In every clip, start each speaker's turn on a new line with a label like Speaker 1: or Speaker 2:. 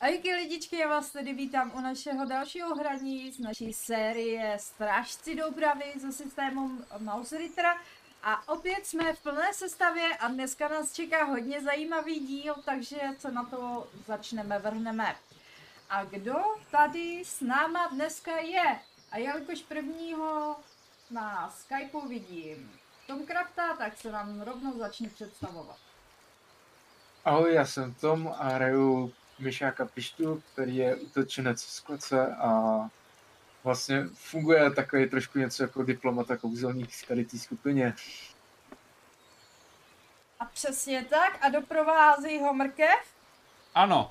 Speaker 1: Ahojky lidičky, já vás tedy vítám u našeho dalšího hraní z naší série Strážci dopravy se systémem Mauseritera. A opět jsme v plné sestavě a dneska nás čeká hodně zajímavý díl, takže se na to začneme, vrhneme. A kdo tady s náma dneska je? A jelikož prvního na Skypeu vidím Tom Krapta, tak se vám rovnou začne představovat.
Speaker 2: Ahoj, já jsem Tom a hraju Myšáka Pištu, který je útočenec z klece a vlastně funguje takový trošku něco jako diplomata kouzelník v tady té skupině.
Speaker 1: A přesně tak, a doprovází ho mrkev.
Speaker 3: Ano,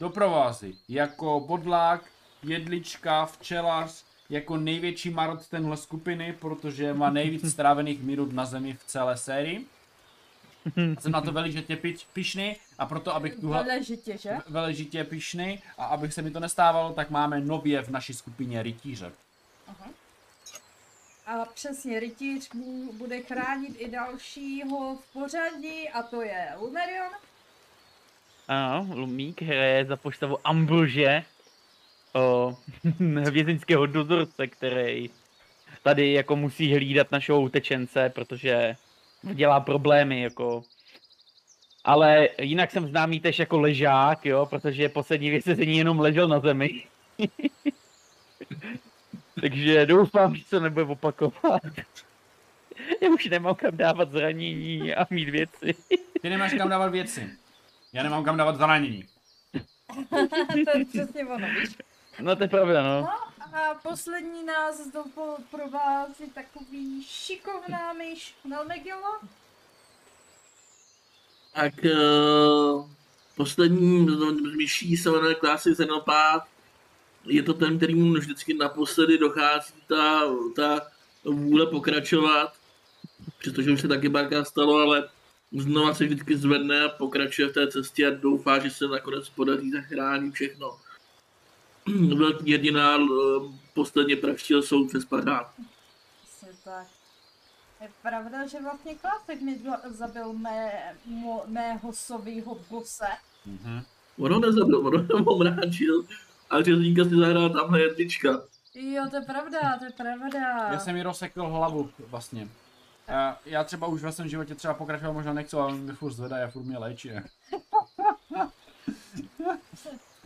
Speaker 3: doprovází. Jako bodlák, jedlička, včelař, jako největší marot tenhle skupiny, protože má nejvíc strávených minut na zemi v celé sérii. A jsem na to veližitě pič, pišný a proto, abych tuhle
Speaker 1: Důležitě, že?
Speaker 3: veližitě pišný a abych se mi to nestávalo, tak máme nově v naší skupině rytíře.
Speaker 1: Aha. A přesně, rytíř mu bude chránit i dalšího v pořadí, a to je Lumerion.
Speaker 4: Ano, Lumík hraje za postavu Ambrože, o, vězeňského dozorce, který tady jako musí hlídat našeho utečence, protože dělá problémy, jako. Ale jinak jsem známý tež jako ležák, jo, protože poslední vězení jenom ležel na zemi. Takže doufám, že se nebude opakovat. Já už nemám kam dávat zranění a mít věci.
Speaker 3: Ty nemáš kam dávat věci. Já nemám kam dávat zranění.
Speaker 1: to je přesně ono, víš?
Speaker 4: No to je pravda, no.
Speaker 1: A poslední nás doprovází takový šikovná myš Nelmegilo.
Speaker 5: Tak uh, poslední z- z myší se jmenuje Klásy Zenopát. Je to ten, který mu vždycky naposledy dochází ta, ta vůle pokračovat. Přestože už se taky barka stalo, ale znova se vždycky zvedne a pokračuje v té cestě a doufá, že se nakonec podaří zachránit všechno. Velký hrdina uh, posledně pravštil soud přes padá.
Speaker 1: Přesně tak. Je pravda, že vlastně Klásek mi dva- zabil mé, mo, mého sovýho bose.
Speaker 3: Mhm.
Speaker 5: Ono nezabil, ono tam omráčil. A řezníka si zahrál tamhle jednička.
Speaker 1: Jo, to je pravda, to je pravda.
Speaker 3: Já jsem jí rozsekl hlavu vlastně. Já, já třeba už ve svém životě třeba pokračovat možná nechci, ale on mě furt zvedá, já furt mě léčí. jako.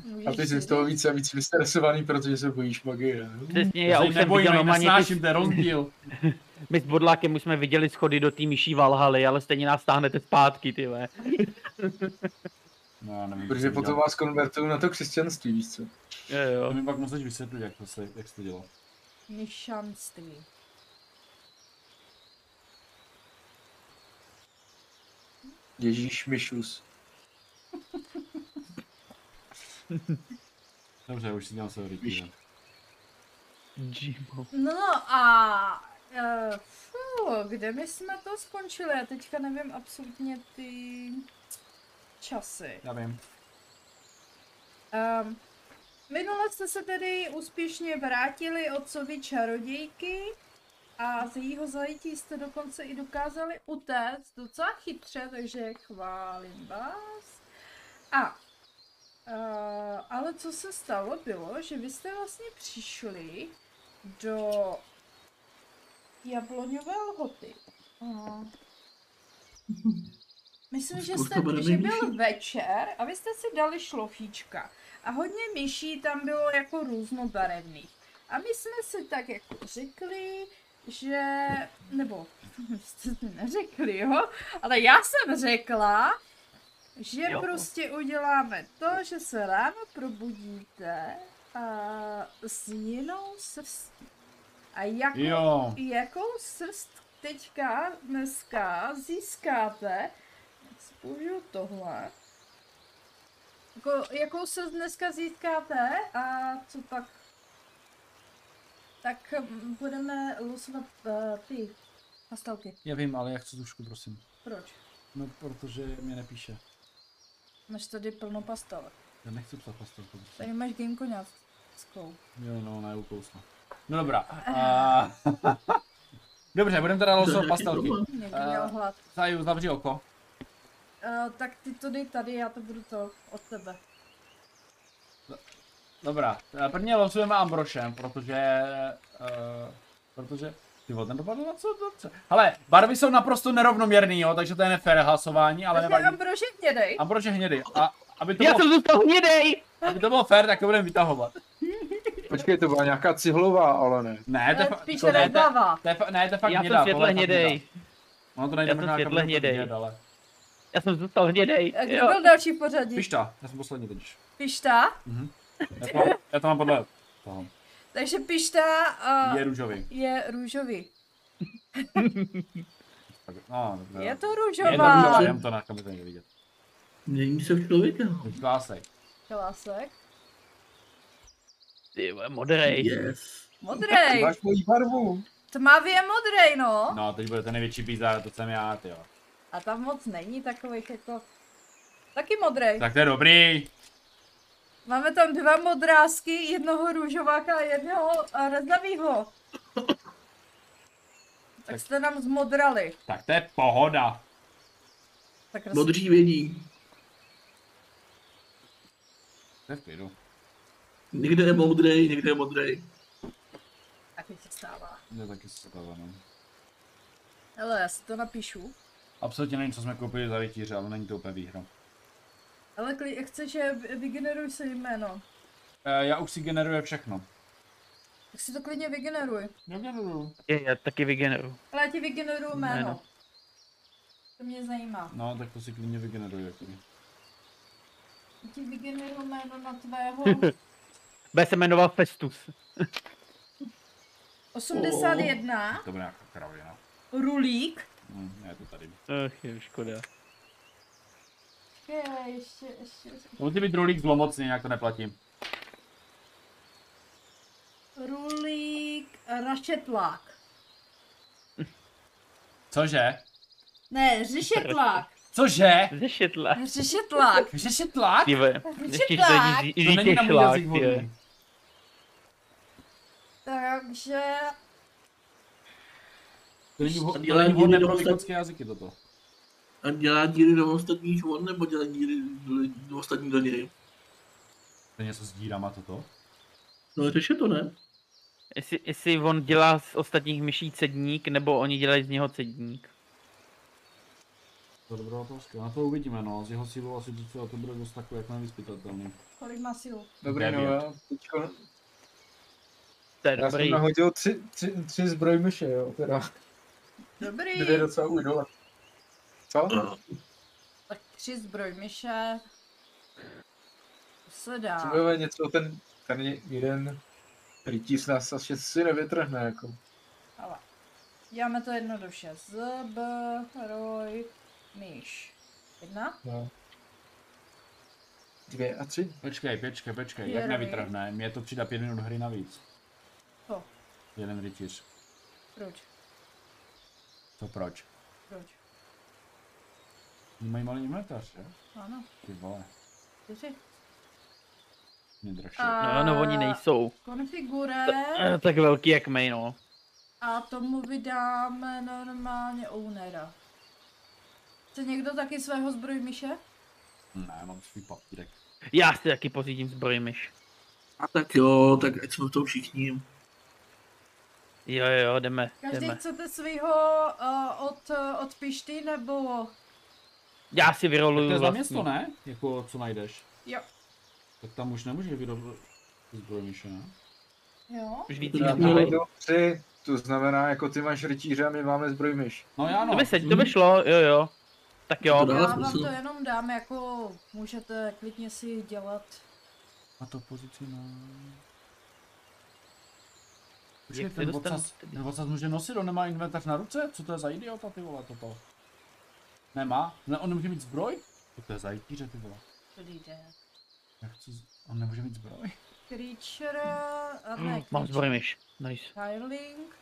Speaker 1: Můžeš
Speaker 2: A ty jsi
Speaker 1: říct.
Speaker 2: z toho víc a víc vystresovaný, protože se bojíš magie.
Speaker 3: Já,
Speaker 4: Přesně, já
Speaker 3: se
Speaker 4: už
Speaker 3: jí
Speaker 4: jsem
Speaker 3: nebojím,
Speaker 4: viděl
Speaker 3: já ji
Speaker 4: normálně ty
Speaker 3: nesnáším, to je rozdíl.
Speaker 4: My s Bodlákem už jsme viděli schody do té myší Valhaly, ale stejně nás táhnete zpátky, ty ve.
Speaker 3: No, já nevím,
Speaker 2: Protože
Speaker 3: co jsem
Speaker 2: potom
Speaker 3: dělal.
Speaker 2: vás konvertují na to křesťanství, víš co?
Speaker 4: Jo,
Speaker 3: To
Speaker 4: jo.
Speaker 3: mi pak musíš vysvětlit, jak to, se, jak se to dělo.
Speaker 1: Nišanství.
Speaker 2: Ježíš Mišus.
Speaker 3: Dobře, už si dělám svého rytíře.
Speaker 4: Jimo.
Speaker 1: No a... Uh, fů, kde my jsme to skončili? Já teďka nevím absolutně ty časy.
Speaker 3: Já vím.
Speaker 1: Um, minule jste se tedy úspěšně vrátili od sovy čarodějky a z jejího zajetí jste dokonce i dokázali utéct docela chytře, takže chválím vás. A Uh, ale co se stalo bylo, že vy jste vlastně přišli do jabloňové lhoty. Uh. Myslím, že,
Speaker 5: Skoro
Speaker 1: jste,
Speaker 5: to bude
Speaker 1: že byl
Speaker 5: nejvyšší.
Speaker 1: večer a vy jste si dali šlofíčka. A hodně myší tam bylo jako různobarevných. A my jsme si tak jako řekli, že... Nebo jste si neřekli, jo? Ale já jsem řekla, že
Speaker 4: Jo.
Speaker 1: prostě uděláme to, že se ráno probudíte a s jinou srstí. A jako,
Speaker 3: Jo.
Speaker 1: jakou srst teďka dneska získáte, tak si použiju tohle. Jako, jakou srst dneska získáte a co pak? Tak mm, budeme losovat uh, ty pastelky.
Speaker 3: Já vím, ale já chci tušku, prosím.
Speaker 1: Proč?
Speaker 3: No, protože mě nepíše.
Speaker 1: Máš tady plno pastelek.
Speaker 3: Já nechci psát prostě. pastelku. prosím.
Speaker 1: Tady máš gamekoňackou.
Speaker 3: Jo, no, ona je ukousla. No dobrá. A... Dobře, budeme teda losovat pastelky.
Speaker 1: Někdy
Speaker 3: Eh.
Speaker 1: měl hlad. Eh,
Speaker 3: Zaju, zavři oko.
Speaker 1: Uh, tak ty to dej tady, já to budu to od tebe.
Speaker 3: Dobrá, eh, prvně losujeme Ambrošem, protože... Uh, protože... Ty vole, ten dopadl na co dobře. Hele, barvy jsou naprosto nerovnoměrný, jo, takže to je nefér hlasování, ale
Speaker 1: Takže
Speaker 3: nevadí.
Speaker 1: Ambrože hnědej.
Speaker 3: Ambrož je hnědý. A aby to,
Speaker 4: Já
Speaker 3: bylo,
Speaker 4: jsem zůstal hnědej!
Speaker 3: aby to bylo fér, tak to budeme vytahovat.
Speaker 2: Počkej, to byla nějaká cihlová, ale ne.
Speaker 3: Ne, to je,
Speaker 1: Eh,
Speaker 3: fa-
Speaker 1: Spíš
Speaker 3: to ne, to je,
Speaker 1: rebava.
Speaker 3: to je, fa- ne, to je fakt
Speaker 4: Já
Speaker 3: hnědá.
Speaker 4: jsem
Speaker 3: tohle
Speaker 4: světle
Speaker 3: je fakt
Speaker 4: hnědej.
Speaker 3: hnědá. Ono to nejde
Speaker 4: Já jsem
Speaker 3: možná jako
Speaker 4: světle hnědej.
Speaker 3: ale...
Speaker 4: Já jsem zůstal hnědej.
Speaker 1: Eh, Kdo
Speaker 4: Jo.
Speaker 1: byl další v pořadí?
Speaker 3: Pišta, já jsem poslední teď.
Speaker 1: Pišta.
Speaker 3: Já to mám, já to mám podle... Toho.
Speaker 1: Takže Pišta eh,
Speaker 3: Je růžový.
Speaker 1: je růžový.
Speaker 3: Tak, no, dobře.
Speaker 1: Je to
Speaker 3: Je to růžová,
Speaker 1: růžová.
Speaker 3: jen to na kam by to někde vidět.
Speaker 5: Mění se v člověka. no.
Speaker 3: Klásek.
Speaker 1: Klasek.
Speaker 4: Ty vole, modrej.
Speaker 5: Yes.
Speaker 1: Modrej.
Speaker 2: Máš mojí barvu.
Speaker 1: Tmavě modrej, no.
Speaker 3: No, teď bude ten největší pizza, to jsem já, ty jo.
Speaker 1: A tam moc není takových jako... Taky modrej.
Speaker 3: Tak to je dobrý.
Speaker 1: Máme tam dva modrásky, jednoho růžováka a jednoho eh, rezavýho. Tak jste nám zmodrali.
Speaker 3: Tak to je pohoda.
Speaker 1: Tak roz...
Speaker 5: Modří vědí.
Speaker 3: To je v klidu.
Speaker 5: Někde je moudrej, někde je modrej.
Speaker 1: taky se stává.
Speaker 3: To je taky no. stavané.
Speaker 1: Hele, já si to napíšu.
Speaker 3: Absolutně nevím, co jsme koupili za větíře, ale není to úplně výhra.
Speaker 1: Ale kli, chceš, že vy- vygeneruj si jméno.
Speaker 3: E, já už si generuje všechno.
Speaker 1: Tak si to klidně vygeneruj.
Speaker 3: Generuju.
Speaker 4: Je, já taky vygeneru.
Speaker 1: Ale já ti vygeneruju jméno.
Speaker 4: Jméno.
Speaker 1: To mě zajímá.
Speaker 3: No, tak to si klidně vygeneruje. jako. Jakoby.
Speaker 1: Já ti vygeneruju jméno na tvého
Speaker 4: Bude se jmenoval Festus.
Speaker 1: 81.
Speaker 3: To bude nějaká kravina.
Speaker 1: Rulík.
Speaker 3: Hm, je to tady.
Speaker 4: Ach jo, škoda.
Speaker 1: Je, ještě, ještě.
Speaker 3: To musí být rulík zlomocný, jinak to neplatím.
Speaker 1: Rulík Rašetlák.
Speaker 3: Cože?
Speaker 1: Ne, Řešetlák.
Speaker 3: Cože?
Speaker 4: Ze šetla.
Speaker 1: Řešetlák.
Speaker 3: Že se tlak?
Speaker 4: Ty vole, ještě to
Speaker 1: šlák.
Speaker 4: je
Speaker 3: To není
Speaker 4: říkej
Speaker 3: na můj
Speaker 4: šlák,
Speaker 3: jazyk
Speaker 4: ty vole.
Speaker 3: vhodný.
Speaker 1: Takže
Speaker 3: To není vho- to
Speaker 5: Dělá
Speaker 3: není vhodné
Speaker 5: díry
Speaker 3: pro
Speaker 5: do
Speaker 3: vykotské jazyky toto.
Speaker 5: A dělá díry do ostatních on, nebo dělá díry do, lidí- do ostatních do něj?
Speaker 3: To je něco s dírama toto?
Speaker 5: No, řeše to, ne?
Speaker 4: Jestli, jestli on dělá z ostatních myší cedník, nebo oni dělají z něho cedník.
Speaker 3: To je dobrá otázka, na to uvidíme no, s jeho sílou asi docela to bude dost takový jako nevyspytatelný.
Speaker 1: kolik má silu?
Speaker 2: Dobrý, no
Speaker 3: Devět.
Speaker 2: já teďko,
Speaker 4: To je
Speaker 2: já jsem
Speaker 4: dobrý.
Speaker 2: nahodil tři, tři, tři zbrojmyše, jo, teda
Speaker 1: Dobrý.
Speaker 2: dvě docela ujdou.
Speaker 5: No,
Speaker 2: Co?
Speaker 1: Tak tři zbrojmyše. To se dá.
Speaker 2: Třeba něco, ten, ten jeden rytí z nás asi si nevytrhne, jako.
Speaker 1: Ale děláme to jednoduše. Z, B, roj, myš. Jedna?
Speaker 2: No. Dvě a tři.
Speaker 3: Počkej, počkej, počkej,
Speaker 1: Jeremy.
Speaker 3: jak nevytrhne, mě to přidá pět minut hry navíc.
Speaker 1: Co?
Speaker 3: Jeden rytíř.
Speaker 1: Proč?
Speaker 3: To proč?
Speaker 1: Proč?
Speaker 3: Oni mají malý inventář, že?
Speaker 1: Ano,
Speaker 3: Ty vole,
Speaker 1: čtyři.
Speaker 3: mě drž.
Speaker 4: No, no, oni nejsou
Speaker 1: Konfigure
Speaker 4: eh, tak velký jak my, no.
Speaker 1: a tomu vydáme normálně ownera. Chce někdo taky svého zbrojmyše?
Speaker 3: Ne, mám svůj papírek.
Speaker 4: Já si taky pořídím zbrojmyš.
Speaker 5: A tak jo, tak ať jsme v tom všichni.
Speaker 4: Jo, jo, jdeme,
Speaker 1: Každý
Speaker 4: jdeme.
Speaker 1: chcete svýho uh, od, uh, od Pišty nebo...
Speaker 4: Já si
Speaker 3: Tak to
Speaker 4: vyroluju
Speaker 3: je za
Speaker 4: vlastní.
Speaker 3: město, ne? Jako co najdeš?
Speaker 1: Jo.
Speaker 3: Tak tam už nemůžeš vyrobit zbrojniše, ne?
Speaker 1: Jo?
Speaker 4: Už víc
Speaker 5: To
Speaker 2: Já
Speaker 5: je
Speaker 4: jich
Speaker 5: No.
Speaker 2: tam
Speaker 5: dobrý.
Speaker 4: nemáme.
Speaker 2: nahodil tři, to znamená, jako ty máš rytíře a my máme zbrojmyš.
Speaker 3: No já no.
Speaker 4: To by se, to by šlo, jo, jo. Tak jo.
Speaker 5: Dobrá.
Speaker 1: Já
Speaker 5: Dává
Speaker 1: vám
Speaker 5: smysl.
Speaker 1: to jenom dám jako... Můžete klidně si dělat...
Speaker 3: A to pozici no. na...
Speaker 4: Jak
Speaker 3: Počkej,
Speaker 4: se
Speaker 3: ten
Speaker 4: dostanu
Speaker 3: vocas,
Speaker 4: tedy?
Speaker 3: ten vocas může nosit, on nemá inventář na ruce? Co to je za idiota, ty vole, toto? Nemá? Ne, on nemůže mít zbroj? Co to je za idiota, ty vole?
Speaker 1: Který jde?
Speaker 3: Já chci... z- On nemůže mít zbroj?
Speaker 1: Creature... A ne,
Speaker 4: Mm, Mám
Speaker 1: creature
Speaker 4: zbrojmyš. Nice.
Speaker 1: Tiling.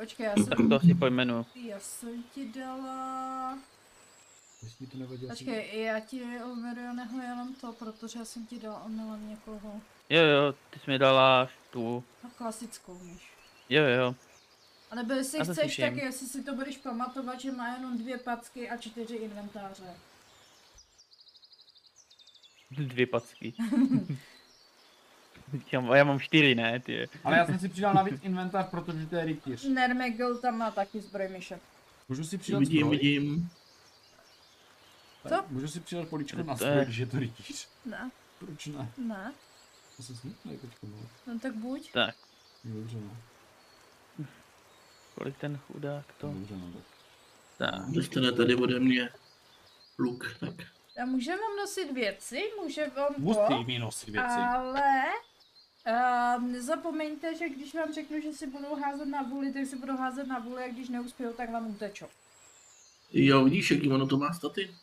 Speaker 1: Počkej, já jsem,
Speaker 4: Tak to si pojmenuju.
Speaker 1: já jsem ti dala...
Speaker 3: Jestli to nevadí, já si-
Speaker 1: Počkej, já ti Omerioneho jenom to, protože já jsem ti dala omylem někoho.
Speaker 4: Jo, jo, ty jsi mi dala tu.
Speaker 1: No, klasickou myš.
Speaker 4: Jo, jo.
Speaker 1: A nebo jestli
Speaker 4: Já to
Speaker 1: chceš, tak
Speaker 4: slyším.
Speaker 1: jestli si to budeš pamatovat, že má jenom dvě packy a čtyři inventáře.
Speaker 4: Dvě packy. já, mám- já mám čtyři, ne, ty.
Speaker 3: Ale já jsem si přidal navíc inventář, protože to je rytíř.
Speaker 1: Nermegl tam má taky zbroj myšek.
Speaker 3: Můžu si přidat
Speaker 5: Vidím,
Speaker 3: zbroj?
Speaker 5: vidím.
Speaker 1: Co?
Speaker 3: Můžu si přidat políčko na
Speaker 4: To
Speaker 3: zbroj,
Speaker 4: je-
Speaker 3: když je to rytíř.
Speaker 1: Ne,
Speaker 3: Proč ne?
Speaker 1: ne,
Speaker 3: To se smutný teďka, no.
Speaker 1: no tak buď.
Speaker 4: Tak,
Speaker 3: Dobře, no.
Speaker 4: kolik ten chudák to?
Speaker 3: Dobře, no. tak.
Speaker 4: Tak.
Speaker 5: Dostane tady ode mě luk, tak.
Speaker 1: A můžeme vám nosit věci, může vám to.
Speaker 3: Musí mi nosit věci.
Speaker 1: Ale uh, nezapomeňte, že když vám řeknu, že si budou házet na vůli, tak si budou házet na vůli a když neuspějou, tak vám utečou.
Speaker 5: Jo, vidíš, jaký ono to má staty?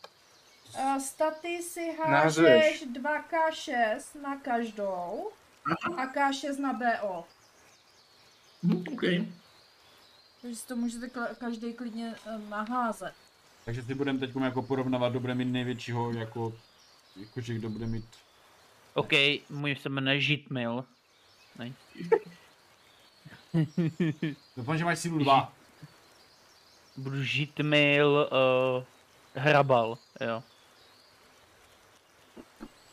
Speaker 1: Uh, staty si
Speaker 2: Nahazuješ.
Speaker 1: hážeš 2K6 na každou a K6 na BO.
Speaker 5: Hm, OK.
Speaker 1: Takže si to můžete kla- každý klidně uh, naházet.
Speaker 3: Takže si budeme teď jako porovnávat, kdo bude mít největšího, jako, jakože kdo bude mít
Speaker 4: OK, můj se jmenuje Žitmil.
Speaker 3: Doufám, že máš No, sílu 2.
Speaker 4: Budu Žitmil uh, Hrabal, jo.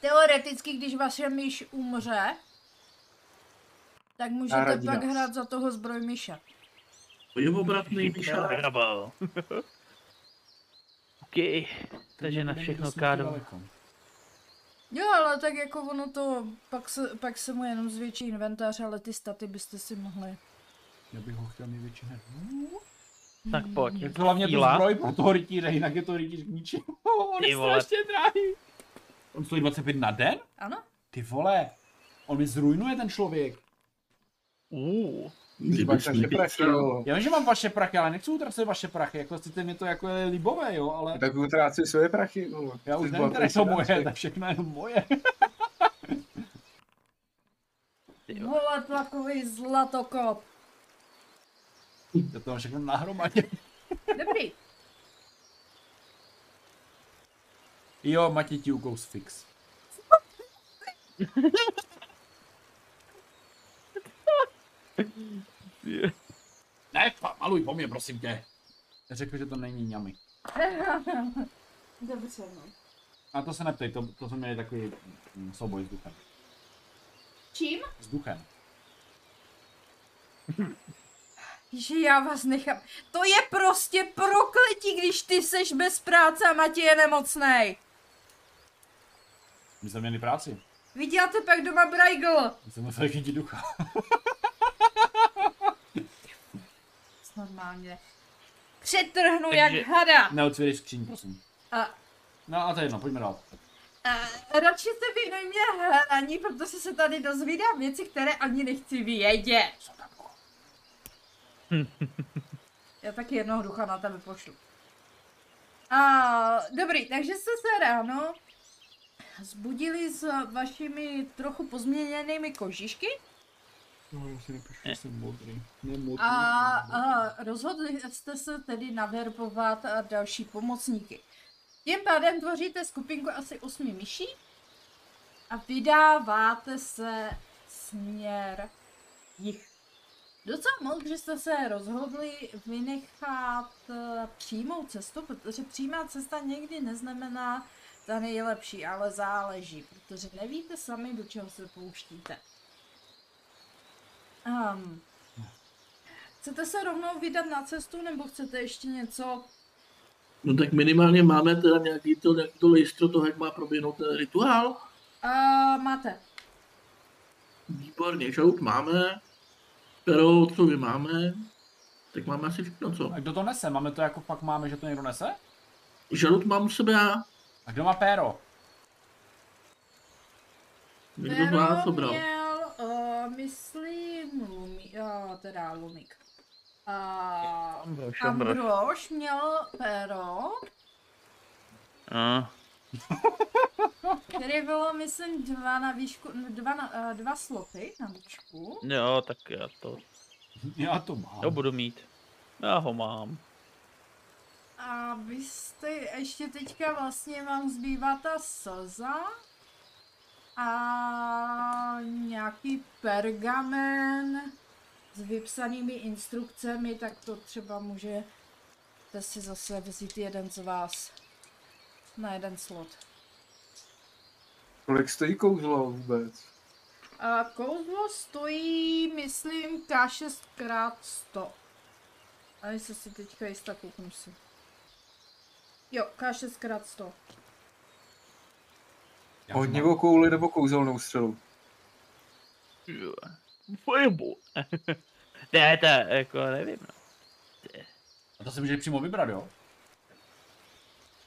Speaker 1: Teoreticky, když vaše myš umře, tak můžete
Speaker 2: Nahradí
Speaker 1: pak
Speaker 2: nás.
Speaker 1: hrát za toho zbroj myša.
Speaker 5: Je obratný
Speaker 4: Žitmil
Speaker 5: myšák.
Speaker 4: Hrabal. OK, takže na všechno K2.
Speaker 1: Jo, ale tak jako ono to, pak se, pak se mu jenom zvětší inventář, ale ty staty byste si mohli.
Speaker 3: Já bych ho chtěl největší hned.
Speaker 4: Tak pojď.
Speaker 3: Tak hlavně tu
Speaker 4: Síla.
Speaker 3: zbroj pro toho rytíře, jinak je to rytíř k ničemu. On
Speaker 4: Ty
Speaker 3: je
Speaker 4: vole.
Speaker 3: strašně drahý. On stojí 25 na den?
Speaker 1: Ano?
Speaker 3: Ty vole. On mi zrujnuje ten člověk.
Speaker 4: Uh,
Speaker 5: Kdyby
Speaker 2: Pak
Speaker 5: jsi
Speaker 2: naše prachy,
Speaker 5: nevypsal,
Speaker 2: jo.
Speaker 3: Já vím, že mám vaše prachy, ale nechci utracet vaše prachy. Jako sice mi to jako je libové, jo, ale
Speaker 2: Tak utrácí svoje prachy. vole.
Speaker 3: já
Speaker 2: Ty
Speaker 3: už nevím,
Speaker 2: vole,
Speaker 3: které jsou
Speaker 2: to
Speaker 3: moje,
Speaker 2: je
Speaker 3: tak všechno je moje.
Speaker 4: ty jo.
Speaker 1: Vole, tlakový zlatokop.
Speaker 3: Já to mám všechno nahromadě.
Speaker 1: Dobrý.
Speaker 3: Jo, Matěj ti ukous fix. Ne, pa- maluj po mně, prosím tě. Řekl, že to není ňami.
Speaker 1: Dobře, no.
Speaker 3: A to se neptej, to, to jsme měli takový mm, souboj s duchem.
Speaker 1: Čím?
Speaker 3: S duchem.
Speaker 1: Že já vás nechám. To je prostě prokletí, když ty seš bez práce a Matěj je nemocnej.
Speaker 3: My jsme měli práci.
Speaker 1: Vy děláte pak doma brajgl.
Speaker 3: My jsme museli chytit ducha.
Speaker 1: Normálně. Přetrhnu
Speaker 4: Takže-
Speaker 1: jak hada.
Speaker 3: Neotvírej skříň, prosím.
Speaker 1: A
Speaker 3: No a to je jedno, pojďme dál.
Speaker 1: Eh, radši se věnujme hraní, protože se tady dozvídám věci, které ani nechci vědět.
Speaker 3: Co tam bylo?
Speaker 1: Já taky jednoho ducha na tebe pošlu. A, dobrý, takže jste se ráno zbudili s vašimi trochu pozměněnými kožišky
Speaker 3: No, já si nepíšu, že jsem modrý. Ne modrý.
Speaker 1: a, a rozhodli jste se tedy naverbovat eh, další pomocníky. Tím pádem tvoříte skupinku asi osmi myší a vydáváte se směr jich. Docela moudře jste se rozhodli vynechat eh, přímou cestu, protože přímá cesta někdy neznamená ta nejlepší, ale záleží, protože nevíte sami, do čeho se pouštíte. Um, chcete se rovnou vydat na cestu, nebo chcete ještě něco?
Speaker 5: No tak minimálně máme teda nějaký to, nějaký to lejstro toho, jak má proběhnout ten rituál.
Speaker 1: Uh, máte.
Speaker 5: Výborně, žalud máme. Pero, co vy máme? Tak máme asi všechno, co?
Speaker 3: a kdo to nese? Máme to jako fakt máme, že to někdo nese?
Speaker 5: Žalud mám u sebe já.
Speaker 3: A kdo má péro?
Speaker 5: Někdo z vás to bral.
Speaker 1: měl, uh, myslím, Lumi, uh, teda Lumik. Uh,
Speaker 4: Ambrož, Ambrož.
Speaker 1: Ambrož měl pero,
Speaker 4: A,
Speaker 1: které bylo, myslím, dva na výšku, dva, na, eh, dva sloty na výšku.
Speaker 4: jo, tak já to,
Speaker 3: Já to mám.
Speaker 4: to budu mít. Já ho mám.
Speaker 1: A vy jste ještě teďka vlastně vám zbývá ta slza a nějaký pergamen s vypsanými instrukcemi, tak to třeba můžete si zase vzít jeden z vás na jeden slot.
Speaker 2: to. Kolik stojí kouzlo vůbec?
Speaker 1: A kouzlo stojí, myslím, K6 krát 100. A jestli si teďka jistá, kouknu si. Jo, K6 krát 100.
Speaker 3: Já mám-
Speaker 2: Hodnivou kouli nebo kouzelnou střelu?
Speaker 4: Jo. Fireball. ne, to je, jako nevím. No.
Speaker 3: A to si můžeš přímo vybrat, jo?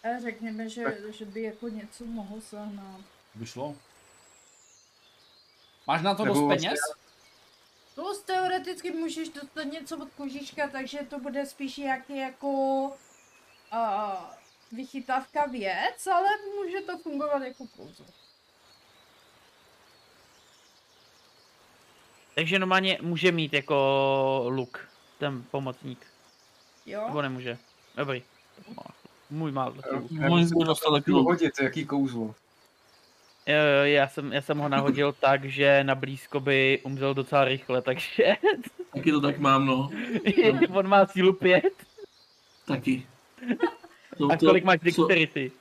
Speaker 1: A řekněme, že, že by jako něco mohl sehnat.
Speaker 3: By šlo. Máš na to
Speaker 2: Nebo
Speaker 3: dost
Speaker 2: vlastně-
Speaker 3: peněz?
Speaker 1: Plus teoreticky můžeš dostat něco od kožíška, takže to bude spíš nějaký jako uh, vychytávka věc, ale může to fungovat jako kouzlo.
Speaker 4: Takže normálně může mít jako luk, ten pomocník. Nebo
Speaker 1: Jo?
Speaker 4: nemůže. Dobrý. tak má. Můj má taky luk.
Speaker 2: Já
Speaker 5: Můj
Speaker 2: jsem
Speaker 5: bude dostat taky
Speaker 2: chtěl
Speaker 5: luk.
Speaker 2: hodit, jaký kouzlo.
Speaker 4: Jo, jo, já jsem, já jsem ho nahodil tak, že na blízko by umřel docela rychle, takže
Speaker 5: Taky to tak mám, no.
Speaker 4: on má sílu pět.
Speaker 5: Taky. Jsou
Speaker 4: A
Speaker 5: to-
Speaker 4: kolik máš
Speaker 5: jsou-
Speaker 4: dexterity?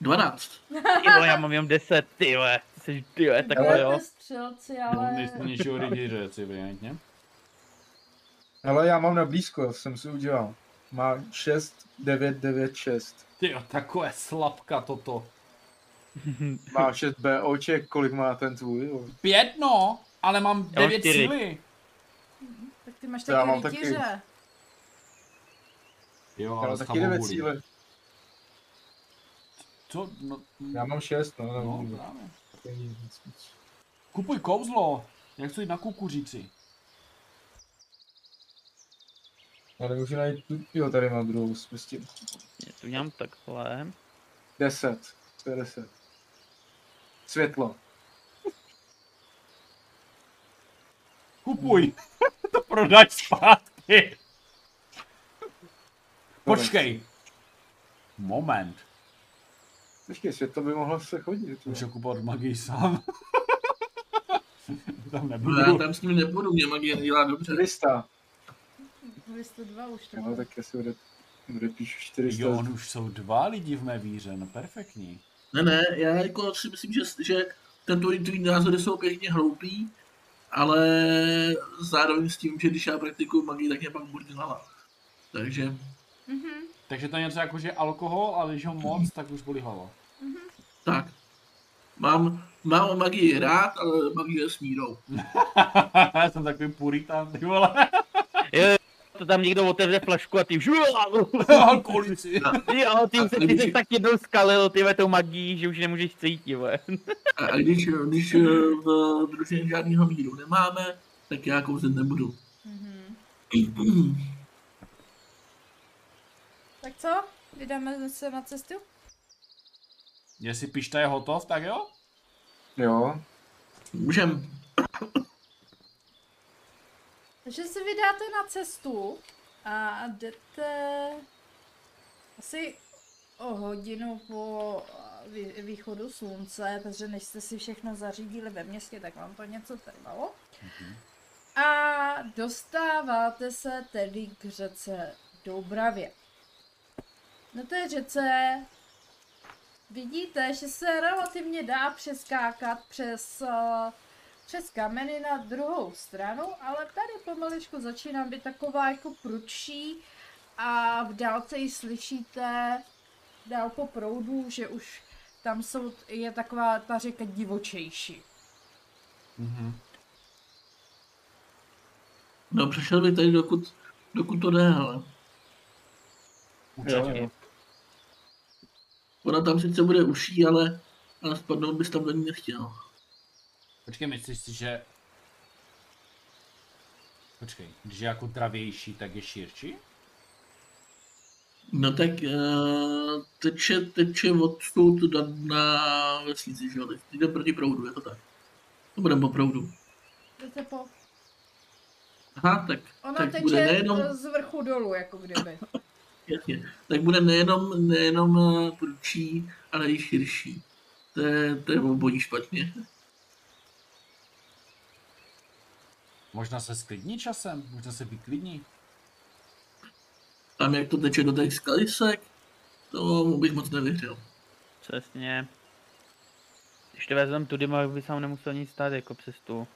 Speaker 5: 12.
Speaker 4: Ty vole, já mám jenom 10, ty vole. Ty jsi, ty vole, takhle jo.
Speaker 1: střelci,
Speaker 3: No,
Speaker 1: ale...
Speaker 3: nejste něčeho rytíře, evidentně.
Speaker 2: Ale já mám na blízko, jsem si udělal. Má 6, 9, 9, 6.
Speaker 3: Ty jo, takové slabka toto.
Speaker 2: Má 6 BOček, kolik má ten tvůj? Jo?
Speaker 3: Pět no, ale mám
Speaker 4: Já mám
Speaker 3: devět
Speaker 4: čtyři.
Speaker 3: síly.
Speaker 1: Tak ty máš
Speaker 2: To já
Speaker 1: taky
Speaker 2: mám taky.
Speaker 1: rytíře.
Speaker 3: Jo,
Speaker 2: Já mám
Speaker 3: ale
Speaker 2: taky 9
Speaker 3: taky
Speaker 2: cíle.
Speaker 3: Co? No,
Speaker 2: Já mám 6, no,
Speaker 3: no,
Speaker 2: no,
Speaker 3: právě. Kupuj kouzlo, jak chci jít na kukuřici.
Speaker 2: Já nemůžu najít tu, jo, tady mám druhou, spustím.
Speaker 4: Já to udělám takhle.
Speaker 2: 10, to je 10. Světlo. Hmm.
Speaker 3: Kupuj! to prodáš zpátky! Počkej! Moment,
Speaker 2: Počkej, světlo by mohlo se chodit. jo.
Speaker 3: můžu kupovat magii sám. tam
Speaker 5: No, já
Speaker 3: nebudu.
Speaker 5: tam s ním nepůjdu, mě magie nedělá dobře.
Speaker 2: 400.
Speaker 1: Vy jste dva už to
Speaker 2: No, tak asi bude, bude píšu 400.
Speaker 3: Jo, no. on už jsou dva lidi v mé víře, no perfektní.
Speaker 5: Ne, ne, já jako si myslím, že, že tento tvý názory jsou pěkně hloupý, ale zároveň s tím, že když já praktikuju magii, tak mě pak bude hlava. Takže
Speaker 1: Mhm.
Speaker 3: Takže to je něco jako, že alkohol, ale když ho moc, tak už bolí hlava.
Speaker 5: tak. Mám, mám magii rád, ale magie s mírou.
Speaker 3: Já jsem takový puritán, ty vole.
Speaker 4: To tam někdo otevře flašku a ty už...
Speaker 3: Alkoholici.
Speaker 4: Jo, ty, už se- ty jsi tak jednou skalil, ty vole, tou magií, že už nemůžeš cítit, vole.
Speaker 5: A, a když, když eh, v družině žádného míru nemáme, tak já kouzet nebudu.
Speaker 1: Mhm. Tak co? Vydáme se na cestu?
Speaker 3: Jestli pišta je hotov, tak jo?
Speaker 2: jo.
Speaker 5: Můžem.
Speaker 1: Takže se vydáte na cestu a jdete asi o hodinu po a, vy- východu slunce, protože než jste si všechno zařídili ve městě, tak vám to něco trvalo. A dostáváte se tedy k řece Doubravě. Na té řece vidíte, že se relativně dá přeskákat přes eh, a, přes kameny na druhou stranu, ale tady pomalečku začíná být taková jako prudší a v dálce ji slyšíte dál po proudu, že už tam jsou, je taková ta řeka divočejší.
Speaker 3: Mhm.
Speaker 5: No přešel bych tady, dokud, dokud to jde, ale
Speaker 2: jo,
Speaker 3: Určitě.
Speaker 2: jo.
Speaker 5: ona tam sice bude uší, ale, ale spadnout bys tam do ní nechtěl.
Speaker 3: Počkej, myslíš si, že... Počkej, když je jako dravější, tak je širší?
Speaker 5: No tak uh, teče, teče odsud na, na vesnici, že jo? Teď Jde proti proudu, je to tak. To budeme po proudu.
Speaker 1: Jdete po...
Speaker 5: Aha, tak,
Speaker 1: Ona eh,
Speaker 5: tak
Speaker 1: teče
Speaker 5: bude nejenom,
Speaker 1: z vrchu dolů, jako kdyby.
Speaker 5: jasně, tak bude nejenom, nejenom eh, prudší, ale i širší. To je, to je obojí špatně.
Speaker 3: Možná se sklidní časem, možná se vyklidní.
Speaker 5: Tam jak to teče do těch skalisek, to mu bych moc nevěřil.
Speaker 4: Přesně. Když to vezmeme tudy, mohl by sám nemusel nic stát jako přes tu.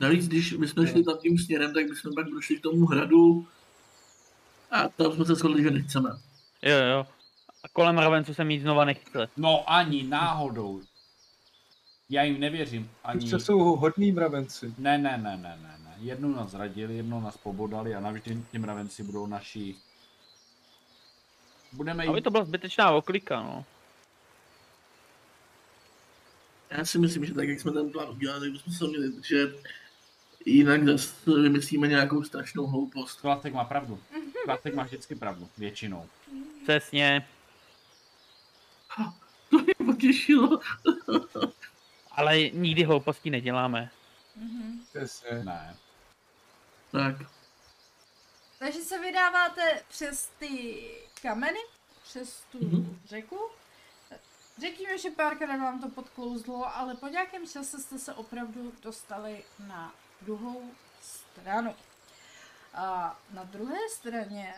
Speaker 5: Navíc, když my jsme šli tam tím směrem, tak my jsme pak došli k tomu hradu a tam jsme se shodli, že nechceme.
Speaker 4: Jo, jo. A kolem Ravencu se mít znova nechce.
Speaker 3: No ani náhodou. Já jim nevěřím. Ani...
Speaker 2: Co jsou hodní mravenci?
Speaker 3: Ne, ne, ne, ne, ne, ne. Jednou nás zradili, jednou nás pobodali a navždy ti mravenci budou naši. Budeme jim...
Speaker 4: Aby to byla zbytečná oklika, no.
Speaker 5: Já si myslím, že tak, jak jsme ten plán udělali, tak bychom se měli držet. Jinak zase vymyslíme nějakou strašnou hloupost.
Speaker 3: Klatek má pravdu. Klatek má vždycky pravdu. Většinou.
Speaker 4: Přesně.
Speaker 5: To mě potěšilo.
Speaker 4: Ale nikdy hlouposti neděláme.
Speaker 1: Mhm.
Speaker 2: Přesně.
Speaker 3: Ne.
Speaker 5: Tak,
Speaker 1: Takže se vydáváte přes ty kameny, přes tu
Speaker 5: Mhm.
Speaker 1: řeku. Řekněme, že párkrát vám to podklouzlo, ale po nějakém čase jste se opravdu dostali na druhou stranu. A na druhé straně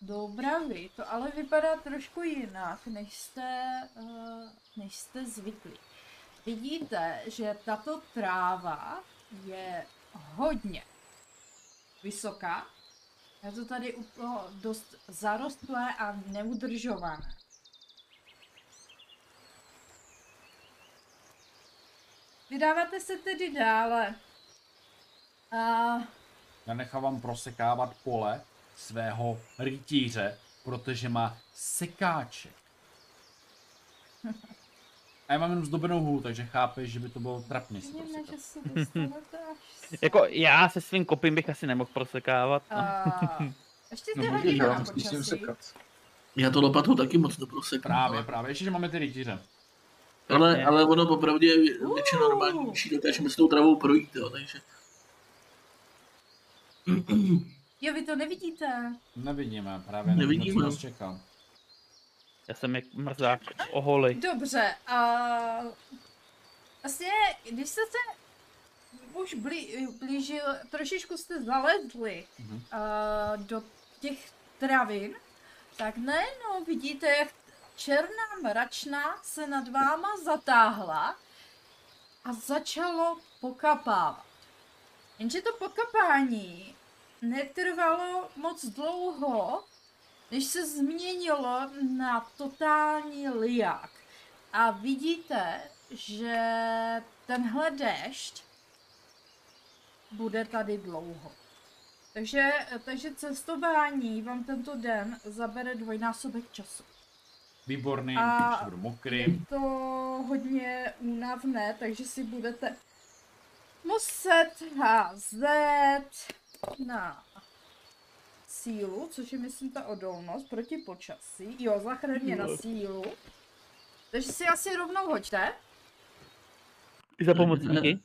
Speaker 1: Dobravy, to ale vypadá trošku jinak, než jste, eh, než jste zvyklí. Vidíte, že tato tráva je hodně vysoká. Je to tady úplně dost zarostlé a neudržované. Vydáváte se tedy dále. A
Speaker 3: Já nechávám prosekávat pole svého rytíře, protože má sekáček. A já mám jenom zdobenou hůl, takže chápeš, že by to bylo trapně si
Speaker 1: vidíme, že
Speaker 3: prosekat.
Speaker 1: se dostanete až sem.
Speaker 4: Jako já se svým kopím bych asi nemohl prosekávat. No.
Speaker 1: A ještě
Speaker 2: No
Speaker 1: jste
Speaker 2: můžeš,
Speaker 1: hodina
Speaker 2: já
Speaker 1: na
Speaker 2: musím s tím
Speaker 1: počasí.
Speaker 2: sekat.
Speaker 5: já to lopatou taky moc neproseknu.
Speaker 3: Právě, právě. Ještě, že máme ty rytíře.
Speaker 5: Ale,
Speaker 4: Ne.
Speaker 5: ale ono popravdě je vě- většina normální uší, dokáže mi s tou travou projít, jo, takže.
Speaker 1: Jo, vy to nevidíte.
Speaker 3: Nevidíme, právě nevíme,
Speaker 5: Nevidíme.
Speaker 3: co nás čeká.
Speaker 4: Já jsem jak mrzák oholi.
Speaker 1: Dobře, a vlastně, když jste se už blí, blížil, trošičku jste zalezli
Speaker 3: Mhm.
Speaker 1: a, do těch travin, tak najednou vidíte, jak černá mračna se nad váma zatáhla a začalo pokapávat. Jenže to pokapání netrvalo moc dlouho, než se změnilo na totální liák. A vidíte, že tenhle déšť bude tady dlouho. Takže, takže cestování vám tento den zabere dvojnásobek času.
Speaker 3: Výborný,
Speaker 1: A-
Speaker 3: už budu
Speaker 1: Je
Speaker 3: mokrý.
Speaker 1: to hodně únavné, takže si budete muset házet na sílu, což je myslím ta odolnost proti počasí. Jo, zachraně na sílu. Takže si asi rovnou hoďte.
Speaker 4: Ty za pomocníky?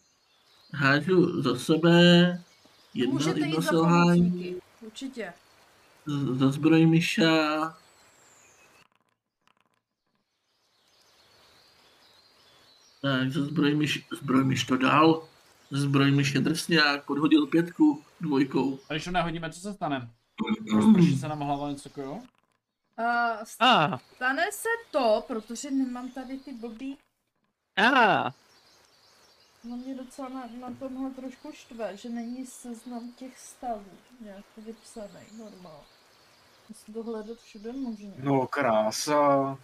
Speaker 5: Hážu za sebe, jedno,
Speaker 1: Můžete
Speaker 5: jedno
Speaker 1: jít za
Speaker 5: selhání,
Speaker 1: pomocníky. Určitě.
Speaker 5: z- za zbroj myša, Tak, za zbroj myš, zbroj myš to dal. Zbroj myš je drsňák, podhodil pětku dvojkou.
Speaker 3: A když to nehodíme, co se stane? Rozprší se nám hlava něco takového?
Speaker 1: Uh,
Speaker 4: A,
Speaker 1: stane se to, protože nemám tady ty blbý
Speaker 4: a,
Speaker 1: No mě docela na, na tomhle trošku štve, že není seznam těch stavů nějak vypsaný normál. Musím to hledat všude možně.
Speaker 2: No krása.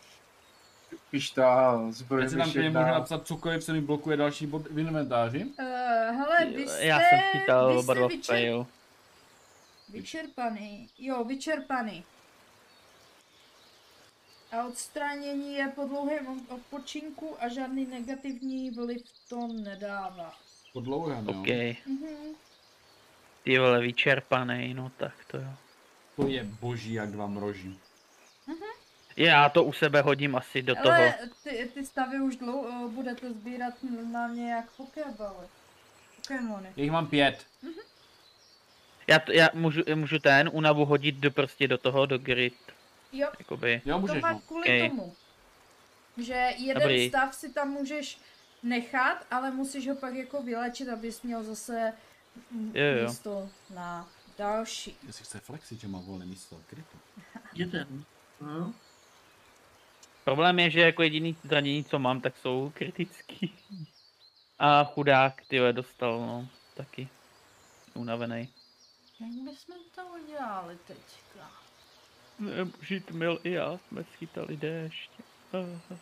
Speaker 2: Pištá, zbroj
Speaker 3: Já si tam klidně můžu
Speaker 2: jedna.
Speaker 3: napsat cokoliv, se mi blokuje další bod v inventáři.
Speaker 1: Uh, hele, vy jste,
Speaker 4: já jsem chytal
Speaker 1: vy
Speaker 4: oba
Speaker 1: jste
Speaker 4: dva
Speaker 1: vyčer,
Speaker 4: fail.
Speaker 1: vyčerpaný. Jo, vyčerpaný. A odstranění je po dlouhém odpočinku a žádný negativní vliv to nedává.
Speaker 3: Po dlouhém, jo.
Speaker 4: OK.
Speaker 1: Mhm.
Speaker 4: Ty vole, vyčerpaný, no tak to jo.
Speaker 3: To je boží, jak dva mroží.
Speaker 4: Já to u sebe hodím asi do toho.
Speaker 1: Ale ty, ty stavy už dlouho budete sbírat normálně jak pokébaly. Pokémony.
Speaker 3: Já jich mám pět.
Speaker 4: Já, to, já můžu, můžu ten únavu hodit do, prostě do toho, do grid,
Speaker 1: Jo,
Speaker 4: jakoby.
Speaker 3: Jo,
Speaker 1: to
Speaker 3: můžeš,
Speaker 1: máš
Speaker 3: no.
Speaker 1: kvůli
Speaker 4: Okej.
Speaker 1: tomu. Že jeden
Speaker 4: Dobrý.
Speaker 1: stav si tam můžeš nechat, ale musíš ho pak jako vylečit, abys měl zase m-
Speaker 4: Jo, jo.
Speaker 1: místo na další.
Speaker 3: Jestli chce flexit, že má volné místo krytu.
Speaker 5: Jeden. No.
Speaker 4: Problém je, že jako jediný zranění, co mám, tak jsou kritický. A chudák, ty dostal, no, taky. Unavený.
Speaker 1: Jak bychom to udělali teďka?
Speaker 4: Žít mil i já jsme schytali déšť. Aha.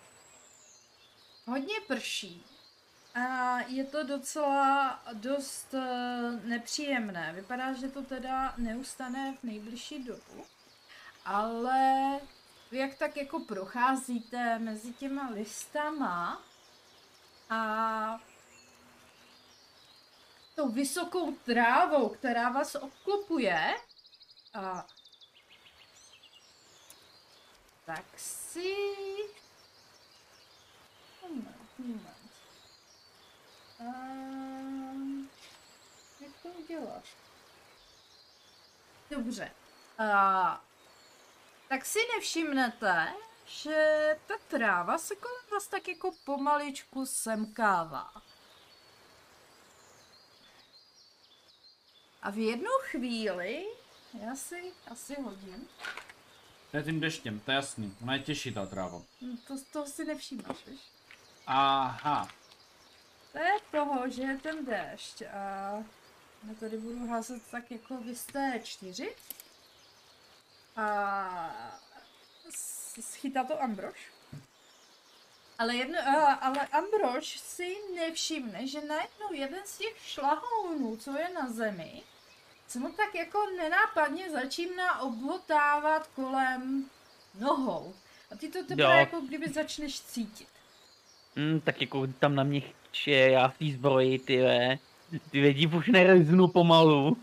Speaker 1: Hodně prší. A je to docela dost eh, nepříjemné. Vypadá, že to teda neustane v nejbližší dobu. Ale jak tak jako procházíte mezi těma listama a tou vysokou trávou, která vás obklopuje, a tak si Moment, moment. Ehm, jak to udělat? Dobře. A, tak si nevšimnete, že ta tráva se kolem vás tak jako pomaličku semkává. A v jednu chvíli, já si asi hodím,
Speaker 3: To je tím deštěm, to je jasný. Ona je těžší ta tráva.
Speaker 1: Hm, to, to si nevšímáš, víš?
Speaker 3: Aha.
Speaker 1: To je toho, že je ten déšť a já tady budu házet tak jako vy jste čtyři. A s- schytá to Ambrož. Ale, jedno, a- ale Ambrož si nevšimne, že najednou jeden z těch šlahounů, co je na zemi, se mu tak jako nenápadně začíná obhotávat kolem nohou. A ty to
Speaker 4: Jo.
Speaker 1: teprve jako kdyby začneš cítit.
Speaker 4: Mm, tak jako tam na mě chče, já v té zbroji, ty ve. Ty vědí, už nereznu pomalu.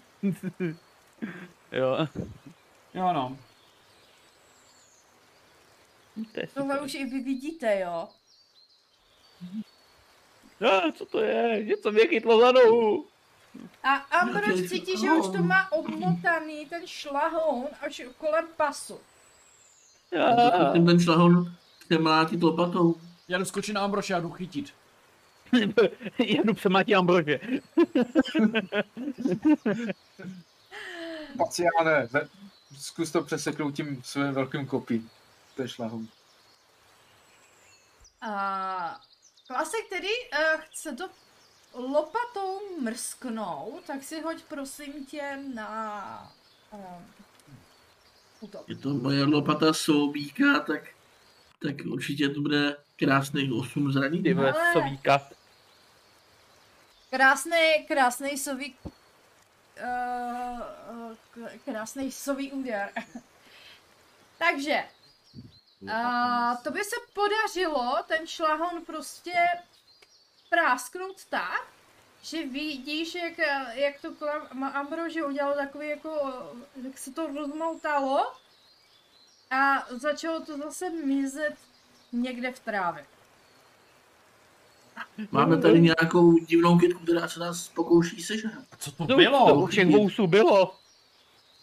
Speaker 4: jo,
Speaker 3: Jo no.
Speaker 4: to je super.
Speaker 1: Tohle už i vy vidíte, jo.
Speaker 4: A, No, co to je? Něco mě chytlo za nohu.
Speaker 1: A Ambrož
Speaker 5: Nějaký
Speaker 1: cítí, že
Speaker 5: šlahoun.
Speaker 1: už to má obmotaný ten šlahoun až kolem pasu.
Speaker 4: Já.
Speaker 5: Ten, ten šlahon přemlátí lopatou.
Speaker 3: Já jdu skočit na Ambroše a jdu chytit.
Speaker 4: Já jdu přemátí Ambrože.
Speaker 2: Paciáne, ve- zkus to přeseknout tím svým velkým kopím. To je šlahou.
Speaker 1: A klasek tedy eh, chce to lopatou mrsknout, tak si hoď prosím tě na um, útok.
Speaker 5: Je to moje lopata soubíka, tak, tak určitě to bude krásných 8 zraní.
Speaker 4: Ty ve,
Speaker 1: Ale-
Speaker 4: sovíka.
Speaker 1: Krásný, krásný sový... Uh, krásný sový úder. Takže, A to by se podařilo ten šlahon prostě prásknout tak, že vidíš, jak, jak to kolem Ma- Ambrože udělalo takový jako, jak se to rozmoutalo a začalo to zase mizet někde v trávě.
Speaker 5: Máme tady nějakou divnou kytku, která se nás pokouší sežrat.
Speaker 3: A co to
Speaker 4: To,
Speaker 3: bylo?
Speaker 5: no.
Speaker 4: to už jak vousů bylo.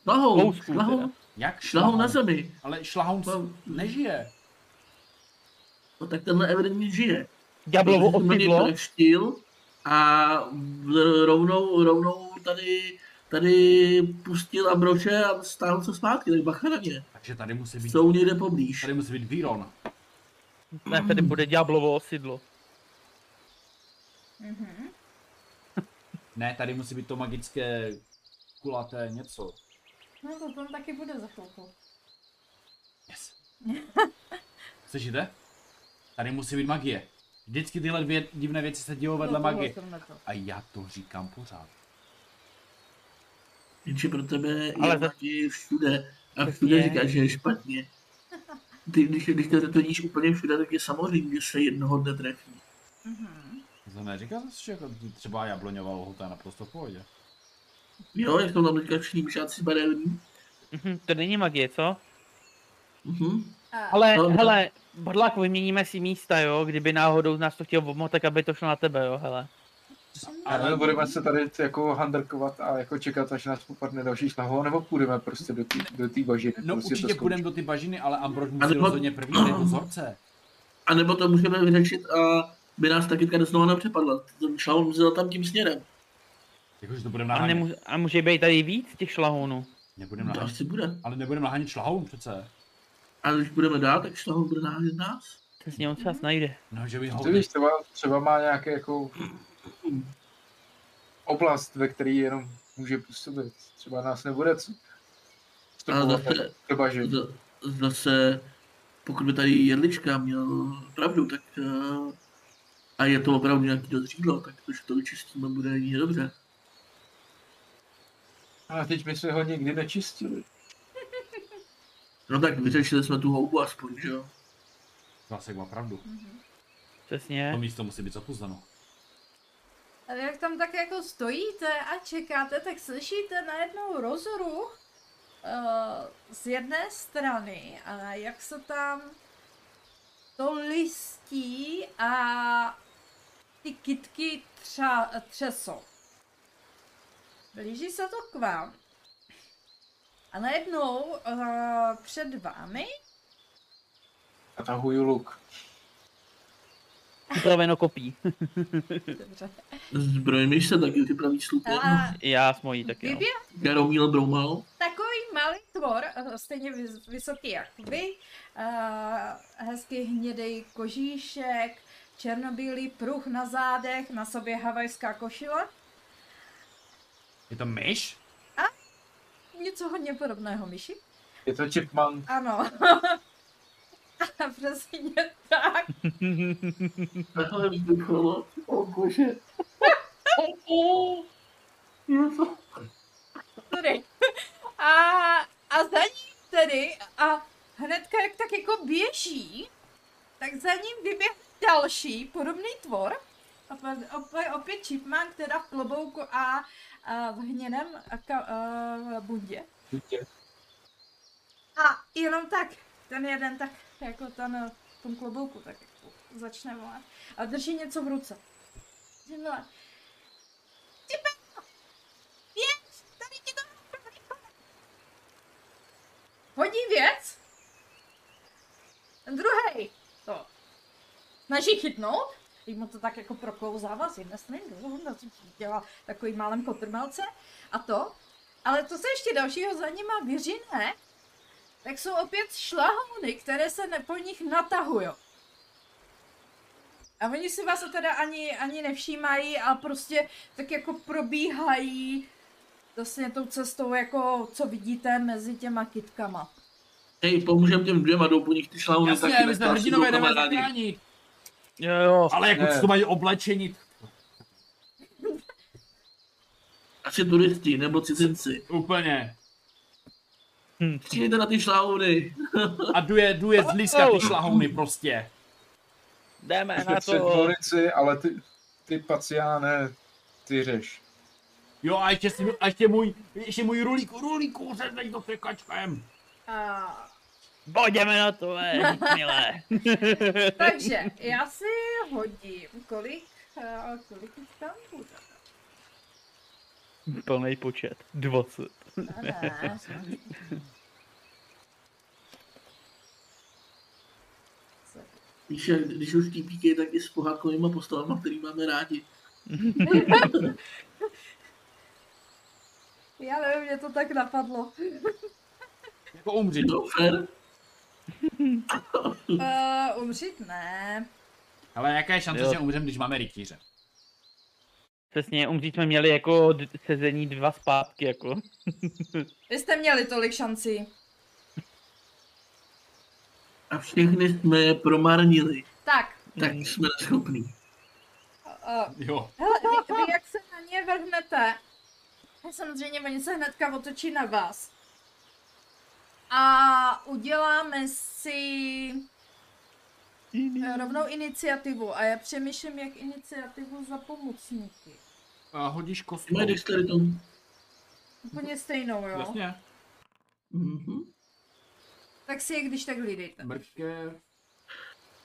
Speaker 5: Šlahou,
Speaker 4: Kousku
Speaker 5: šlahou,
Speaker 4: teda.
Speaker 3: Jak
Speaker 5: šlahou
Speaker 3: šlahoun?
Speaker 5: na zemi.
Speaker 3: Ale šlahoun s- nežije.
Speaker 5: No tak tenhle evidentně žije.
Speaker 4: Ďáblovo
Speaker 5: Protože jsem na něj
Speaker 4: opidlo.
Speaker 5: trefštil a v- rovnou, rovnou tady, tady pustil Ambroče a stáhl se zpátky, tak bacha na ně.
Speaker 3: Takže tady musí být,
Speaker 5: Jsou někde poblíž.
Speaker 3: tady musí být Víron.
Speaker 4: Ne, tady bude ďáblovo osidlo.
Speaker 1: Mhm.
Speaker 3: Ne, tady musí být to magické kulaté něco.
Speaker 1: No to tam taky bude za chvilku.
Speaker 3: Yes. Slyšíte? Tady musí být magie. Vždycky tyhle dvě divné věci se dějou vedle
Speaker 1: No, tohle,
Speaker 3: magie.
Speaker 1: tohle to.
Speaker 3: A já to říkám pořád.
Speaker 5: Jenže pro tebe
Speaker 4: Ale
Speaker 5: Ale je
Speaker 4: za-
Speaker 5: taky všude. A
Speaker 4: Přesně.
Speaker 5: všude říkáš, že je špatně. Ty, když, když to tvrdíš úplně všude, tak je samozřejmě, že se jednoho dne trefí.
Speaker 1: Mhm.
Speaker 3: To znamená, říká zase, že jako třeba jabloňová lhota je naprosto v pohodě.
Speaker 5: Jo, jak jsou tam teďka všichni myšáci barevní.
Speaker 4: Mhm, To není magie, co?
Speaker 5: Mhm.
Speaker 1: A-
Speaker 4: Ale,
Speaker 5: No, no.
Speaker 4: hele, bodlák, vyměníme si místa, jo? Kdyby náhodou z nás to chtěl obmotat, tak aby to šlo na tebe, jo, hele.
Speaker 2: Ale budeme se tady jako handrkovat a jako čekat, až nás popadne další šlahou, nebo půjdeme prostě do té do tý bažiny.
Speaker 3: No
Speaker 2: prostě
Speaker 3: určitě
Speaker 2: zkoušet.
Speaker 3: půjdeme do ty bažiny, ale Ambrož musí
Speaker 5: Ale to-
Speaker 3: rozhodně první jako do dozorce.
Speaker 5: A nebo to můžeme vyřešit a by nás taky tady znovu nepřepadla. Ten šlaun vzal tam tím směrem.
Speaker 3: Jakože to budeme
Speaker 4: A,
Speaker 3: nahánět.
Speaker 4: nemůže, a může být tady víc těch šlahounů.
Speaker 3: Nebudeme
Speaker 5: To
Speaker 4: No.
Speaker 3: nahánět.
Speaker 5: asi bude.
Speaker 3: Ale nebudeme nahánět šlahoun přece.
Speaker 5: A když budeme dál, tak toho bude náhled nás.
Speaker 4: Přesně, on se nás najde.
Speaker 3: No, že by ho...
Speaker 2: Ty víš, třeba, třeba má nějaké jako oblast, ve které jenom může působit. Třeba nás nebude c-
Speaker 5: A
Speaker 2: stopovat,
Speaker 5: zase,
Speaker 2: třeba, že
Speaker 5: z- zase pokud by tady jedlička měl pravdu, tak eh, a je to opravdu nějaký dozřídlo, tak to, že to vyčistíme, bude jedině dobře.
Speaker 2: ale teď my jsme ho nikdy nečistili.
Speaker 5: No tak vyřešili jsme tu houbu aspoň, že jo?
Speaker 3: Zásek má pravdu. jako To
Speaker 4: Přesně.
Speaker 3: místo musí být zapuzdano.
Speaker 1: A jak tam tak jako stojíte a čekáte, tak slyšíte najednou rozruch eh, z jedné strany a jak se tam to listí a ty kitky tře- třesou. Blíží se to k vám a najednou uh, před vámi
Speaker 2: A tahuju luk.
Speaker 4: Upraveno kopí.
Speaker 1: dobře,
Speaker 5: Zbrojím se taky připraví slupy.
Speaker 1: a
Speaker 4: Já s mojí no. tak jo.
Speaker 1: vyběh
Speaker 5: Jaromíl Broumal.
Speaker 1: takový malý tvor, eh, stejně vys- vysoký jak vy, eh, hezký hnědý kožíšek, černobílý pruh na zádech, na sobě havajská košile,
Speaker 3: Je to myš?
Speaker 1: něco hodně podobného myši.
Speaker 2: Je to chipmunk.
Speaker 1: Ano. A přesně tak.
Speaker 5: Tohle vybuchalo. O bože. Je to-
Speaker 1: Tady. A, a za ním tedy, a hnedka jak tak jako běží, tak za ním vyběhl další podobný tvor. Opět, opět, opět Chipmunk teda v klobouku a, a v hněném a ka, a bundě.
Speaker 2: Dítě.
Speaker 1: A jenom tak, ten jeden tak, jako ten v tom klobouku, tak jako začne volat. A drží něco v ruce. Začne volat. Typa! Věc! Tady ti to Hodí věc? Ten druhý to snaží chytnout, když mu to tak jako proklouzává z jedné strany, do druhé, dělá takový málem kotrmelce a to. Ale co se ještě dalšího za nima vyřine, tak jsou opět šlahouny, které se ne, po nich natahují. A oni si vás teda ani, ani nevšímají a prostě tak jako probíhají vlastně tou cestou, jako co vidíte mezi těma kitkama.
Speaker 5: Hej, pomůžeme těm dvěma, jdou po nich ty šlauny
Speaker 3: Jasně, my jsme
Speaker 5: tak jsou
Speaker 3: hrdinové jdeme
Speaker 5: kamarádi.
Speaker 3: zachránit.
Speaker 4: Jo, jo.
Speaker 3: Ale jako
Speaker 2: Ne.
Speaker 3: co to mají oblečení?
Speaker 5: Asi turisti nebo cizinci.
Speaker 3: Úplně.
Speaker 5: Přijďte na ty šlauny.
Speaker 3: A duje, duje z líska ty šlahouny prostě.
Speaker 4: Jdeme
Speaker 2: Jsme
Speaker 4: na
Speaker 2: před
Speaker 4: to.
Speaker 2: volici, ale ty, ty paciáne, ty řeš.
Speaker 3: Jo a ještě, si, a ještě můj, ještě můj rulík, rulíku, řeznej to sekačkem.
Speaker 1: A
Speaker 4: Pojďme na to, eh, milé.
Speaker 1: Takže já si hodím, kolik, eh, kolik jich tam bude.
Speaker 4: Plný počet. 20.
Speaker 1: Ne, ne.
Speaker 5: Víš, jak když už týpíkej, tak i s pohádkovýma postavama, který máme rádi.
Speaker 1: Já nevím, mě to tak napadlo.
Speaker 3: Jako umřít.
Speaker 5: Je to fér?
Speaker 1: Uh, umřít ne.
Speaker 3: Ale jaká je šance,
Speaker 4: Jo.
Speaker 3: že umřem, když máme rytíře?
Speaker 4: Přesně, umřít jsme měli jako d- sezení dva zpátky, jako.
Speaker 1: Vy jste měli tolik šancí.
Speaker 5: A všechny jsme je promarnili.
Speaker 1: Tak,
Speaker 5: Tak jsme neschopní.
Speaker 1: uh,
Speaker 3: Jo.
Speaker 1: hele, vy, vy, jak se na ně vrhnete, tak samozřejmě oni se hnedka otočí na vás. A uděláme si eh, rovnou iniciativu. A já přemýšlím, jak iniciativu za pomocníky.
Speaker 3: A hodíš kostkou.
Speaker 5: Jsme No, když tady to...
Speaker 1: Úplně stejnou, jo?
Speaker 3: Jasně.
Speaker 5: Mhm.
Speaker 1: Tak si je když tak hlídejte.
Speaker 3: Mrkev.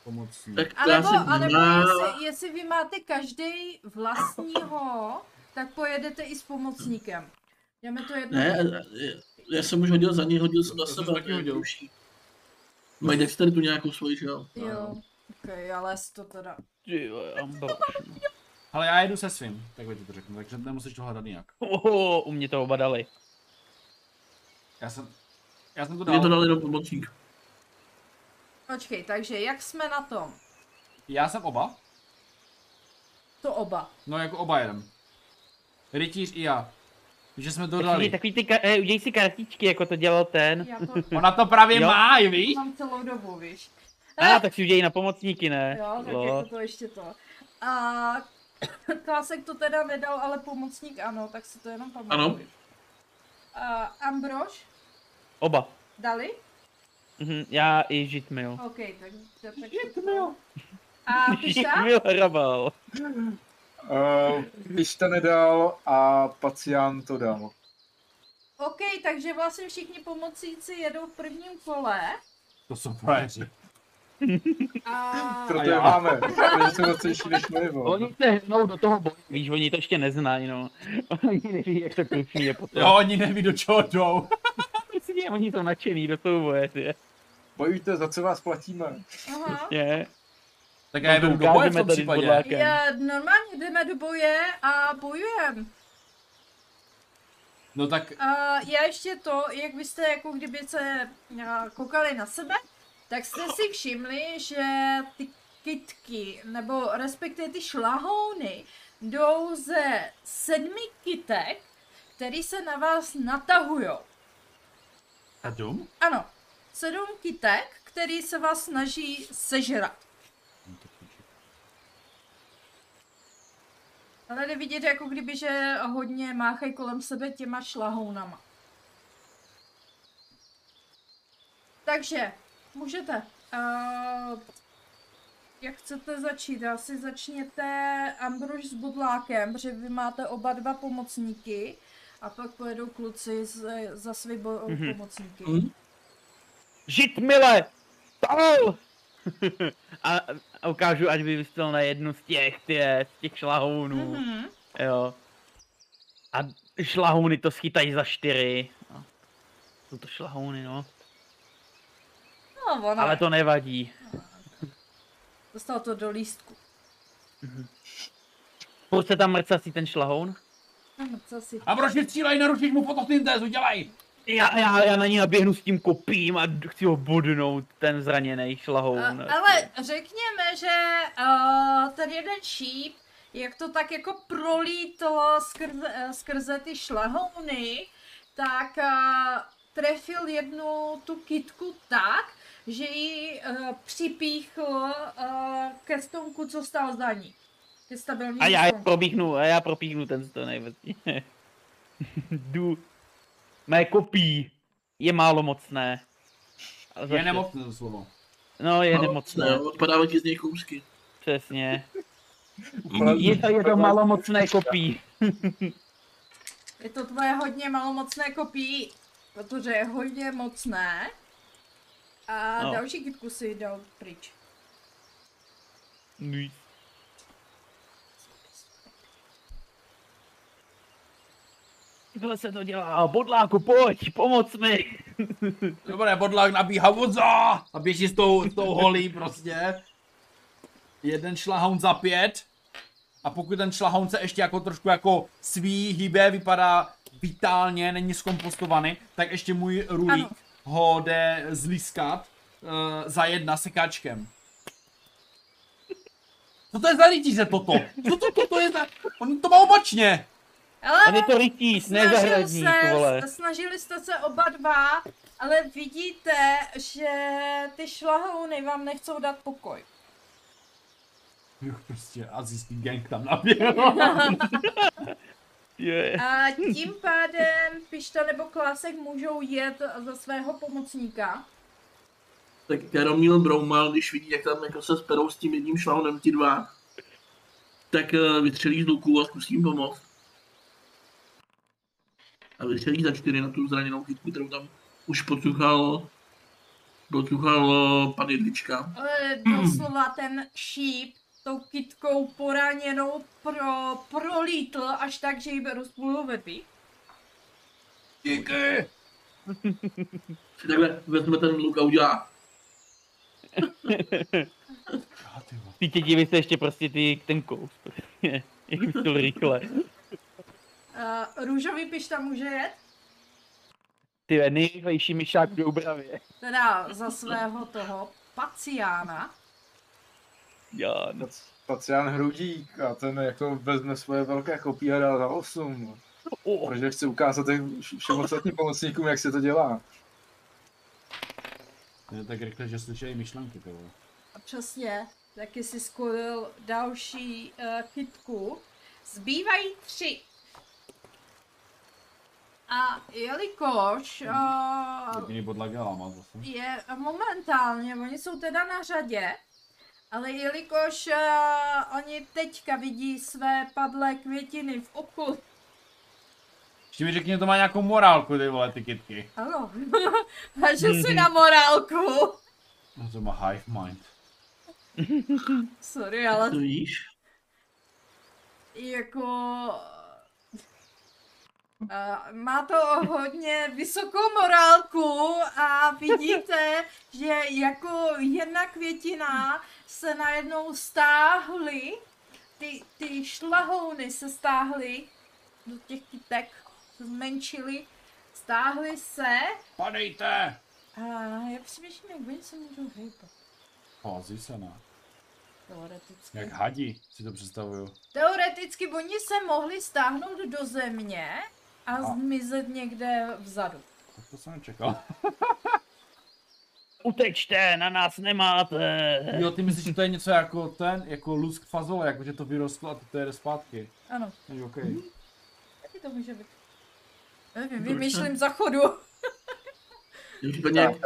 Speaker 3: Pomocní.
Speaker 5: Tak
Speaker 1: A
Speaker 5: já
Speaker 1: nebo,
Speaker 5: si
Speaker 1: a nebo
Speaker 5: má...
Speaker 1: jestli, jestli vy máte každý vlastního, tak pojedete i s pomocníkem. Jdeme to jedno.
Speaker 5: Ne, já- já jsem už hodil za něj, hodil jsem na
Speaker 3: To jsem
Speaker 5: sebe.
Speaker 3: taky
Speaker 5: to je
Speaker 3: hodil.
Speaker 5: jednodušší. Mají Dexter tu nějakou svoji, že jo?
Speaker 1: Jo. Ok, ale jest to teda.
Speaker 4: Ty vole, Ambrož.
Speaker 3: Ale já jedu se svým, takhle ti to řeknu, takže nemusíš to hledat nijak.
Speaker 4: Oho, u mě to oba dali.
Speaker 3: Já jsem, já jsem to
Speaker 5: Mě to
Speaker 3: dal.
Speaker 5: dal jenom pomocník.
Speaker 1: Počkej, takže jak jsme na tom?
Speaker 3: Já jsem oba?
Speaker 1: To oba.
Speaker 3: No jako oba jedem. Rytíř i já. Že jsme to
Speaker 4: Takový,
Speaker 3: dali.
Speaker 4: takový ty, ka- eh, udělej si kartičky, jako to dělal ten.
Speaker 1: Já to
Speaker 3: Ona to právě
Speaker 4: Jo.
Speaker 3: má, víš?
Speaker 1: mám celou dobu, víš.
Speaker 4: A, tak si udělej na pomocníky, ne?
Speaker 1: Eh! Jo, tak
Speaker 4: Lol.
Speaker 1: jako to ještě to. A Klásek to teda nedal, ale pomocník ano, tak si to jenom
Speaker 5: Ano.
Speaker 1: pamatuju. A Ambrož?
Speaker 4: Oba.
Speaker 1: Dali?
Speaker 4: Mhm, já i Žitmil.
Speaker 1: OK, tak... tak, tak A Pišta?
Speaker 4: Žitmil hrabal.
Speaker 2: Uh, když to nedal a pacián to dal.
Speaker 1: OK, takže vlastně všichni pomocníci jedou v prvním kole.
Speaker 3: To jsou frajeři.
Speaker 1: A...
Speaker 2: Proto
Speaker 3: A
Speaker 2: je
Speaker 3: já.
Speaker 2: máme. To je něco mocnější než Melivo.
Speaker 4: Oni se hnou do toho boje, víš, oni to ještě neznají, no. Oni neví, jak to krušní je potom.
Speaker 3: Jo, oni neví, do čeho jdou.
Speaker 4: Přesně, oni jsou nadšený do toho boje, ty.
Speaker 2: Bojujte, za co vás platíme.
Speaker 1: Aha.
Speaker 4: Přesně.
Speaker 3: Tak
Speaker 4: No
Speaker 3: já
Speaker 4: to
Speaker 3: jdu do boje v
Speaker 4: ukážeme
Speaker 3: tom
Speaker 4: tady s
Speaker 3: případě.
Speaker 4: bodlákem.
Speaker 1: Je, normálně jdeme do boje a bojujeme.
Speaker 3: No tak
Speaker 1: A já ještě to, jak vy jste jako kdyby se a, koukali na sebe, tak jste si všimli, že ty kytky, nebo respektive ty šlahouny, jdou ze sedmi kytek, který se na vás natahujou.
Speaker 3: sedm?
Speaker 1: Ano, sedm kytek, který se vás snaží sežrat. Ale jde vidět, jako kdyby, že hodně máchají kolem sebe těma šlahounama. Takže, můžete. Uh, jak chcete začít? Asi začněte Ambrož s Budlákem, protože vy máte oba dva pomocníky. A pak pojedou kluci z, za svý bo-
Speaker 4: Mhm.
Speaker 1: pomocníky.
Speaker 5: Mhm.
Speaker 4: Žitmile! Tal! a, a ukážu, ať by vystřel na jednu z těch, ty, z těch šlahounů.
Speaker 1: Mhm.
Speaker 4: Jo. A šlahouny to schytají za čtyři. No. Jsou to šlahouny, no.
Speaker 1: No, ona.
Speaker 4: Ale to nevadí.
Speaker 1: Dostal to do lístku.
Speaker 4: Proč se tam mrcasí ten šlahoun?
Speaker 1: Hm, Co si?
Speaker 3: A proč mi střílej, narušíš mu fotosyntézu, dělej!
Speaker 4: Já, já, já na ní naběhnu s tím kopím a d- chci ho bodnout, ten zraněný šlahoun.
Speaker 1: A, ale řekněme, že uh, ten jeden šíp, jak to tak jako prolítlo skrze, eh, skrze ty šlahouny, tak uh, trefil jednu tu kitku tak, že ji uh, připíchl uh, ke stonku, co stál za ní. Ke stabilní
Speaker 4: a já je probíchnu, a já propíchnu ten stonej. vlastně. Jdu. Mé kopí je málo mocné. Ale za
Speaker 3: Je
Speaker 4: šest.
Speaker 3: nemocné to slovo.
Speaker 4: No, je nemocné,
Speaker 5: Odpadávají ti z něj kousky.
Speaker 4: přesně.
Speaker 2: Úplně-
Speaker 4: Je to, je to malomocné kopí.
Speaker 1: Je to tvoje hodně malomocné kopí, protože je hodně mocné. A
Speaker 4: No.
Speaker 1: další kytku si dal pryč.
Speaker 4: Nice. Takhle se to dělá. Bodláku, pojď, pomoc mi.
Speaker 3: Dobré, bodlák nabíhá vodza a běží s tou, s tou holí prostě. Jeden šlahoun za pět. A pokud ten šlahoun se ještě jako trošku jako sví, hýbe, vypadá vitálně, není zkompostovaný, tak ještě můj rulík
Speaker 1: Ano.
Speaker 3: ho jde zlískat uh, za jedna sekáčkem. Co to je za rytíře toto? Co to toto je za... On to má obačně!
Speaker 1: Ale
Speaker 4: On je to rytíř, ne zahradník, vole.
Speaker 1: snažili jste se oba dva, ale vidíte, že ty šlahouny vám nechcou dát pokoj.
Speaker 3: Jo, prostě azijský gang tam naběhl.
Speaker 4: Je.
Speaker 1: A tím pádem Pišta nebo Klásek můžou jet za svého pomocníka.
Speaker 5: Tak Karomíl Broumal, když vidí, jak tam jako se sperou s tím jedním šlaunem ti dva, tak eh, vystřelí z luku a zkusí jim pomoct. A vystřelí za čtyři na tu zraněnou chytku, kterou tam už pocuchal, pocuchal eh, pan Jedlička.
Speaker 1: Ale doslova ten šíp tou kytkou poraněnou pro, prolítl až tak, že ji rozplul ve pích.
Speaker 3: Díky!
Speaker 5: Si takhle vezme ten luk a udělá.
Speaker 3: Já, ty vole.
Speaker 4: Ty tě diví se ještě prostě ty, ten kous. prostě. Jak to rychle.
Speaker 1: Uh, růžový Pišta může jet?
Speaker 4: Ty nejrychlejší myšák v Doubravě.
Speaker 1: Teda za svého toho Paciána.
Speaker 4: Jan.
Speaker 2: Pac- Pacián Hrudík a ten jako vezme svoje velké kopí a dá za 8.
Speaker 4: Oh,
Speaker 2: Protože chce ukázat těm vš- všem ostatním pomocníkům, jak se to dělá.
Speaker 3: To je tak rychle, že slyšeli myšlenky, ty vole.
Speaker 1: A přesně, taky si skolil další uh, kytku. Zbývají tři. A jelikož uh,
Speaker 3: Jediný bodla má zase.
Speaker 1: je momentálně, oni jsou teda na řadě, ale jelikož uh, oni teďka vidí své padlé květiny v oku,
Speaker 3: Ještě mi řekni, že to má nějakou morálku, ty vole, ty kytky.
Speaker 1: ano, a že si na morálku.
Speaker 3: No to má hive mind.
Speaker 1: Sorry, ale
Speaker 5: To víš?
Speaker 1: jako... A eh, má to hodně vysokou morálku a vidíte, že jako jedna květina se najednou stáhly, ty, ty šlahouny se stáhly do těch kytek, zmenšily, stáhly se
Speaker 3: Padejte!
Speaker 1: a já přemýšlím, jak oni se můžou hejbat.
Speaker 3: Hází se na.
Speaker 1: Teoreticky.
Speaker 3: Jak hadi, si to představuju.
Speaker 1: Teoreticky oni se mohli stáhnout do země a
Speaker 3: A.
Speaker 1: zmizet někde vzadu.
Speaker 3: Tak to jsem nečekal.
Speaker 4: utečte, na nás nemáte.
Speaker 3: Jo, ty myslíš, že to je něco jako ten, jako lusk fazole, jako že to vyrostlo a teď to jede zpátky.
Speaker 1: Ano, Hm?
Speaker 3: Jo, OK.
Speaker 1: taky to může být. Nevím, vymýšlím za chodu.
Speaker 5: Případně,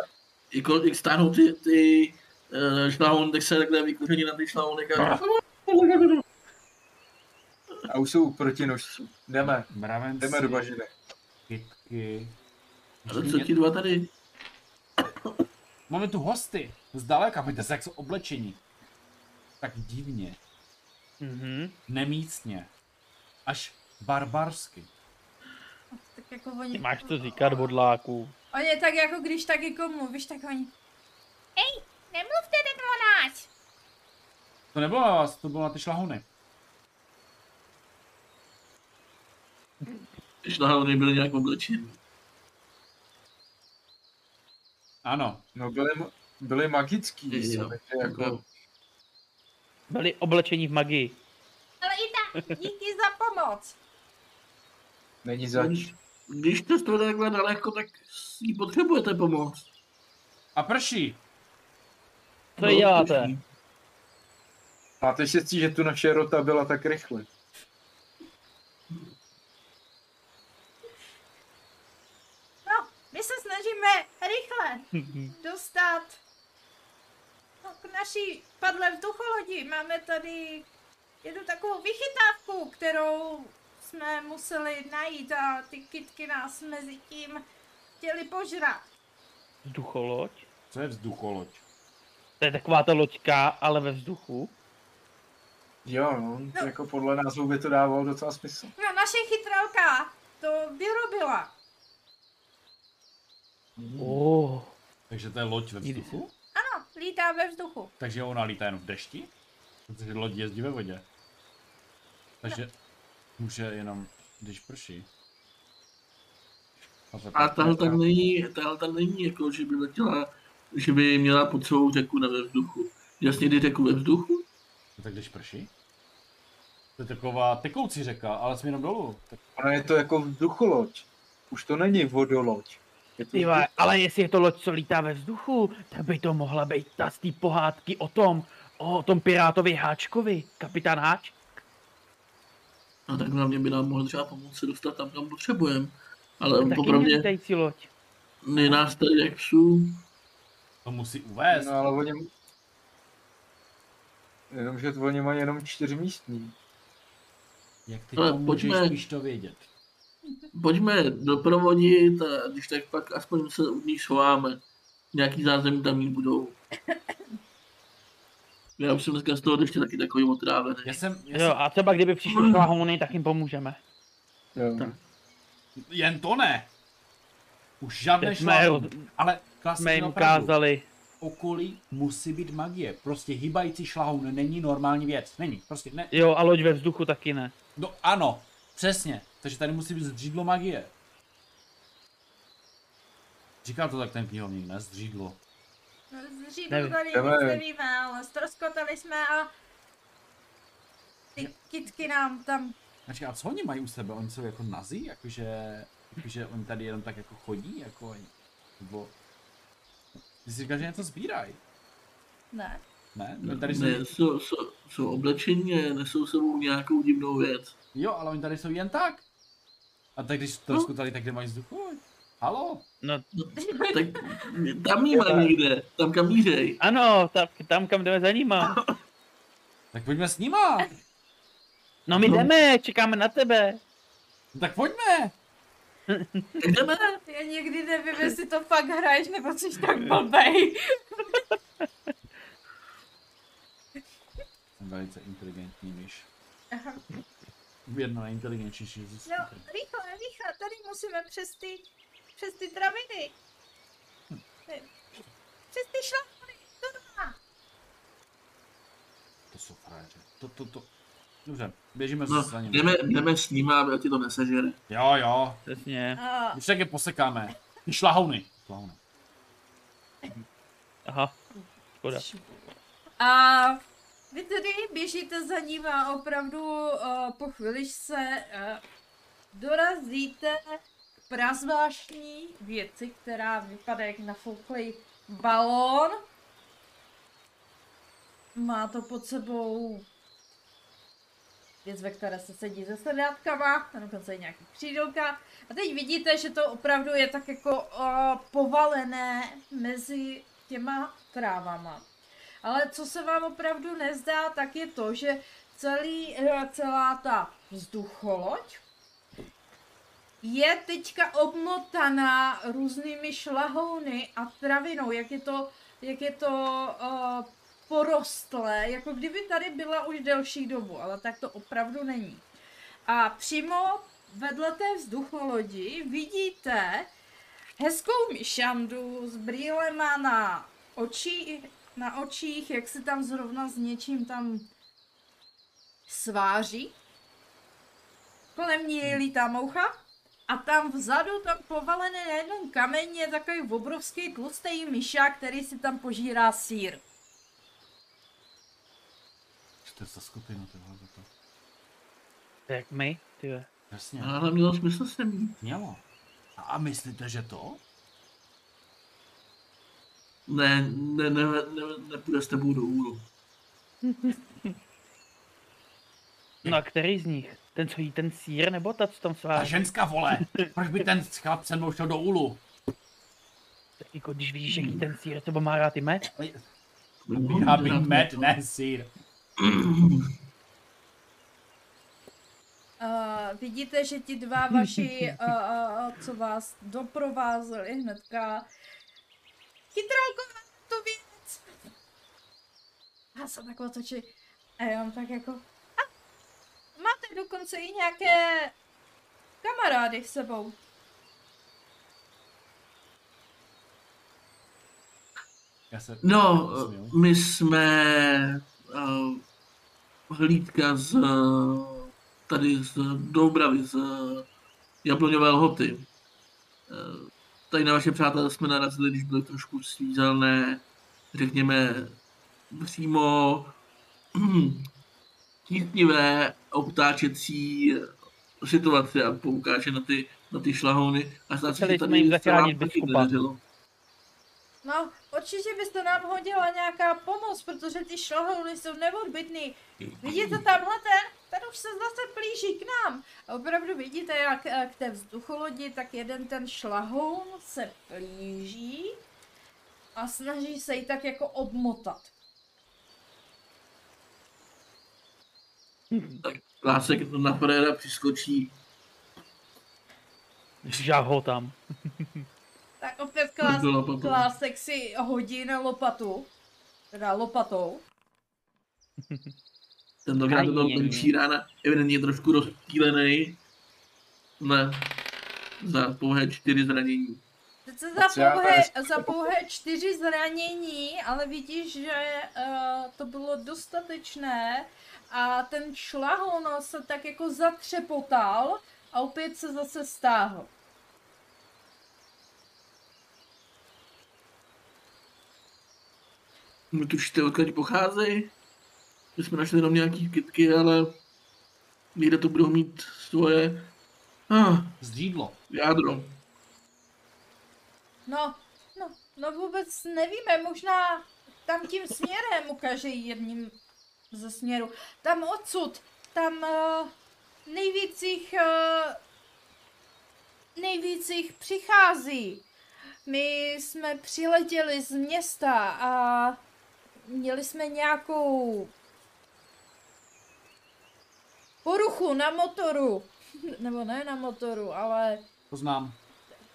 Speaker 5: jako, jak stáhnou ty, ty uh, šlahoun, tak se takhle vykoření na ty šlahonek a
Speaker 2: A už jsou proti nožců. Jdeme,
Speaker 3: Mravenci,
Speaker 2: jdeme do bažiny.
Speaker 3: kytky.
Speaker 5: Ale co ti dva tady?
Speaker 3: Máme tu hosty. Zdaleka, pojďte se, jak jsou oblečení. Tak divně,
Speaker 4: Mhm.
Speaker 3: nemístně. Až barbarsky.
Speaker 1: Tak jako oni...
Speaker 4: Ty máš co říkat, bodláku.
Speaker 1: Oni tak jako když tak jako mluvíš, tak oni... Ej, nemluvte tak o nás!
Speaker 3: To nebylo na vás, to bylo na ty šlahony.
Speaker 5: Ty šlahouny byly nějak oblečený.
Speaker 3: Ano,
Speaker 2: No byli, ma- byli magický,
Speaker 5: Jo.
Speaker 2: jo, takže jako,
Speaker 4: Byli oblečení v magii.
Speaker 1: Ale i tak, díky za pomoc!
Speaker 2: není zač.
Speaker 5: Když to jste takhle daleko, tak si potřebujete pomoc.
Speaker 3: a prší.
Speaker 4: Co no, děláte?
Speaker 5: tuším.
Speaker 2: Máte štěstí, že tu naše rota byla tak rychle.
Speaker 1: No, my se snažíme rychle dostat no, k naší padlé vzducholodi. Máme tady jednu takovou vychytávku, kterou jsme museli najít a ty kytky nás mezi tím chtěli požrat.
Speaker 4: Vzducholoď?
Speaker 3: Co je vzducholoď?
Speaker 4: To je taková ta loďka, ale ve vzduchu.
Speaker 2: Jo, no, jako podle názvu by to dávalo docela smysl.
Speaker 1: No, naše chytralka to vyrobila.
Speaker 4: Oh.
Speaker 3: Takže to je loď ve
Speaker 4: Nikdy
Speaker 3: vzduchu?
Speaker 1: Ano, lítá ve vzduchu.
Speaker 3: Takže ona lítá jen v dešti? Protože loď jezdí ve vodě. Takže může jenom, když prší. A to-
Speaker 5: A tahle tam není, tahle tam není jako, že by letěla, že by měla pod sebou řeku na ve vzduchu. Jasně, kdy řeku ve vzduchu?
Speaker 3: No tak když prší? To je taková tekoucí řeka, ale směrem dolů. Tak
Speaker 2: Ono je to jako vzducholoď. Už to není vodoloď. Je to
Speaker 4: Ty vole, ale jestli je to loď, co lítá ve vzduchu, tak by to mohla být ta z té pohádky o tom, o tom pirátovi Háčkovi, kapitán Háč.
Speaker 5: A no tak hlavně by nám mohlo třeba pomoct se dostat tam, kam potřebujeme.
Speaker 4: To
Speaker 5: Ale
Speaker 4: je taky
Speaker 5: popravdě
Speaker 4: lítající loď.
Speaker 5: je nás tady jak psů.
Speaker 3: to musí uvést.
Speaker 2: No ale oni... Jenomže to oni mají jenom čtyři místní.
Speaker 3: Jak ty
Speaker 5: Ale
Speaker 3: to můžeš
Speaker 5: pojďme.
Speaker 3: spíš to vědět?
Speaker 5: Pojďme doprovodit a když tak pak aspoň se u nich schováme. Nějaký zázemí tam mít budou. Já už jsem dneska z toho ještě taky takový otrávený.
Speaker 3: Já jsem, já
Speaker 4: Jo,
Speaker 3: jsem
Speaker 4: a třeba kdyby přišli šlahouny, tak jim pomůžeme.
Speaker 2: Jo.
Speaker 5: Tak.
Speaker 3: jen to ne. Už žádné
Speaker 4: Teď jsme,
Speaker 3: šlápy. Ale
Speaker 4: jsme
Speaker 3: klasicky
Speaker 4: jim
Speaker 3: opravdu.
Speaker 4: ukázali.
Speaker 3: Okolí musí být magie. Prostě hybající šlahoun není normální věc. Není, prostě ne.
Speaker 4: Jo, a loď ve vzduchu taky ne.
Speaker 3: No ano, přesně. Takže tady musí být zřídlo magie. Říká to tak ten knihovník, ne? Zřídlo.
Speaker 1: No, Z Židů
Speaker 4: Nevím.
Speaker 1: tady nic
Speaker 2: Jdeme.
Speaker 1: nevíme, ale ztroskotali jsme a ty kitky nám tam
Speaker 3: Ačka, a co oni mají u sebe? Oni jsou jako nazí? Jakože, jakože oni tady jenom tak jako chodí? Jako oni? Nebo... Ty jsi říkal, že něco sbírají,
Speaker 1: ne.
Speaker 3: ne? Oni tady jsou...
Speaker 5: Ne, jsou, jsou, jsou oblečení, nesou s sebou nějakou divnou věc.
Speaker 3: Jo, ale oni tady jsou jen tak. A tak když to skutali, tak kde mají vzduchu? Halo?
Speaker 4: No,
Speaker 5: Tak tam jí má někde, tam kam mířej.
Speaker 4: ano, tam, tam kam jdeme za nima.
Speaker 3: Tak pojďme s nima!
Speaker 4: No my jdeme, čekáme na tebe.
Speaker 3: No tak pojďme!
Speaker 5: Tak jdeme.
Speaker 1: Já někdy nevím, jestli to fakt hraješ, nebo jsi tak blbej.
Speaker 3: Jsem velice inteligentní myš.
Speaker 1: Aha.
Speaker 3: Jedno nejinteligentnější z
Speaker 1: No, rychle, rychle, tady musíme přes ty, přes ty draviny. Přes ty šlapany, to má.
Speaker 3: To jsou frajeři. To, to, to. Dobře, běžíme no,
Speaker 5: No,
Speaker 3: za ním.
Speaker 5: jdeme, jdeme s ním, aby ti to nesežere.
Speaker 3: Jo, jo.
Speaker 4: Přesně.
Speaker 1: A,
Speaker 3: Už tak je posekáme. Ty šlahouny. Šlahouny.
Speaker 4: Aha. Škoda.
Speaker 1: a vy tedy běžíte za ním a opravdu uh, po chviličce uh, dorazíte k prazvláštní věci, která vypadá jak nafouklý balón. Má to pod sebou věc, ve které se sedí se sedátkama, tam dokonce je nějaký křídelka. A teď vidíte, že to opravdu je tak jako o, povalené mezi těma trávama. Ale co se vám opravdu nezdá, tak je to, že celý, eh, celá ta vzducholoď je teďka obmotaná různými šlahouny a travinou, jak je to, jak je to uh, porostlé, jako kdyby tady byla už delší dobu, ale tak to opravdu není. A přímo vedle té vzducholodi vidíte hezkou myšandu s brýlema na, oči, na očích, jak se tam zrovna s něčím tam sváří. Kolem ní lítá moucha. A tam vzadu, tam povalené na jednom kameni, je takový obrovský tlustý myšák, který si tam požírá sír.
Speaker 3: Co to je za skupinu tohle za to?
Speaker 4: To je jak my, ty. jo.
Speaker 3: Jasně,
Speaker 5: Ale mělo smysl se mít.
Speaker 3: mělo. A, a myslíte, že to?
Speaker 5: Ne, ne, ne, ne, nepůjde s tebou do úru.
Speaker 4: No a který z nich? Ten, co jí ten sír, nebo ta, co tam
Speaker 3: Ta
Speaker 4: sváží?
Speaker 3: ženská vole! Proč by ten chlap se mnou šel do úlu?
Speaker 4: Tak jako když vidíš, jaký ten sír, třeba má rád i med?
Speaker 3: Já bych med, ne sír.
Speaker 1: Uh, vidíte, že ti dva vaši, uh, uh, co vás doprovázeli hnedka, chytrolko na tu věc! Já se tak otočí. A já mám tak jako... A, máte dokonce i nějaké kamarády s sebou.
Speaker 3: Já se...
Speaker 5: No,
Speaker 3: Směju.
Speaker 5: my jsme uh, hlídka z eh, tady z Doubravy, z eh, Jabloňové lhoty. Eh, tady na vaše přátelé jsme narazili, když byly trošku svízelné, řekněme, přímo tísnivé obtáčecí situace a poukáže na ty, na ty šlahouny a zdá se,
Speaker 4: Museli
Speaker 5: že
Speaker 4: jsme
Speaker 5: tady
Speaker 4: jim
Speaker 5: se
Speaker 4: zachránit
Speaker 5: vám taky
Speaker 4: biskupa.
Speaker 5: nedařilo.
Speaker 1: No, určitě byste nám hodila nějaká pomoc, protože ty šlohouny jsou neodbytný. Vidíte tamhle ten? Ten už se zase plíží k nám. A opravdu vidíte, jak eh, k té vzducholodi, tak jeden ten šlahoun se plíží a snaží se ji tak jako obmotat.
Speaker 5: Tak Klásek na Pereira přiskočí.
Speaker 4: Žáh ho tam.
Speaker 1: Tak opět
Speaker 5: Tak
Speaker 1: klás,
Speaker 5: byla potom.
Speaker 1: klásek si hodí na lopatu. Teda lopatou.
Speaker 5: Tentokrát to byl
Speaker 4: Aj, je, je.
Speaker 5: ten Čírána, evidentně trošku rozptýlený. Ne. Za pouhé čtyři zranění.
Speaker 1: Sice
Speaker 2: Tak se
Speaker 1: za
Speaker 2: já
Speaker 1: pouhé,
Speaker 2: tady-
Speaker 1: za pouhé čtyři zranění, ale vidíš, že uh, to bylo dostatečné a ten šlahon se tak jako zatřepotal a opět se zase stáhl.
Speaker 5: Netučíte, odkud pocházejí? My jsme našli jenom nějaký kytky, ale někde to budou mít svoje ah,
Speaker 3: Zdřídlo.
Speaker 5: jádro.
Speaker 1: No, no, no vůbec nevíme, možná tam tím směrem ukáže jedním ze směru. Tam odsud, tam uh, nejvíc jich, uh, nejvíc jich přichází. My jsme přiletěli z města a měli jsme nějakou poruchu na motoru. Nebo ne na motoru, ale
Speaker 3: To znám.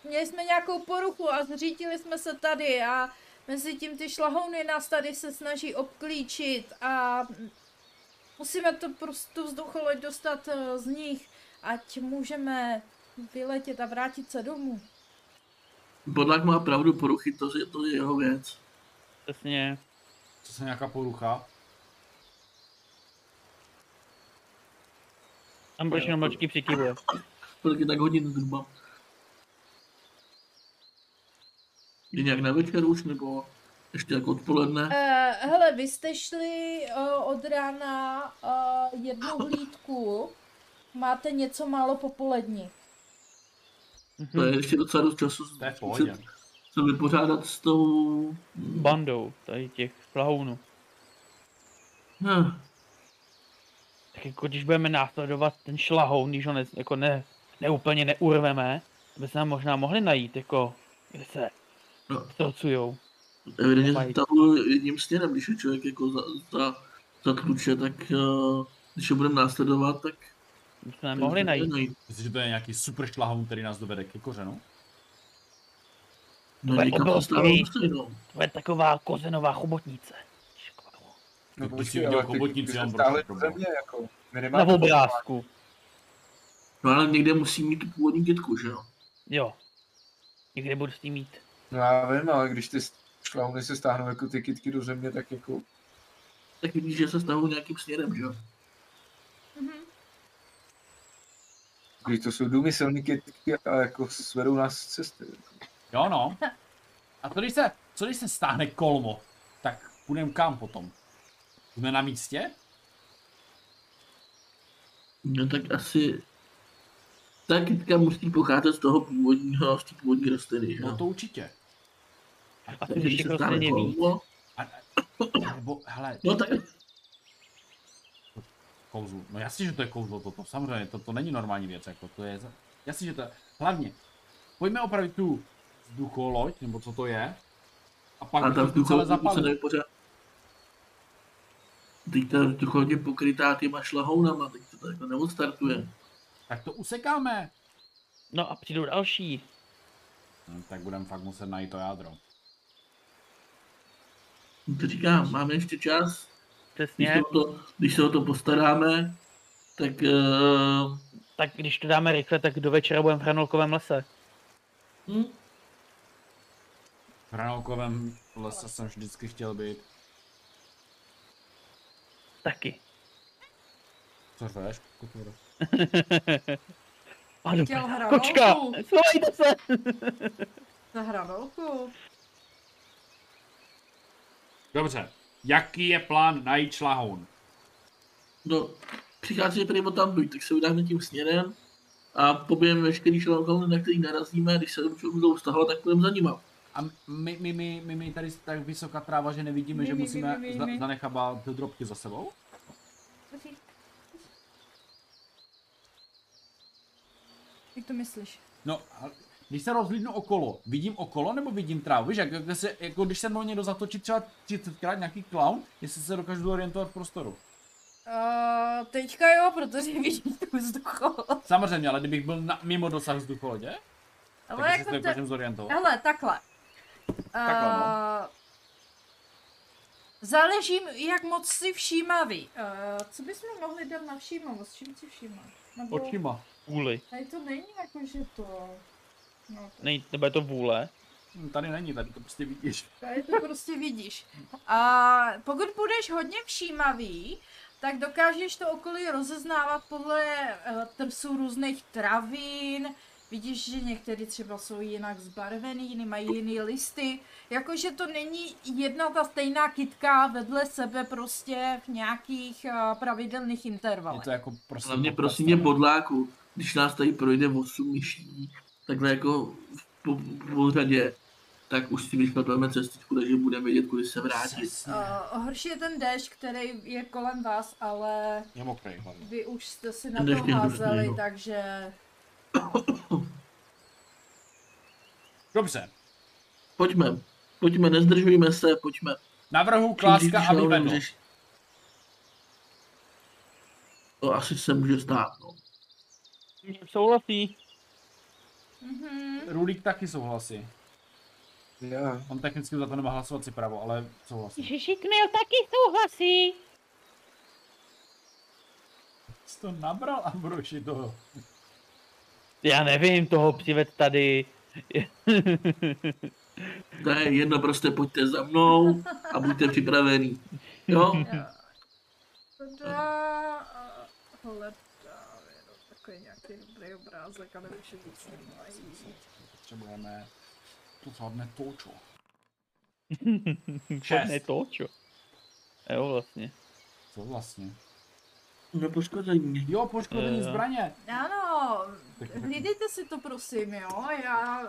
Speaker 1: Měli jsme nějakou poruchu a zřítili jsme se tady a mezi tím ty šlahouny nás tady se snaží obklíčit a musíme to prostě vzducholoď dostat eh, z nich, ať můžeme vyletět a vrátit se domů.
Speaker 5: Bodlák má pravdu, poruchy, to je, to je jeho věc.
Speaker 4: Přesně.
Speaker 3: To se nějaká porucha.
Speaker 4: Ambrož jenom mlčky přikývuje.
Speaker 5: Kolik je tak hodin zhruba? Je nějak na večer už, nebo ještě jako odpoledne?
Speaker 1: Eh, hele, vy jste šli eh, od rána eh, jednu hlídku, máte něco málo popolední.
Speaker 4: Mhm.
Speaker 5: To je ještě docela dost času
Speaker 3: To je v pohodě.
Speaker 5: se, se vypořádat s tou...
Speaker 4: Bandou tady těch plahounů.
Speaker 5: Ne,
Speaker 4: Tak jako když budeme následovat ten šlahoun, když ho ne, jako ne, neúplně neurveme, by se nám možná mohli najít, jako kde se
Speaker 5: No.
Speaker 4: trocujou.
Speaker 5: evidentně
Speaker 4: Nemají.
Speaker 5: se tahu jedním směrem, když je člověk jako za, za, zatluče, tak eh, když ho budeme následovat, tak...
Speaker 4: By se nám
Speaker 5: Mhm.
Speaker 4: mohli najít.
Speaker 3: Myslím, že to je nějaký super šlahoun, který nás dovede ke kořenu.
Speaker 5: No,
Speaker 4: To je
Speaker 5: někam prostě, se
Speaker 4: obrovský.
Speaker 5: stále dostanou.
Speaker 4: To je taková kořenová chobotnice.
Speaker 3: Teď
Speaker 2: No,
Speaker 3: by si
Speaker 2: počkej,
Speaker 3: viděl
Speaker 2: ale ty
Speaker 3: chobotnici,
Speaker 2: kdyby se
Speaker 3: já mám
Speaker 2: stáhli
Speaker 3: prostě
Speaker 2: do
Speaker 3: problém.
Speaker 2: země, jako. My
Speaker 4: Na
Speaker 2: nemáme
Speaker 4: obrázku.
Speaker 5: No ale někde musí mít tu původní kytku, že jo?
Speaker 4: Jo. Někde budu s tím mít.
Speaker 2: No já vím, ale když ty šlauny se stáhnou jako ty kytky do země, tak jako...
Speaker 5: Tak vidíš, že se stahují nějakým směrem, že jo?
Speaker 1: Mhm.
Speaker 2: Když to jsou důmyslné kytky, ale jako svedou nás z cesty.
Speaker 3: Jo no. A to když se, co když se stáhne kolmo, tak půjdeme kam potom? Jsme na místě?
Speaker 5: No tak asi... Ta kytka musí pocházet z toho původního, z té původní rostliny, že
Speaker 3: No
Speaker 5: jo?
Speaker 3: to určitě.
Speaker 4: A to
Speaker 5: Takže
Speaker 4: ještě
Speaker 5: když se stáhne
Speaker 4: prostě neví.
Speaker 5: kolmo,
Speaker 3: A, a nebo, hele,
Speaker 5: no tak
Speaker 3: kouzlu. No jasně, že to je kouzlo toto, samozřejmě, to, to není normální věc, jako to je, za- jasně, že to je, hlavně, pojďme opravit tu vzducholoď, nebo co to je, a pak
Speaker 5: a
Speaker 3: a
Speaker 5: tam
Speaker 3: to tu celé
Speaker 5: vzducholku se
Speaker 3: zapalí.
Speaker 5: nepořád... Teď ta vzducholku je pokrytá těma šlahounama, teď to jako neodstartuje.
Speaker 3: Tak to usekáme.
Speaker 4: No a přijdou další.
Speaker 3: No, tak budeme fakt muset najít to jádro.
Speaker 5: No To říkám, máme ještě čas, když se
Speaker 4: Přesně.
Speaker 5: o to, když se o to postaráme, tak uh,
Speaker 4: Tak když to dáme rychle, tak do večera budeme v Hranolkovém lese.
Speaker 5: hm,
Speaker 3: V hranolkovém lese jsem vždycky chtěl být.
Speaker 4: Taky.
Speaker 3: Co řveš, kuturo?
Speaker 4: Padu,
Speaker 1: Chtěl hranolku.
Speaker 4: kočka, schovejte se!
Speaker 1: Za hranolku.
Speaker 3: Dobře, jaký je plán najít šlahoun?
Speaker 5: no, přichází prý od tam tak se vydáme tím směrem a pobijeme veškerý šlahoun, na který narazíme, když se budou stahovat, tak půjdeme za nima.
Speaker 3: A my, my, my, my, my tady tak vysoká tráva, že nevidíme,
Speaker 1: My,
Speaker 3: že
Speaker 1: my, my,
Speaker 3: musíme
Speaker 1: my, my,
Speaker 3: za-
Speaker 1: my.
Speaker 3: zanechávat drobky za sebou?
Speaker 1: Jak to myslíš?
Speaker 3: No, ale když se rozhlídnu okolo, vidím okolo nebo vidím trávu? Víš, jak, jak se, jako když se mnou někdo zatočí třeba 30 krát nějaký clown, jestli se dokážu orientovat v prostoru.
Speaker 1: Uh, teďka jo, protože vidím tu vzducholoď.
Speaker 3: Samozřejmě, ale kdybych byl na, mimo dosah vzducholodě, tak
Speaker 1: Ale
Speaker 3: jestli se
Speaker 1: jako to,
Speaker 3: dokážu zorientovat.
Speaker 1: Hele, takhle.
Speaker 3: Takhle, no.
Speaker 1: Eh, Záleží, jak moc si všímavý. Uh, co bychom mohli dát na všímavost? Čím si všímá? Nebo...
Speaker 3: Očima.
Speaker 4: Vůli.
Speaker 1: Tady to není jako, že to... No, to-
Speaker 4: Nej, nebo je to vůle.
Speaker 3: Hm, Tady není, tady to prostě vidíš.
Speaker 1: tady to prostě vidíš. A pokud budeš hodně všímavý, tak eh, dokážeš to okolí rozeznávat podle uh, trsů různých travin, Vidíš, že některý třeba jsou jinak zbarvený, jiný mají jiný listy. Jakože to není jedna ta stejná kytka vedle sebe prostě v nějakých a, pravidelných
Speaker 3: Je
Speaker 1: intervalech.
Speaker 3: to jako prostě...
Speaker 5: Hlavně
Speaker 3: podcast,
Speaker 5: prosím tě
Speaker 3: no.
Speaker 5: bodláku, když nás tady projde 8 myší, takhle jako v po, po řadě, tak už si vyšpatujeme cestičku, takže budeme vědět, kudy se vrátit.
Speaker 3: Přesně.
Speaker 1: Uh, horší je ten déšť, který je kolem vás, ale
Speaker 3: Je mokrý hlavně.
Speaker 1: vy už jste si na
Speaker 5: Ten déšť
Speaker 1: to
Speaker 5: je
Speaker 1: házeli,
Speaker 5: hrozný, no.
Speaker 1: takže
Speaker 3: Dobře.
Speaker 5: Pojďme, pojďme, nezdržujme se, pojďme.
Speaker 3: Navrhu
Speaker 5: Čím dřív,
Speaker 3: Kláska,
Speaker 5: když
Speaker 3: aby
Speaker 5: nahoru
Speaker 3: vedl.
Speaker 5: nemůžeš- To asi se může stát, no.
Speaker 4: Souhlasí.
Speaker 3: Rulík taky souhlasí.
Speaker 2: Já,
Speaker 3: On technicky za to nemá hlasovací právo, ale souhlasí.
Speaker 6: Žižik měl taky souhlasí.
Speaker 3: Jsi to nabral, Ambroši, do...
Speaker 4: Já nevím, toho přived tady.
Speaker 5: To je jedno, prostě pojďte za mnou a buďte připravený. Jo?
Speaker 1: Teda... a, Hele, právě, no, takový nějaký dobrý obrázek, ale už je víc nemají.
Speaker 3: Potřebujeme... To zvládne točo.
Speaker 4: Ne
Speaker 3: Šest.
Speaker 4: to, čo? Jo, vlastně.
Speaker 3: Co vlastně?
Speaker 5: No poškození.
Speaker 3: Jo, poškození
Speaker 4: Eh.
Speaker 3: zbraně.
Speaker 1: Ano, hlídejte si to prosím, jo, já...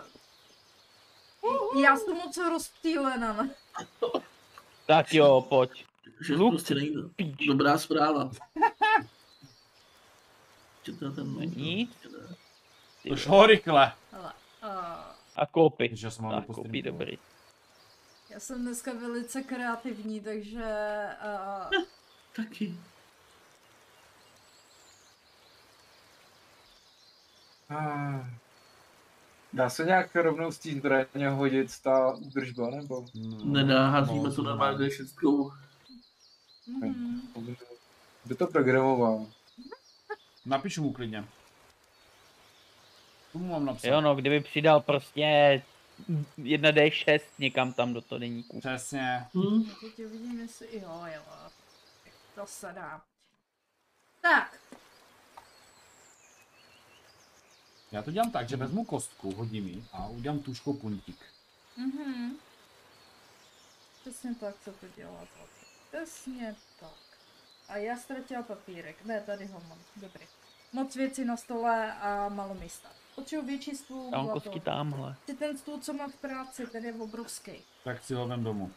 Speaker 1: Já jsem moc rozptýlená.
Speaker 4: Tak jo, pojď.
Speaker 5: Že
Speaker 4: Luk.
Speaker 5: prostě nejde.
Speaker 4: Píč.
Speaker 5: Dobrá zpráva. Četla ten
Speaker 4: Není. Ty
Speaker 3: To
Speaker 4: vole.
Speaker 3: šlo rychle.
Speaker 1: Hele, uh,
Speaker 4: A koupy.
Speaker 3: Že jsem
Speaker 4: A
Speaker 3: mám
Speaker 4: koupy, dobrý.
Speaker 1: já jsem dneska velice kreativní, takže... Uh,
Speaker 5: Taky.
Speaker 2: Ah. Dá se nějak rovnou z té zbraně hodit ta údržba, nebo?
Speaker 5: Nedá, házíme to normálně všechno.
Speaker 1: mhm.
Speaker 2: Kdo to programoval?
Speaker 3: Napíšu mu klidně. Tomu mám napsat.
Speaker 4: Jo no, kdyby přidal prostě 1D6 někam tam do toho deníku.
Speaker 3: Přesně.
Speaker 5: Hm?
Speaker 1: no, Teď uvidím, jestli... Jo, jo. To se dá. Tak,
Speaker 3: Já to dělám tak, že vezmu kostku, hodím ji a udělám tuškou puntík.
Speaker 1: Mhm. Přesně tak, co to dělá zlato. Přesně tak. A já ztratila papírek. Ne, tady ho mám. Dobrý. Moc věcí na stole a málo místa. Potřebuji větší stůl.
Speaker 4: Tam
Speaker 1: zlato.
Speaker 4: kostky tamhle.
Speaker 1: Ty ten stůl, co mám v práci, ten je obrovský.
Speaker 3: Tak si ho vem domů.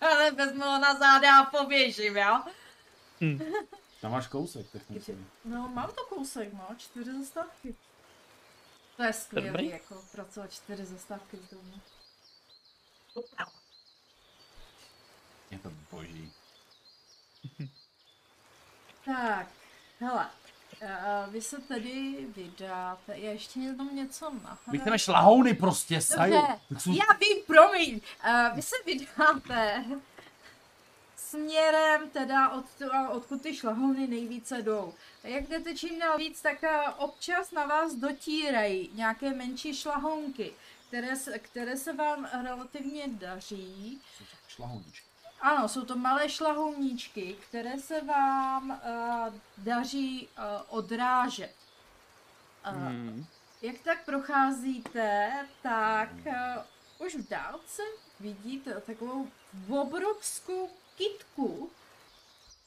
Speaker 1: Ale vezmu ho na záda a poběžím, jo?
Speaker 3: Tam máš kousek technicky.
Speaker 1: No, mám to kousek, no, čtyři zastávky. To je skvělý,
Speaker 4: Dobrý.
Speaker 1: jako pracovat čtyři zastávky z domu.
Speaker 3: Je to boží.
Speaker 1: Tak, hele, uh, vy se tedy vydáte, já ještě mě tam něco nahrávám.
Speaker 3: Vy chceme šlahouny prostě, saju.
Speaker 1: Dobře,
Speaker 3: Tak jsou-
Speaker 1: já vím, promiň, uh, vy se vydáte směrem teda od, to- odkud ty šlahouny nejvíce jdou. Jak jdete čím dál víc, tak eh, občas na vás dotírají nějaké menší šlahounky, které se, které se vám relativně daří.
Speaker 3: jsou to Šlahouničky.
Speaker 1: Ano, jsou to malé šlahouníčky, které se vám uh, daří uh, odrážet. Uh,
Speaker 4: Hmm.
Speaker 1: Jak tak procházíte, tak uh, už v dálce vidíte takovou obrovskou kitku.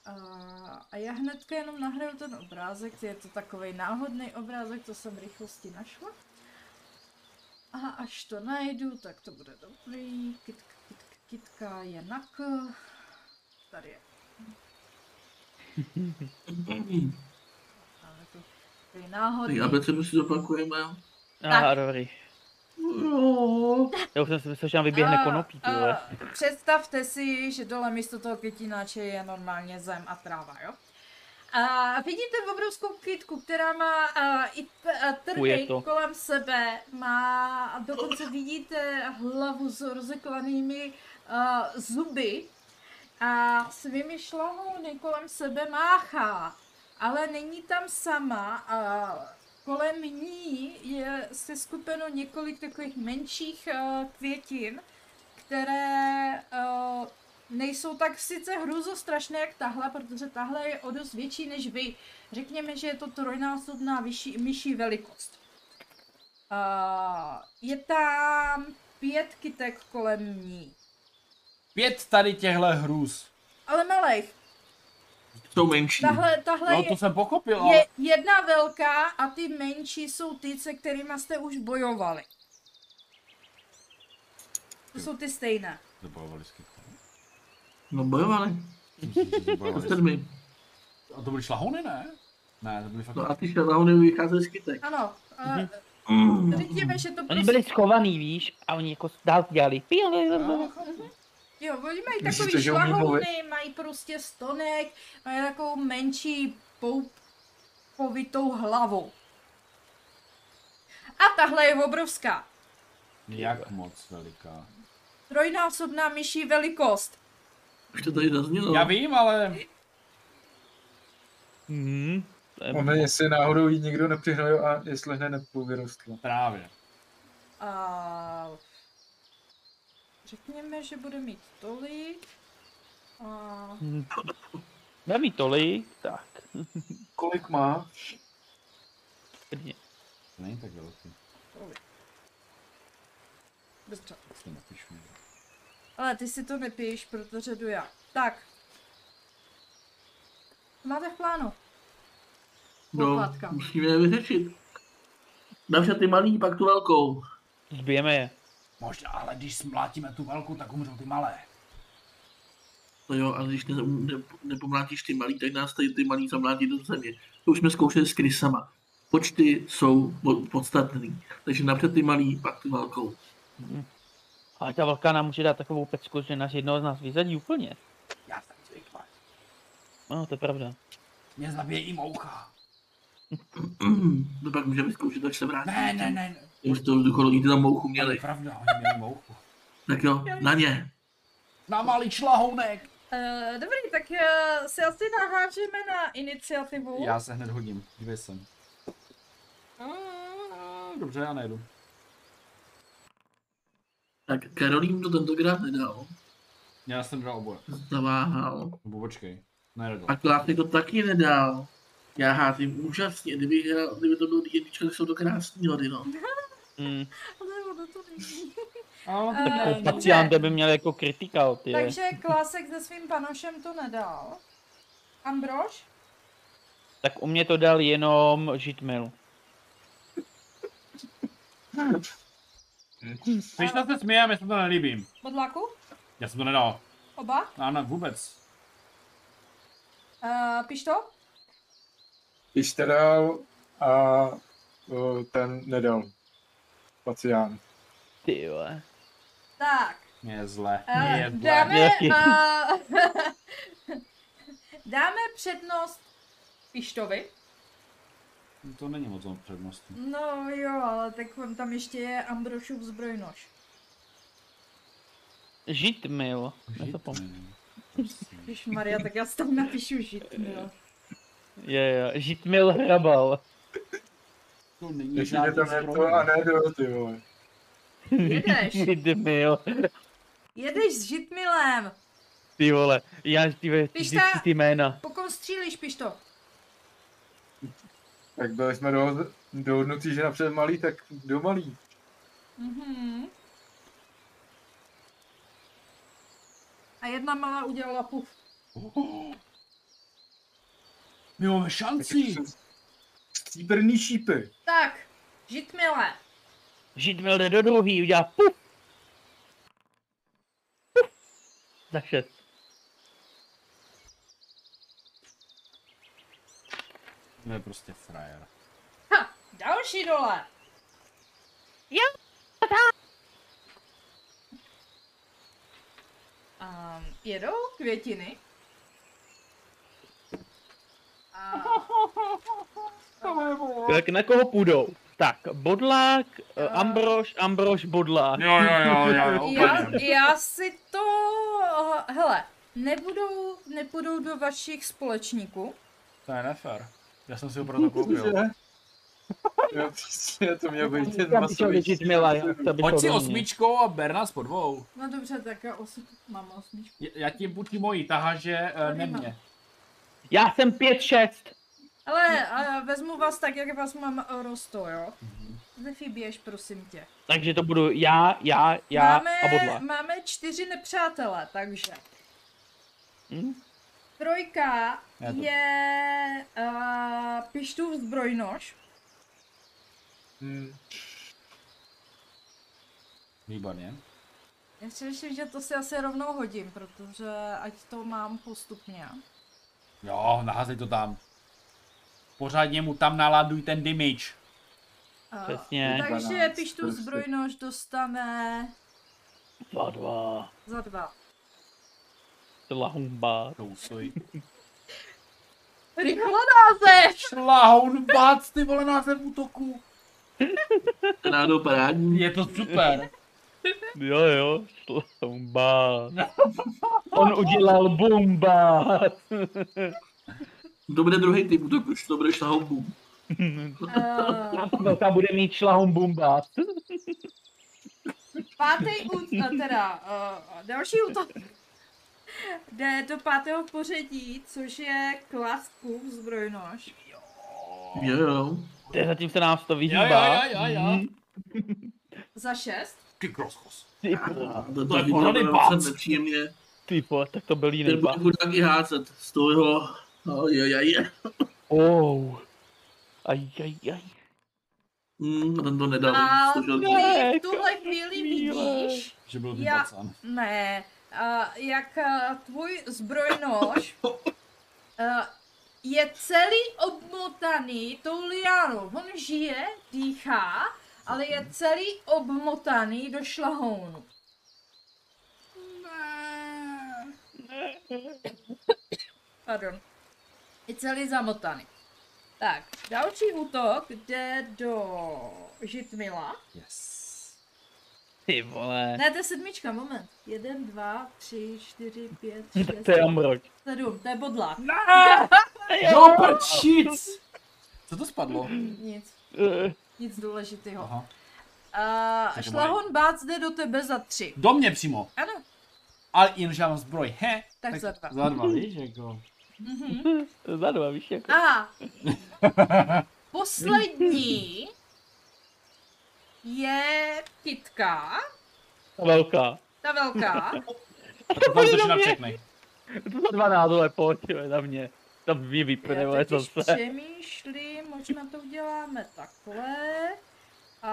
Speaker 1: Uh, a já hnedka jenom nahraju ten obrázek, je to takový náhodný obrázek, to jsem v rychlosti našla. A až to najdu, tak to bude dobrý. Kitka, kitka, kitka je na k. Tady je. Ale to je náhodný.
Speaker 5: Tak abecedu si zopakujeme.
Speaker 4: Aha, dobrý.
Speaker 5: Jo.
Speaker 4: Já už jsem si myslel, že nám vyběhne
Speaker 1: A,
Speaker 4: konopí, ty
Speaker 1: a,
Speaker 4: vole.
Speaker 1: Představte si, že dole místo toho květináče je normálně zem a tráva, jo? A vidíte obrovskou kytku, která má a, i p- a trny
Speaker 4: Fuje to.
Speaker 1: kolem sebe, má a dokonce vidíte hlavu s rozeklanými a, zuby a svými šlahouny kolem sebe máchá, ale není tam sama a kolem ní je se skupeno několik takových menších a, květin, které uh, nejsou tak sice hrůzostrašné jak tahle, protože tahle je o dost větší než vy. Řekněme, že je to trojnásobná vyšší, myší velikost. A je tam pět kytek kolem ní.
Speaker 3: Pět tady těchto hrůz.
Speaker 1: Ale malých.
Speaker 5: Jsou menší.
Speaker 1: Tahle, tahle
Speaker 3: No
Speaker 1: je,
Speaker 3: to jsem pochopil, ale
Speaker 1: je jedna velká a ty menší jsou ty, se kterými jste už bojovali. To jsou ty stejné.
Speaker 3: Zabojovali s kytkou.
Speaker 5: No bojovali.
Speaker 3: Zabojovali s-
Speaker 5: Strmy.
Speaker 3: A to byly šlahony, ne? Ne, to byly fakt...
Speaker 5: No a ty šalahony vycházely z kytek.
Speaker 1: Ano, ale vidíme, že to
Speaker 4: Oni
Speaker 1: prostě...
Speaker 4: byli schovaný, víš, a oni jako dál dělali.
Speaker 3: No,
Speaker 1: Jo, oni mají
Speaker 2: Myslíte,
Speaker 1: takový
Speaker 2: že umí
Speaker 1: šlahouny, mají prostě stonek, mají takovou menší poupovitou hlavu. A tahle je obrovská.
Speaker 3: Jak moc veliká.
Speaker 1: Trojnásobná myší velikost.
Speaker 5: Už to tady zaznělo.
Speaker 3: Já vím, ale
Speaker 4: Mhm. To je-
Speaker 2: Moment, jestli náhodou ji nikdo nepřihnoje a jestli hned nepůvyrostla.
Speaker 3: právě.
Speaker 1: A... Řekněme, že bude mít tolik. A...
Speaker 4: Dá mi tolik, tak.
Speaker 2: Kolik má?
Speaker 4: Prvně.
Speaker 3: To není tak velký.
Speaker 1: Dobře.
Speaker 3: To napíšu.
Speaker 1: Ale ty si to nepiješ, protože jdu já. Tak. Co Máte v plánu?
Speaker 5: No,
Speaker 1: Poplatka.
Speaker 5: musíme je vyřešit. Navšat ty malý, pak tu velkou.
Speaker 4: Zbijeme je.
Speaker 3: Možná, ale když smlátíme tu velkou, tak umřou ty malé.
Speaker 5: No jo, ale když ne, ne, nepomlátíš ty malý, tak nás tady ty malý zamlátí do země. To už jsme zkoušeli s krysama. Počty jsou po- podstatný. Takže napřed ty malý, pak tu velkou.
Speaker 4: Ale ta velká nám může dát takovou pecku, že nás jednoho z nás vyzadí úplně.
Speaker 3: Já jsem zvyklá.
Speaker 4: No, to je pravda.
Speaker 3: Mě zabije i moucha.
Speaker 5: No pak můžeme zkoušet, až se vrátí.
Speaker 3: Ne, ne, ne. ne.
Speaker 5: Už to vzducholodí tam mouchu
Speaker 3: To
Speaker 5: měli.
Speaker 3: je pravda, oni měli mouchu.
Speaker 5: Tak jo, na ně.
Speaker 3: Na malý šlahounek.
Speaker 1: Uh, dobrý, tak uh, si asi nahážeme na iniciativu.
Speaker 3: Já se hned hodím, dívej sem. Dobře, já nejdu.
Speaker 5: Tak Karolín to tentokrát nedal.
Speaker 3: Já jsem dal oboje.
Speaker 5: Zaváhal.
Speaker 3: Nebo počkej. Nejedl.
Speaker 5: A Klásek to taky nedal. Já házím úžasně, kdyby, hrál, kdyby to byl D&D, tak jsou to krásný hody, no.
Speaker 4: Mm.
Speaker 1: Ale ono to není.
Speaker 3: Ale
Speaker 1: Eh,
Speaker 4: Jako
Speaker 3: to
Speaker 1: dobře.
Speaker 4: Paciante by měl jako kritikal, ty. Takže...
Speaker 1: Takže Klásek se svým panošem to nedal. Ambrož?
Speaker 4: Tak u mě to dal jenom žitmil.
Speaker 3: Když na se smějem, já se to nelíbím.
Speaker 1: Bodlaku?
Speaker 3: Já jsem to nedal.
Speaker 1: Oba?
Speaker 3: Ano, vůbec.
Speaker 1: Uh, piš to?
Speaker 2: Když to dal a uh, ten nedal. Pacián.
Speaker 4: Ty jo.
Speaker 1: Tak.
Speaker 3: Mě je zle. Mě je
Speaker 1: Uh,
Speaker 3: zle.
Speaker 1: dáme,
Speaker 4: Jaký?
Speaker 1: uh, dáme přednost Pištovi.
Speaker 3: To není moc moc přednosti.
Speaker 1: No jo, ale tak on tam ještě je Ambrošův zbrojnož.
Speaker 4: Žitmil. Nezapomněl.
Speaker 3: Žitný.
Speaker 1: Když Maria, tak já si tam napíšu žitmil.
Speaker 4: Je, je, žitmil hrabal.
Speaker 3: To není
Speaker 2: Ještě mě
Speaker 3: žádný
Speaker 2: tam je to a
Speaker 3: strom.
Speaker 2: nedal, ty vole.
Speaker 1: Jedeš,
Speaker 4: Žitmil.
Speaker 1: jedeš s žitmilem.
Speaker 4: Ty vole, já ty, ve-
Speaker 1: Když
Speaker 4: vždycky
Speaker 1: ta-
Speaker 4: ty jména.
Speaker 1: Po kom střílíš, Pišto?
Speaker 2: Tak byli jsme dohod- dohodnutí, že napřed malý, tak do malý.
Speaker 1: Mhm. A jedna malá udělala puf.
Speaker 3: Oh. My máme šanci.
Speaker 2: Stříbrný šípy.
Speaker 1: Tak, žitmile.
Speaker 4: Žitmil jde do druhý, udělá puf. Puf. Za šest.
Speaker 3: To je prostě frajer.
Speaker 1: Ha, další dole.
Speaker 6: Jo,
Speaker 1: Um, jedou květiny. A
Speaker 4: Tak na koho půjdou? Tak, Bodlák, eh, Ambrož, Ambrož, Bodlák.
Speaker 3: Jo, jo,
Speaker 2: No,
Speaker 3: jo, jo, jo,
Speaker 1: já,
Speaker 3: úplně.
Speaker 1: já si to... Hele, nebudou, nepůjdou do vašich společníků.
Speaker 3: To je nefér. Já jsem si ho proto koupil.
Speaker 2: Že? Jo, přesně, to měl být ten
Speaker 4: Já bych chtěl
Speaker 2: masový
Speaker 4: vědět Mila, já chtěl bych
Speaker 3: Pojď si
Speaker 4: ode mě.
Speaker 3: osmičkou a ber nás po dvou.
Speaker 1: No dobře, tak já osm, mám osmičku.
Speaker 3: J- Já ti buď mojí tahaže, eh, ne mě.
Speaker 4: Já jsem 5-6.
Speaker 1: Ale
Speaker 4: No.
Speaker 1: a vezmu vás tak, jak vás mám rosto, jo?
Speaker 4: Mhm.
Speaker 1: Nefyběš, prosím tě.
Speaker 4: Takže to budu já, já, já
Speaker 1: máme,
Speaker 4: a bodla.
Speaker 1: máme čtyři nepřátelé, takže.
Speaker 4: Hm?
Speaker 1: Trojka
Speaker 3: Já to-
Speaker 1: je uh, pištův zbrojnož.
Speaker 2: Hmm,
Speaker 3: Výborně.
Speaker 1: Já si myslím, že to si asi rovnou hodím, protože ať to mám postupně.
Speaker 3: Jo, naházej to tam. Pořádně mu tam naladuj ten damage.
Speaker 1: A-
Speaker 4: Přesně.
Speaker 1: Eh, takže
Speaker 2: Dvanáct,
Speaker 1: pištův
Speaker 2: prostě.
Speaker 1: zbrojnož dostane
Speaker 4: 2-2.
Speaker 1: za dva.
Speaker 4: Lahumba.
Speaker 3: To ustojí.
Speaker 1: Rychlo název!
Speaker 3: Šlahoun bác, ty vole název útoku.
Speaker 5: Rádou parádní.
Speaker 3: Je to super.
Speaker 4: Jo, jo, lahumba. On udělal bomba.
Speaker 5: Dobře druhý typ útoku, už to budeš na houbu.
Speaker 1: Uh,
Speaker 4: Velká bude mít šlahum bomba.
Speaker 1: pátý útok, eh, teda uh, další útok jde do pátého pořadí, což je klasku zbrojnož.
Speaker 5: Jo, jo.
Speaker 4: To je zatím se nám to
Speaker 3: Jo,
Speaker 4: vyhýbá.
Speaker 3: jo, jo, jo, jo.
Speaker 1: Za šest.
Speaker 3: Ty kroskos.
Speaker 4: Ty vole,
Speaker 5: To,
Speaker 3: To je
Speaker 5: to, to,
Speaker 3: pořádný
Speaker 5: bylo
Speaker 3: bác.
Speaker 5: moc nepříjemně.
Speaker 4: ty vole, tak to byl jiný
Speaker 5: Ten bude
Speaker 4: bá.
Speaker 5: chudák i házet z toho no, jeho... Oj, oj, oj.
Speaker 4: Oh. Aj, aj, aj.
Speaker 5: Hmm, ten to nedal.
Speaker 1: A
Speaker 5: Složil.
Speaker 1: ty v tuhle chvíli vidíš,
Speaker 3: Že byl
Speaker 1: Já-
Speaker 3: vypacan.
Speaker 1: ne, uh, jak uh, tvůj zbrojnož uh, je celý obmotaný tou liánou. On žije, dýchá, ale je celý obmotaný do šlahounu. Pardon. Je celý zamotaný. Tak, další útok jde do Žitmila.
Speaker 3: Yes.
Speaker 4: Ty vole.
Speaker 1: Ne, to je sedmička, moment. Jeden, dva, tři, čtyři, pět,
Speaker 4: To je
Speaker 1: šest,
Speaker 4: Amrok.
Speaker 1: sedm, to je bodla.
Speaker 3: Jo, prčic. Co to spadlo?
Speaker 1: No. Nic,
Speaker 4: Eh,
Speaker 1: nic důležitého.
Speaker 3: Aha.
Speaker 1: Uh,
Speaker 3: Takže
Speaker 1: šlahon Bác jde do tebe za tři.
Speaker 3: Do mě přímo.
Speaker 1: Ano,
Speaker 3: Ale jen žádnou zbroj. He.
Speaker 1: tak, za dva.
Speaker 3: Za dva, víš, jako.
Speaker 4: Za dva, víš jako.
Speaker 1: A poslední je Kitka,
Speaker 4: Ta Velká.
Speaker 1: ta velká.
Speaker 3: Tak to tam
Speaker 4: Oni
Speaker 3: točí
Speaker 4: na
Speaker 3: na
Speaker 4: mě.
Speaker 3: všechny.
Speaker 4: To za dva nádole, pojď, jo, na mě. Tam mě vypne,
Speaker 1: Já
Speaker 4: vole,
Speaker 1: totiž
Speaker 4: zase.
Speaker 1: přemýšlím, možná to uděláme takhle. A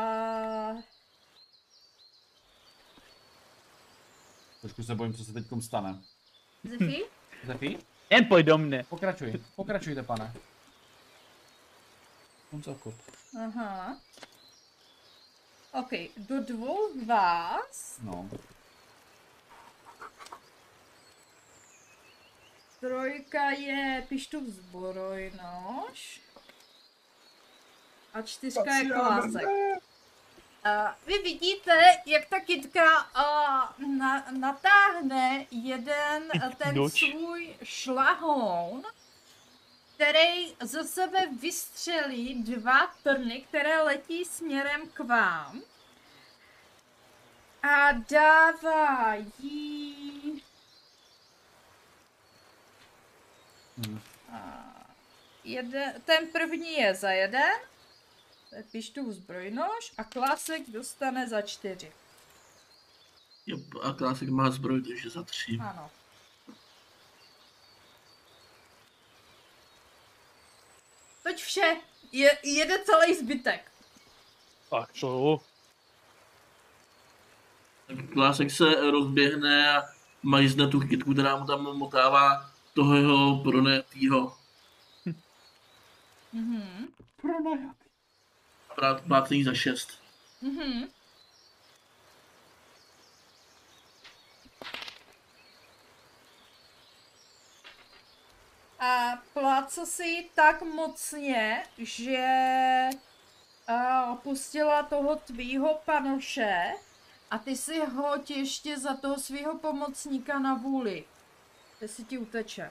Speaker 3: Trošku se bojím, co se teď stane.
Speaker 1: Zefi?
Speaker 3: Zefi?
Speaker 4: Jen pojď do mne.
Speaker 3: Pokračuj, pokračujte, pane. On se okop.
Speaker 1: Aha. OK, do dvou z vás
Speaker 3: No.
Speaker 1: trojka je pištův zbrojnož a čtyřka je klásek. A vy vidíte, jak ta kytka a, na, natáhne jeden a ten
Speaker 4: Doč.
Speaker 1: svůj šlahoun, který ze sebe vystřelí dva trny, které letí směrem k vám. A dává jí...
Speaker 3: Hm.
Speaker 1: A jeden, ten první je za jeden, to je pištův zbrojnož a klásek dostane za čtyři.
Speaker 5: Jo, A Klásek má zbroj, takže za tři.
Speaker 1: Ano. Toť vše. Je, jede celý zbytek.
Speaker 4: Tak to.
Speaker 5: Klásek se rozběhne a majzne tu kytku, která mu tam motává toho jeho pronajatýho.
Speaker 1: Mhm.
Speaker 5: Prá- Plácení za šest.
Speaker 1: Mhm. A pláca si ji tak mocně, že a, opustila toho tvýho panoše a ty si hoď ještě za toho svého pomocníka na vůli. Ty si ti uteče.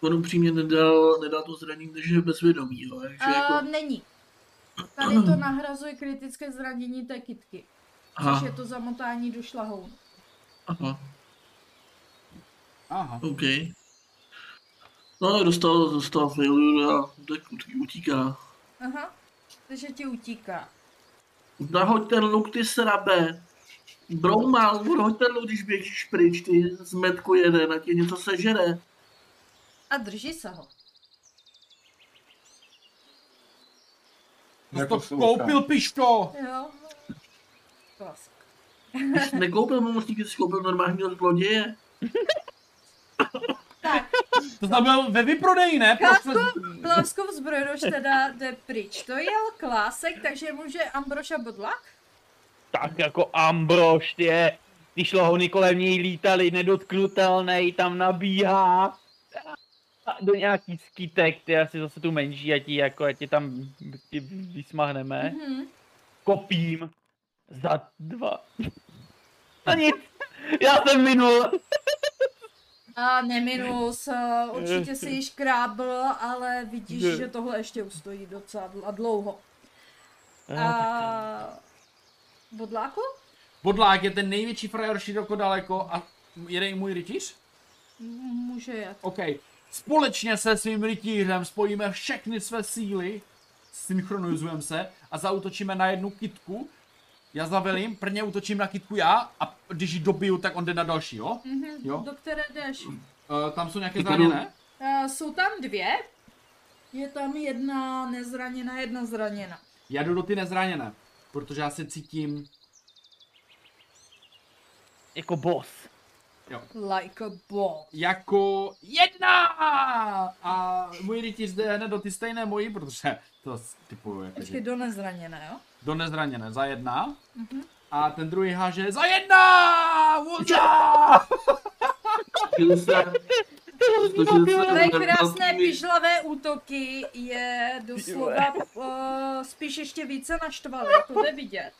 Speaker 5: on upřímně nedal, nedal to zranění, takže je bezvědomý, jo. Takže
Speaker 1: A,
Speaker 5: jako,
Speaker 1: není. Tady to nahrazuje kritické zranění té kytky, což
Speaker 5: aha,
Speaker 1: je to zamotání do šlahounu.
Speaker 5: aha,
Speaker 3: Aha.
Speaker 5: OK. No ale dostal, dostal failure a tak ut- utíká.
Speaker 1: Aha, takže ti utíká.
Speaker 5: Nahoď ten luk, ty srabe. Broumal, hoď ten luk, když běžíš pryč, ty zmetku jede, na tě něco sežere.
Speaker 1: A drží se ho.
Speaker 3: Jsi No to
Speaker 2: Neposlouchá.
Speaker 3: koupil, pišto!
Speaker 1: Jo. Klasik.
Speaker 5: Když nekoupil pomocníky, jsi koupil normálního zloděje.
Speaker 3: To znamená ve vyprodeji, ne?
Speaker 1: Klásku,
Speaker 3: Prostě-
Speaker 1: Kláskův zbrojnož teda jde pryč. To jel Klásek, takže může Ambroša Bodlak?
Speaker 4: Tak jako Ambrož je, ty šlohony kolem něj lítaly, nedotknutelný, tam nabíhá A do nějaký skytek, ty asi zase tu menší, a ti jako, a ti tam ti vysmahneme.
Speaker 1: Mhm.
Speaker 4: Kopím za dva. A nic, já jsem minul.
Speaker 1: A neminus, eh, určitě si již krábl, ale vidíš,
Speaker 4: Ne.
Speaker 1: že tohle ještě ustojí docela dl- a dlouho.
Speaker 4: A...
Speaker 1: A... Bodláku?
Speaker 3: Bodlák je ten největší frajer široko daleko a jede i můj rytíř?
Speaker 1: M- Může jet.
Speaker 3: OK. Společně se svým rytířem spojíme všechny své síly, synchronizujeme se a zautočíme na jednu kitku. Já zavelím, prvně útočím na kitku já a když ji dobiju, tak on jde na další, jo?
Speaker 1: Mhm.
Speaker 3: Jo.
Speaker 1: Do které jdeš?
Speaker 3: Uh, tam jsou nějaké
Speaker 5: Ty panu-
Speaker 3: zraněné?
Speaker 1: Eh, jsou tam dvě. Je tam jedna nezraněná, jedna zraněna.
Speaker 3: Já jdu do ty nezraněné, protože já se cítím...
Speaker 4: Jako boss.
Speaker 1: Like a ball.
Speaker 3: jako jedna! A můj rytíř jde hned do ty stejné moji, protože to s- typu
Speaker 1: Počkej,
Speaker 3: jakože
Speaker 1: do nezraněné, jo?
Speaker 3: do nezraněné za jedna.
Speaker 1: Mhm.
Speaker 3: A ten druhý háže za jedna! Voda!
Speaker 5: Chtěl se, protože se-
Speaker 1: Tvé krásné pižlavé útoky je doslova uh, spíš ještě více naštvaly, to jde vidět.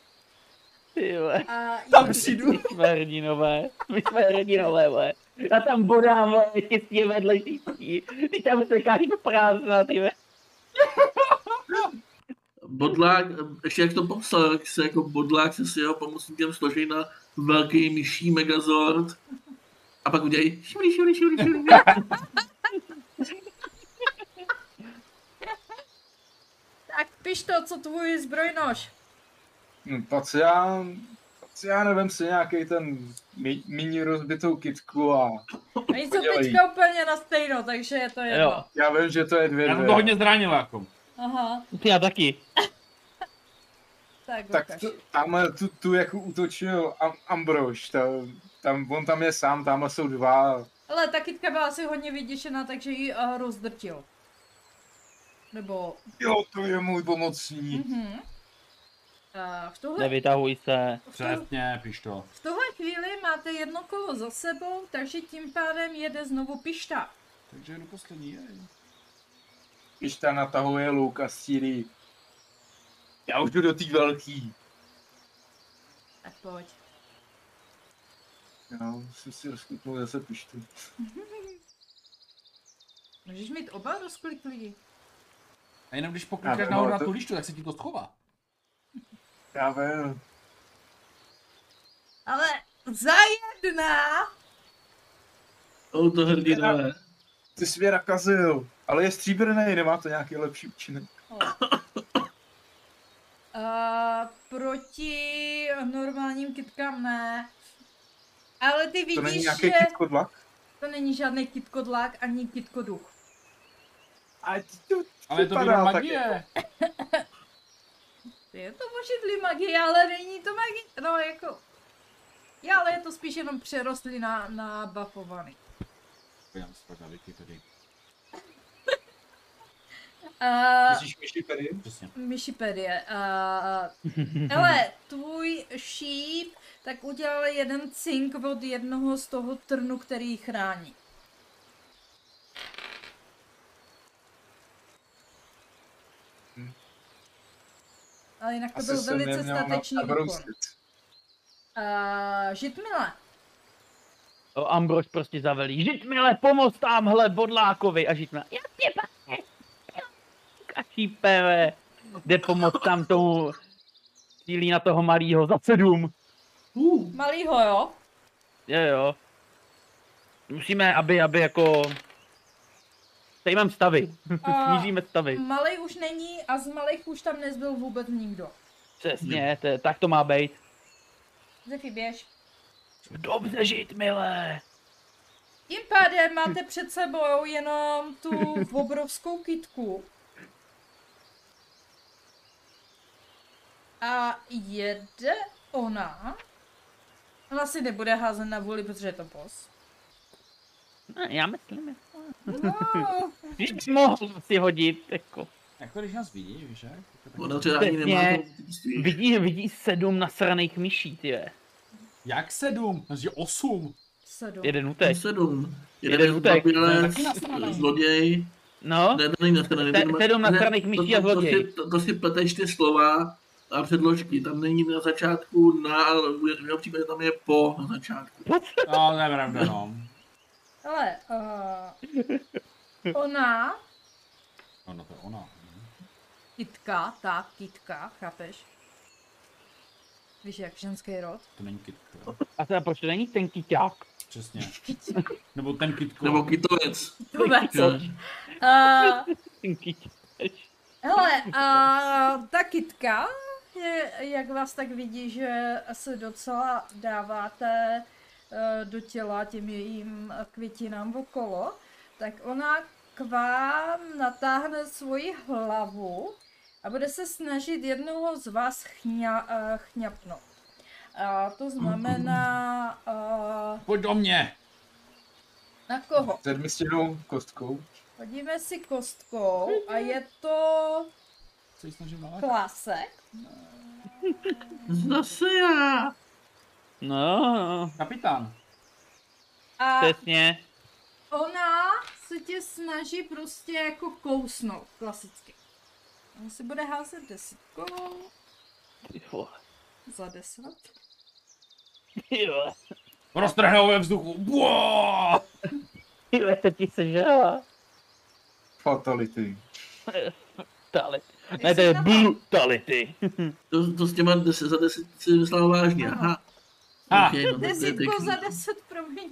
Speaker 4: Ty vole.
Speaker 1: A
Speaker 3: Tam
Speaker 1: je-
Speaker 3: přijdu.
Speaker 4: My jsme hrdinové, my jsme hrdinové, vole. Já tam bodám, vole, těsně vedle šístí. Ty tam sekáš do prázdna, ty ve.
Speaker 5: Bodlák, ještě jak to popsal, jak se jako bodlák se s jeho pomocníkem složí na velký myší megazord. A pak udělají šury, šury, šury, šury.
Speaker 1: Tak piš to, co tvůj zbrojnož.
Speaker 2: Hm, Pacián, Pacián, vem si nějaký ten mi, mini rozbitou kitku a
Speaker 1: Oni jsou
Speaker 2: Podělej.
Speaker 1: teďka úplně na stejno, takže je to jedno.
Speaker 4: Jo.
Speaker 2: já vím, že to je dvě,
Speaker 3: Já jsem
Speaker 2: dvě.
Speaker 3: to hodně zranil jako.
Speaker 1: Aha,
Speaker 4: Ty já taky.
Speaker 1: tak,
Speaker 2: Tak
Speaker 1: ukaž.
Speaker 2: to, tamhle tu, tu jako útočil Am, Ambrož, ta, tam, on tam je sám, tamhle jsou dva.
Speaker 1: Ale ta kytka byla asi hodně vyděšená, takže ji uh, rozdrtil. Nebo...
Speaker 2: Jo, to je můj pomocník.
Speaker 1: Mhm. Uh, v tuhle...
Speaker 4: Nevytahuj se.
Speaker 1: V tuhle
Speaker 3: Přesně, piš to.
Speaker 1: V tuhle chvíli máte jedno kolo za sebou, takže tím pádem jede znovu pišta.
Speaker 3: Takže jdu poslední, jej.
Speaker 2: Když ta natahuje luk a střílí. Já už jdu do té velký.
Speaker 1: Tak pojď.
Speaker 2: Já musím si rozkutnout zase pištu.
Speaker 1: Můžeš mít oba rozkliklí.
Speaker 3: A jenom když poklikneš
Speaker 2: Ale
Speaker 3: nahoru
Speaker 2: no,
Speaker 3: na
Speaker 2: to-
Speaker 3: tu lištu, tak se ti to schová.
Speaker 2: Já vím.
Speaker 1: Ale za jedna!
Speaker 5: O, to hrdinové.
Speaker 2: Ty jsi mě nakazil, ale je stříbrný, nemá to nějaký lepší účinek.
Speaker 1: Uh, proti normálním kytkám ne. Ale ty
Speaker 2: To není
Speaker 1: vidíš,
Speaker 2: nějaký
Speaker 1: že
Speaker 2: kitkodlak?
Speaker 1: to není žádný kitkodlák ani kitkoduch.
Speaker 2: A ty to
Speaker 3: Ale je to
Speaker 2: vypadá
Speaker 3: výrok
Speaker 2: tak-
Speaker 3: magie.
Speaker 1: Je to možidlý magie, ale není to magie. No jako... Já, ale je to spíš jenom přerostlina na bafovaný.
Speaker 3: Já musím pak dát tady.
Speaker 1: Uh,
Speaker 2: Myslíš myši tady?
Speaker 3: Přesně.
Speaker 1: Myšipedie. Uh, ale Eh, tvůj šíp tak udělal jeden cink od jednoho z toho trnu, který ji chrání.
Speaker 2: Hm.
Speaker 1: Ale jinak to
Speaker 2: Asi
Speaker 1: byl
Speaker 2: jsem
Speaker 1: velice
Speaker 2: neměl na-
Speaker 1: statečný úkon.
Speaker 2: nabrousit.
Speaker 1: Uh, Žitmile,
Speaker 4: O, Ambrož prostě zavelí. Žitmile, pomoz tamhle bodlákovi. A Žitmile, jasně, pane. A šípeve. Jde pomoc tam tomu. Cílí na toho malýho za sedm.
Speaker 5: Uh,
Speaker 1: Malýho, jo?
Speaker 4: Jo, jo. Musíme, aby, aby jako... Tady mám stavy.
Speaker 1: A-
Speaker 4: Snížíme stavy.
Speaker 1: Eh, Malej už není a z malých už tam nezbyl vůbec nikdo.
Speaker 4: Přesně, to, je- tak to má být.
Speaker 1: Zefi, běž.
Speaker 4: Dobře žít, milé.
Speaker 1: Tím pádem máte před sebou jenom tu obrovskou kitku. A jede ona. Ona si nebude házet na vůli, protože je to pos.
Speaker 4: Ne, já myslím.
Speaker 1: No,
Speaker 4: Když mohl si hodit, jako.
Speaker 3: Jako když nás vidíš, víš jak? Jako tak-
Speaker 5: ona třeba ani
Speaker 4: Přesně.
Speaker 5: nemá to typství.
Speaker 4: Vidí, vidí sedm nasraných myší, ty je.
Speaker 3: Jak sedm? Takže osm.
Speaker 1: sedm.
Speaker 4: Jeden utek.
Speaker 5: Sedm.
Speaker 4: Jeden
Speaker 5: Jeden,
Speaker 4: utek.
Speaker 5: utek. Papílec,
Speaker 3: Taky nasranej.
Speaker 5: zloděj.
Speaker 4: No,
Speaker 5: Ne, to není nasranej.
Speaker 4: Se-
Speaker 5: ten má-
Speaker 4: sedm
Speaker 5: ne,
Speaker 4: nasraných
Speaker 5: to-
Speaker 4: myší
Speaker 5: to-
Speaker 4: a zloděj.
Speaker 5: To, si- to, to si pleteš ty slova a předložky. Tam není na začátku na, ale v jeho případě tam je po na začátku.
Speaker 3: No, to je pravda, no.
Speaker 1: Ale uh, ona,
Speaker 3: No, no to je ona.
Speaker 1: kitka, ta kitka, chápeš? Víš, jak ženský rod?
Speaker 3: To není kitko. jo?
Speaker 4: a teda proč to není ten kyťák?
Speaker 3: Přesně. Nebo ten kitko.
Speaker 5: Nebo kytovec.
Speaker 1: Vůbec.
Speaker 5: Jo.
Speaker 1: Uh,
Speaker 4: Ten kyťák.
Speaker 1: Hele, a ta kitka, je, jak vás tak vidí, že se docela dáváte eh, do těla těm jejím květinám okolo, tak ona k vám natáhne svoji hlavu a bude se snažit jednoho z vás chňa, eh, chňapnout. A to znamená eh,
Speaker 3: Pojď do mě!
Speaker 1: na koho?
Speaker 2: Sedmistěnou kostkou.
Speaker 1: Hodíme si kostkou a je to
Speaker 3: Co jí snažím nalákat?
Speaker 1: klasek.
Speaker 5: Zase já.
Speaker 4: No, no,
Speaker 3: Kapitán.
Speaker 1: A
Speaker 4: přesně.
Speaker 1: Ona se tě snaží prostě jako kousnout, klasicky. Ona si bude házet desítkou
Speaker 4: Ty vole,
Speaker 1: za deset.
Speaker 4: ty vole,
Speaker 3: Roztrhnou ve vzduchu. Buá!
Speaker 4: ty vole, to ti sežala.
Speaker 2: Fatality.
Speaker 4: Fatality. Ne,
Speaker 1: Jak
Speaker 4: to
Speaker 1: se
Speaker 4: je
Speaker 1: tam-
Speaker 4: brutality.
Speaker 5: To, to s těma deset, za deset si myslela vážně, aha.
Speaker 3: Ha.
Speaker 5: Okay, no, tak to je
Speaker 1: Desítkou
Speaker 5: pěkný.
Speaker 1: za deset, promiň.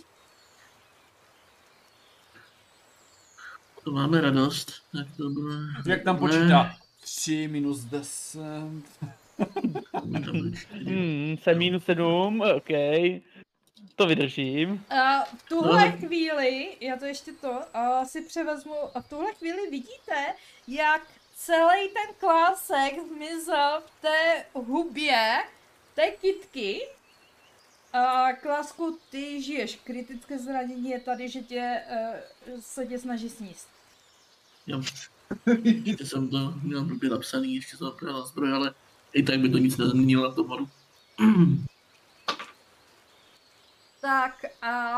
Speaker 5: To máme radost. Tak to bylo...
Speaker 3: Jak tam počítá? 3 minus 10.
Speaker 4: Hmm, jsem minus sedm, ok. To vydržím.
Speaker 1: A v tuhle
Speaker 5: No.
Speaker 1: chvíli, já to ještě to a si převezmu, a v tuhle chvíli vidíte, jak celý ten klásek zmizel v té hubě té kitky. A klásku, ty žiješ. Kritické zranění je tady, že tě, eh, se tě snaží sníst.
Speaker 5: Jo. Ještě jsem to měl blbě napsaný, ještě jsem to na zbroj, ale i tak by to nic nezměnilo na tom hodu.
Speaker 1: Tak a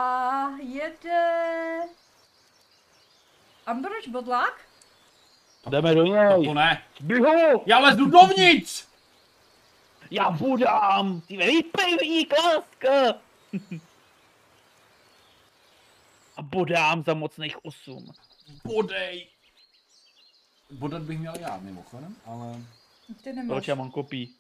Speaker 1: jede... Ambrož Bodlák?
Speaker 4: Jdeme do
Speaker 3: No to
Speaker 4: něj.
Speaker 3: ne.
Speaker 4: Běhu,
Speaker 3: Já lezu dovnitř!
Speaker 4: já budám. Ty ve vypevník, láska. A bodám za mocných osm.
Speaker 3: Bodej! Bodat bych měl já mimochodem, ale
Speaker 1: Ty nemáš.
Speaker 4: Proč já mám kopí?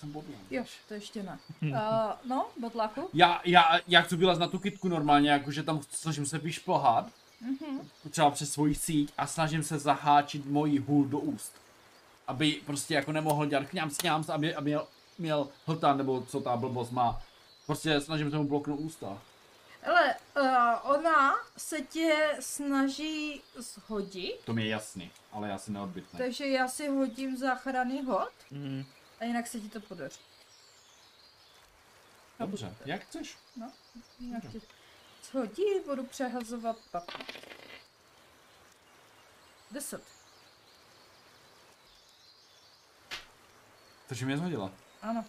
Speaker 3: jsem bodlám.
Speaker 1: Jo, to ještě ne.
Speaker 4: Hm.
Speaker 1: Uh, no, Bodláku?
Speaker 3: Já, já, já chci vylez na tu kitku normálně, jakože tam snažím se vyšplhat,
Speaker 1: Mhm.
Speaker 3: třeba přes svoji síť a snažím se zaháčit moji hůl do úst. Aby prostě jako nemohl dělat kňams, kňams, aby, aby měl, měl hltán nebo co ta blbost má. Prostě snažím se mu bloknout ústa.
Speaker 1: Ale uh, ona se tě snaží shodit,
Speaker 3: To mi je jasný, ale já si neodbytný.
Speaker 1: takže já si hodím záchranný hod
Speaker 4: Hmm.
Speaker 1: a jinak se ti to podaří.
Speaker 3: Dobře, jak chceš?
Speaker 1: Jinak ti shodí, budu přehazovat 15. 10.
Speaker 3: Takže mě zhodila.
Speaker 1: Ano.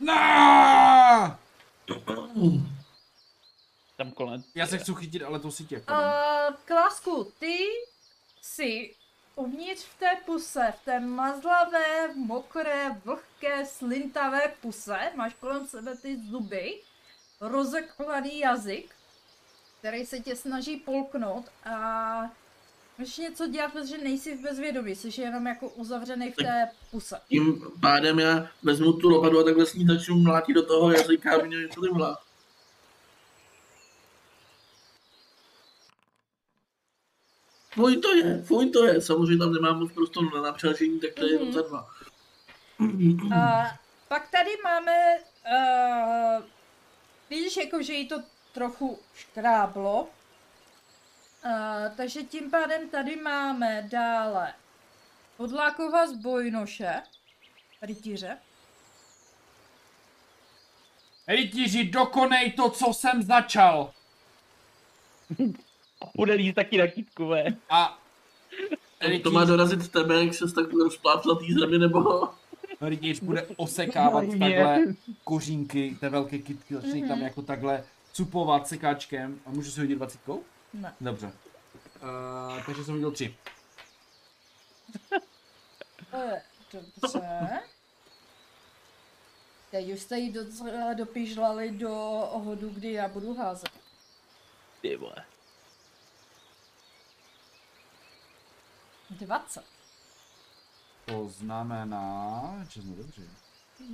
Speaker 3: No!
Speaker 4: Tam konec.
Speaker 3: Já se chci chytit, ale to si tě.
Speaker 1: Uh, Klásku, ty si Uvnitř v té puse, v té mazlavé, mokré, vlhké, slintavé puse, máš kolem sebe ty zuby, rozeklaný jazyk, který se tě snaží polknout a musíš něco dělat, protože nejsi v bezvědomí, jsi jenom jako uzavřený v té puse.
Speaker 5: Tím pádem já vezmu tu lopatu a takhle s ní začnu mlátit do toho jazyka a mě něco vymlá. Fuj to je, fuj to je. Samozřejmě tam nemám moc prostoru na napřážení, tak to je jenom za dva.
Speaker 1: A pak tady máme, uh, vidíš, jako, že jí to trochu škráblo. Uh, takže tím pádem tady máme dále Podlákova z Bojnoše, rytíře.
Speaker 3: Rytíři, dokonej to, co jsem začal.
Speaker 4: Bude líst taky na kytku, ve.
Speaker 3: A
Speaker 5: To má dorazit tebe, jak ses tak rozplácla té zemi, nebo...
Speaker 3: rytíř No, bude osekávat
Speaker 4: Zajímavě.
Speaker 3: takhle kořínky, té velké kytky, začne jich tam jako takhle cupovat sekáčkem. A můžu si hodit dvacítkou?
Speaker 1: Ne.
Speaker 3: Dobře. Uh, takže jsem hodil tři.
Speaker 1: To je dobře. Teď už jste jí docela dopižlali do hodu, kdy já budu házet.
Speaker 4: Ty vole.
Speaker 1: 20.
Speaker 3: To znamená, že jsme dobře.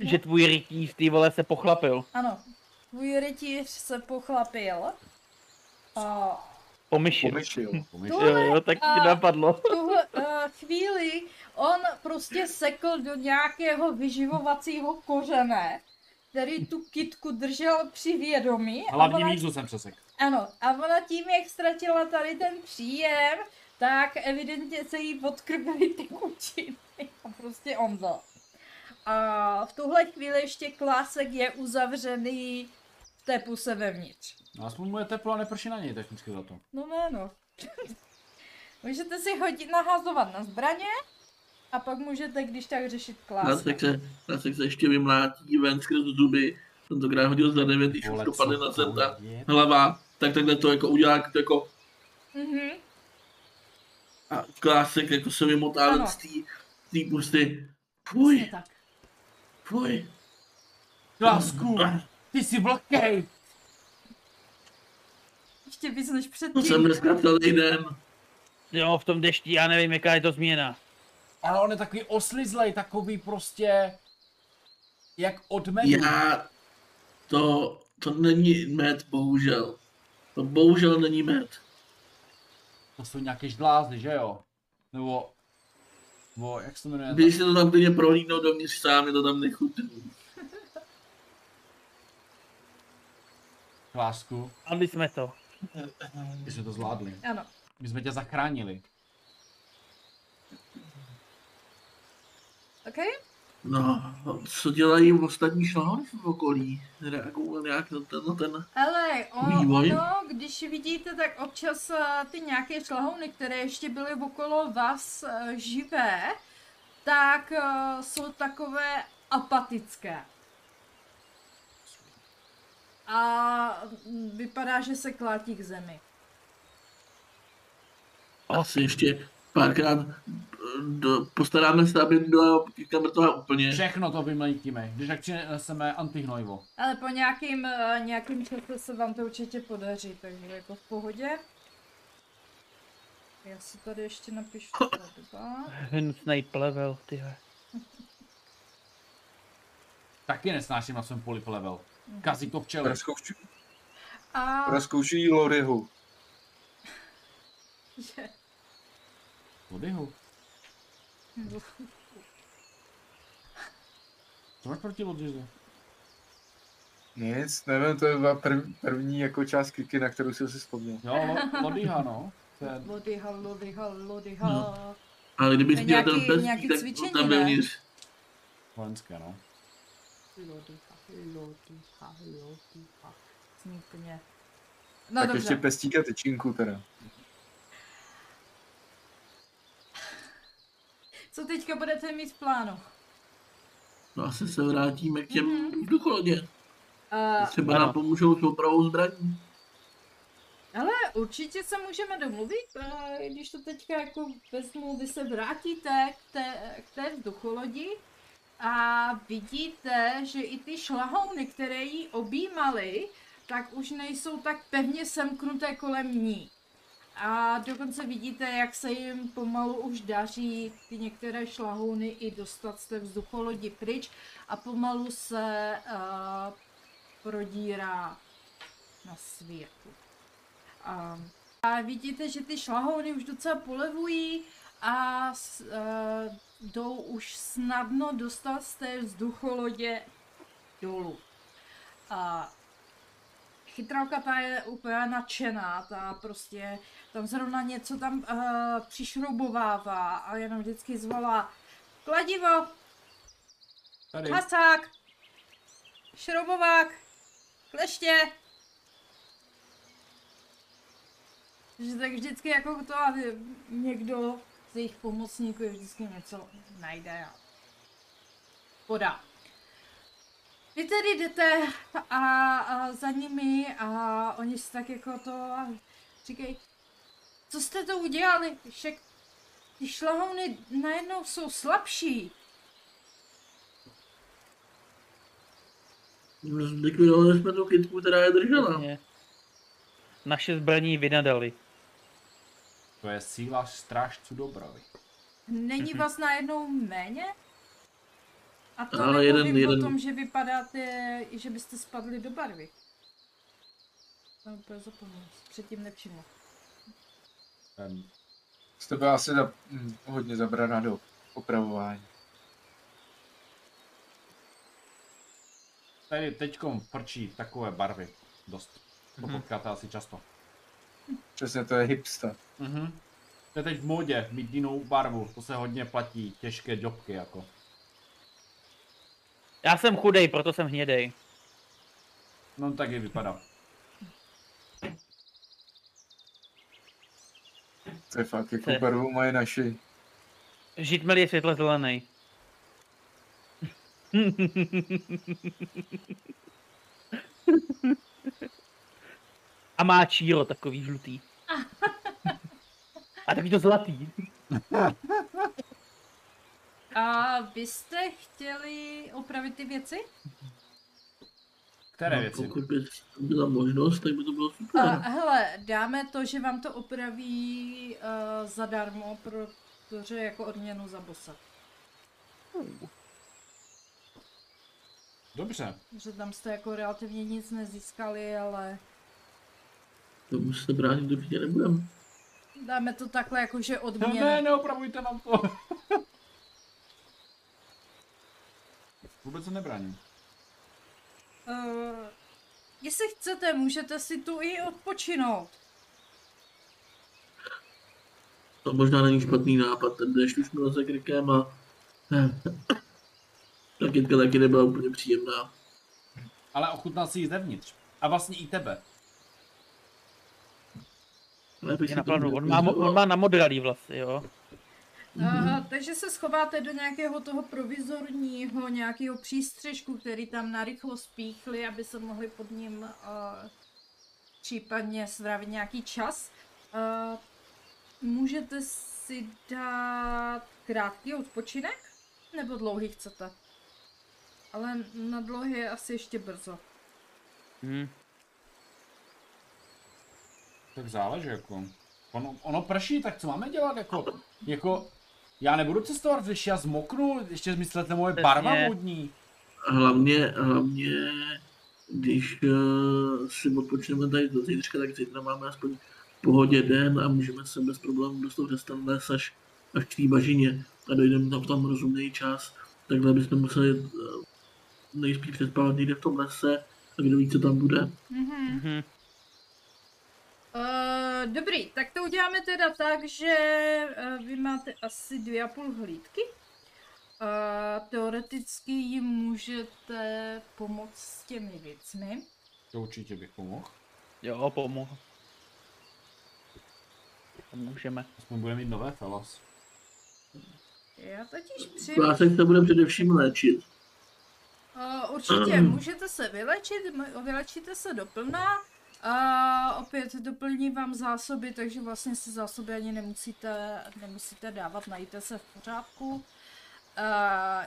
Speaker 4: Že tvůj rytíř, ty vole, se pochlapil.
Speaker 1: Ano, tvůj rytíř se pochlapil. A
Speaker 4: Pomyšil.
Speaker 2: Pomyšil.
Speaker 3: Pomyš-
Speaker 4: Jo, jo, tak ti
Speaker 1: a-
Speaker 4: napadlo.
Speaker 1: v tuhle eh, chvíli on prostě sekl do nějakého vyživovacího kořene, který tu kitku držel při vědomí. a
Speaker 3: Hlavní
Speaker 1: ona-
Speaker 3: mízu jsem přesek.
Speaker 1: Ano, a ona tím, jak ztratila tady ten příjem, tak evidentně se jí odkrvily ty kutiny a prostě omdla. A v tuhle chvíli ještě klásek je uzavřený v té puse vevnitř.
Speaker 3: No, aspoň moje teplo a neprší na něj technicky za to.
Speaker 1: No ne, no. můžete si hodit nahazovat na zbraně a pak můžete když tak řešit klásek.
Speaker 5: Násek se, Násek se ještě vymlátí ven skrz zuby. Tentokrát hodil za 9, když už
Speaker 3: Vole,
Speaker 5: dopadne
Speaker 3: co
Speaker 5: na
Speaker 3: to
Speaker 5: zem ta
Speaker 3: je?
Speaker 5: hlava. Tak takhle to jako udělá to jako
Speaker 1: Mhm.
Speaker 5: a klásek jako se vymotá
Speaker 1: Ano.
Speaker 5: ven z tý- z té pusty.
Speaker 1: Přesně
Speaker 5: Fuj,
Speaker 1: tak.
Speaker 5: fuj.
Speaker 3: Klásku, ty jsi vlhkej!
Speaker 1: Ještě víc než
Speaker 5: To No, jsem
Speaker 1: předtím.
Speaker 5: dneska celý den.
Speaker 4: Jo, v tom dešti, já nevím, jaká je to změna.
Speaker 3: Ale on je takový oslizlej, takový prostě... Jak od medu.
Speaker 5: Já... To, to není med, bohužel. To bohužel není med.
Speaker 3: To jsou nějaké ždlázdy, že jo? Nebo... Nebo jak se to jmenuje?
Speaker 5: Když se to tam klidně prohlídnou dovnitř sám, je to tam nechutný.
Speaker 3: Klásku.
Speaker 4: Adli jsme to.
Speaker 3: My jsme to zvládli.
Speaker 1: Ano.
Speaker 3: My jsme tě zachránili.
Speaker 1: OK?
Speaker 5: No, co dělají ostatní šlahory v okolí? Reagují nějak na ten, na ten.
Speaker 1: Ale on,
Speaker 5: Vývoj.
Speaker 1: ono, když vidíte, tak občas eh, ty nějaké šlahouny, které ještě byly okolo vás eh, živé, tak eh, jsou takové apatické. A mm, vypadá, že se klátí k zemi.
Speaker 5: Asi ještě párkrát do, postaráme se, aby byla kytka mrtvá úplně.
Speaker 3: Všechno to vymlítíme, když tak přineseme antihnojivo.
Speaker 1: Ale po nějakým, eh, nějakým čase se vám to určitě podaří, takže jako v pohodě. Já si tady ještě napíšu ta doba.
Speaker 4: Hnusnej plevel, tyhle.
Speaker 3: Taky nesnáším na svém poli level. Kazí to včely.
Speaker 2: Rozkouš-
Speaker 1: A...
Speaker 2: Rozkouší Loryhu.
Speaker 3: Lodyhu. Co máš proti Lodyhu?
Speaker 2: Nic, nevím, to je byla prv, první jako část kiky, na kterou jsem si vzpomněl.
Speaker 3: Jo, lo, Lodyha no. To je
Speaker 1: Lodyha, lodyha, lodyha. No.
Speaker 5: Ale kdyby
Speaker 1: To je
Speaker 5: měl ten
Speaker 1: nějaký-
Speaker 5: pes,
Speaker 1: nějaký
Speaker 5: tak
Speaker 1: cvičení,
Speaker 5: byl tam
Speaker 1: ne?
Speaker 5: vevnitř.
Speaker 3: vojenské no.
Speaker 1: Lodyha, lodyha, lodyha. Zní úplně. No
Speaker 2: tak
Speaker 1: dobře.
Speaker 2: ještě pestík a tyčinku teda.
Speaker 1: Co teďka budete mít v plánu?
Speaker 5: No asi se vrátíme k těm vzducholodě.
Speaker 1: Uh,
Speaker 5: Třeba
Speaker 4: Ano.
Speaker 5: nám pomůžou s opravou zbraní.
Speaker 1: ale určitě se můžeme domluvit, eh, když to teďka jako vezmu, vy se vrátíte k té, k té vzducholodi a vidíte, že i ty šlahouny, které ji objímaly, tak už nejsou tak pevně semknuté kolem ní. A dokonce vidíte, jak se jim pomalu už daří ty některé šlahouny i dostat z té vzducholodi pryč a pomalu se uh, prodírá na světu. A, a vidíte, že ty šlahouny už docela polevují a s, uh, jdou už snadno dostat z té vzducholodě dolů. A chytralka ta je úplně nadšená, ta prostě tam zrovna něco tam uh, přišroubovává a jenom vždycky zvolá kladivo,
Speaker 3: Tady.
Speaker 1: hasák, šroubovák, kleště. Že tak vždycky jako to a někdo z jejich pomocníků je vždycky něco najde a podá. Vy tedy jdete a, a za nimi a oni si tak jako to a říkají, co jste to udělali, však ty šlahouny najednou jsou slabší.
Speaker 5: Zlikvidovali jsme tu kytku, která je držela.
Speaker 4: Přesně. Naše zbraní vynadali.
Speaker 3: To je síla strážců dobrovy.
Speaker 1: Není
Speaker 5: Mhm.
Speaker 1: vás najednou méně? A to
Speaker 5: Ale
Speaker 1: Ale
Speaker 5: jeden-
Speaker 1: jeden,
Speaker 5: jeden-
Speaker 1: o tom, že vypadáte, že byste spadli do barvy. Jsem úplně zapomněl, předtím nevšiml.
Speaker 3: Ten
Speaker 2: Z tebe asi za, hm, hodně zabraná do opravování.
Speaker 3: Tady teďkom prčí takové barvy. Dost. To
Speaker 4: Mhm.
Speaker 3: potkáte asi často.
Speaker 2: Přesně to je hipsta.
Speaker 3: Mhm. To je teď v módě mít jinou barvu. To se hodně platí. Těžké jobky jako.
Speaker 4: Já jsem chudej, proto jsem hnědej.
Speaker 3: No tak je vypadá.
Speaker 2: To je fakt, jako
Speaker 4: Ne.
Speaker 2: barvu mají naši.
Speaker 4: Žitmel je světle zelený. A má číro takový žlutý. A takový to zlatý.
Speaker 1: A vy jste chtěli opravit ty věci?
Speaker 3: Které
Speaker 5: No,
Speaker 3: věci?
Speaker 5: Pokud by byla možnost, tak by to bylo super.
Speaker 1: A, hele, dáme to, že vám to opraví uh, zadarmo, protože jako odměnu za bosa.
Speaker 3: Dobře.
Speaker 1: Že tam jste jako relativně nic nezískali, ale
Speaker 5: Tomu se bránit určitě nebudem.
Speaker 1: dáme to takhle jako, že
Speaker 3: No, ne,
Speaker 1: odměnu.
Speaker 3: neopravujte nám to. Vůbec se nebráním.
Speaker 1: Uh, jestli chcete, můžete si tu i odpočinout.
Speaker 5: To možná není špatný nápad, ten jdeš už měl za krkem a... Ta kytka taky nebyla úplně příjemná.
Speaker 3: Ale ochutná si ji zevnitř. A vlastně i tebe.
Speaker 5: Ale bych
Speaker 4: Je
Speaker 5: si
Speaker 4: na
Speaker 5: to
Speaker 4: planu. On má,
Speaker 5: nepřiznal.
Speaker 4: on má namodralý vlasy, jo.
Speaker 1: Uh, takže se schováte do nějakého toho provizorního, nějakého přístřežku, který tam narychlo spíchli, aby se mohli pod ním uh, případně strávit nějaký čas. Uh, můžete si dát krátký odpočinek? Nebo dlouhý chcete? Ale na dlouhý je asi ještě brzo.
Speaker 4: Hm.
Speaker 3: Tak záleží jako. Ono, ono prší, tak co máme dělat jako? Jako, já nebudu cestovat, když já zmoknu, ještě zmyslete moje
Speaker 4: Přesně.
Speaker 3: barva vodní.
Speaker 5: A hlavně, hlavně, když uh, si odpočineme tady do zítřka, tak zítra máme aspoň v pohodě den a můžeme se bez problémů dostat přes ten les až, až k té bažině a dojdeme tam v tam rozumný čas. Takhle bychom museli uh, nejspíš přespávat někde v tom lese a kdo ví, co tam bude.
Speaker 1: Mm-hmm.
Speaker 4: Mhm.
Speaker 1: Eh, dobrý, tak to uděláme teda tak, že eh, vy máte asi dvě a půl hlídky. Eh, teoreticky jim můžete pomoct s těmi věcmi.
Speaker 3: To určitě bych pomohl.
Speaker 4: Jo, pomohl. Můžeme.
Speaker 3: Aspoň budeme mít nové felas.
Speaker 1: Já totiž přijím.
Speaker 5: Klásek to bude především léčit.
Speaker 1: Eh, Uh, určitě můžete se vylečit, m- vylečíte se doplná. A opět doplní vám zásoby, takže vlastně si zásoby ani nemusíte, nemusíte dávat, najíte se v pořádku. A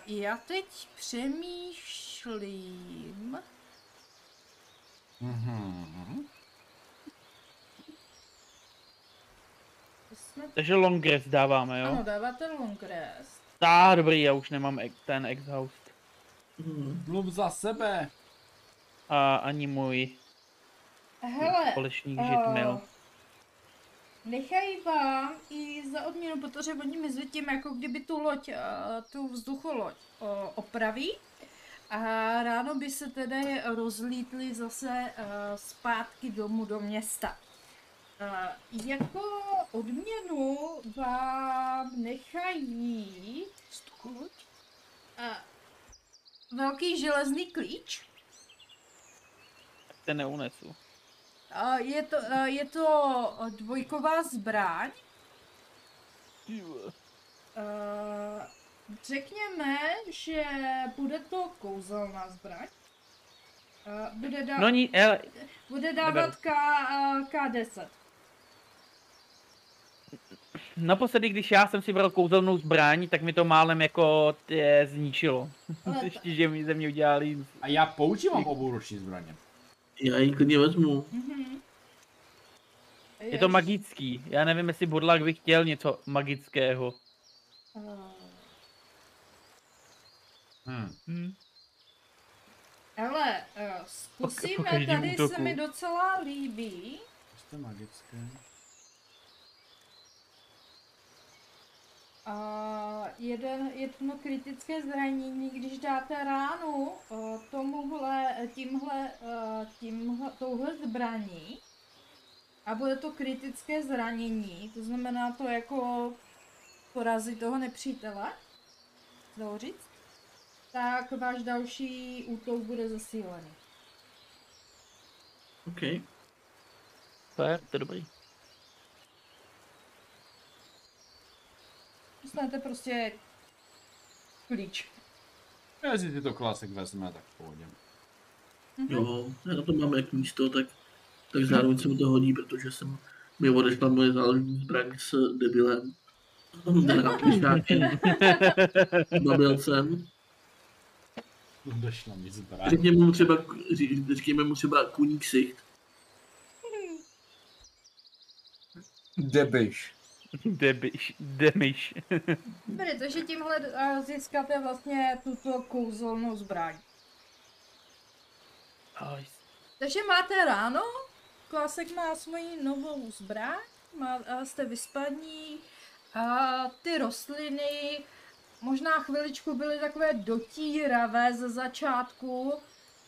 Speaker 1: já teď přemýšlím,
Speaker 3: Mhm.
Speaker 1: co jsme...
Speaker 4: Takže long rest dáváme, jo?
Speaker 1: Ano, dáváte long rest.
Speaker 4: Tá, dobrý, já už nemám ex- ten exhaust.
Speaker 5: Hmm.
Speaker 3: Mluv za sebe.
Speaker 4: A ani můj
Speaker 1: Hele,
Speaker 4: společník
Speaker 1: eh,
Speaker 4: žitmil.
Speaker 1: Nechají vám i za odměnu, protože oni mezi tím jako kdyby tu loď, eh, tu vzducholoď eh, opraví. A ráno by se tedy rozlítli zase eh, zpátky domů do města. Eh, Jako odměnu vám nechají eh, velký železný klíč.
Speaker 4: Ten neunesu.
Speaker 1: Eh, Je to, eh, je to dvojková zbraň, Eh, řekněme, že bude to kouzelná zbraň. Eh, bude, dá-
Speaker 4: No ní, hele,
Speaker 1: bude dávat K, eh, K10.
Speaker 4: naposledy, když já jsem si bral kouzelnou zbraň, tak mi to málem jako tě, zničilo.
Speaker 1: Ale
Speaker 4: Ještě, že mi ze mě udělali
Speaker 3: A já používám obouroční zbraně.
Speaker 5: Já ji klidně vezmu.
Speaker 1: Mhm.
Speaker 4: Je to magický. Já nevím, jestli Budlak by chtěl něco magického.
Speaker 3: Hm.
Speaker 4: Hm.
Speaker 1: Ale uh, zkusíme,
Speaker 4: každému
Speaker 1: tady se
Speaker 4: útoku.
Speaker 1: mi docela líbí.
Speaker 3: Jste magické.
Speaker 1: Uh, jeden, jedno kritické zranění, když dáte ránu uh, tomuhle, eh, tímhle, uh, tímhle, touhle zbraní a bude to kritické zranění, to znamená to jako porazit toho nepřítele, dalo říct, tak váš další útok bude zasílený.
Speaker 5: OK.
Speaker 4: Super, to je dobrý.
Speaker 1: Dostanete prostě klíč.
Speaker 3: Já si tyto klasik vezme, tak v pohodě.
Speaker 5: Jo, já na to mám jak místo, tak, tak zároveň se mi to hodí, protože jsem mi odešla moje záložní zbraň s debilem. Na pěšáky. Babelcem.
Speaker 3: Odešla mi zbraň.
Speaker 5: Řekněme mu třeba, ři- řekněme mu třeba kuní ksicht.
Speaker 2: Debiš.
Speaker 4: Debiš, demiš.
Speaker 1: Dobrý, takže tímhle eh, získáte vlastně tuto kouzelnou zbraň.
Speaker 4: Aj,
Speaker 1: Takže máte ráno, Klasek má svoji novou zbraň, má, a jste vyspaní a ty rostliny možná chviličku byly takové dotíravé ze začátku,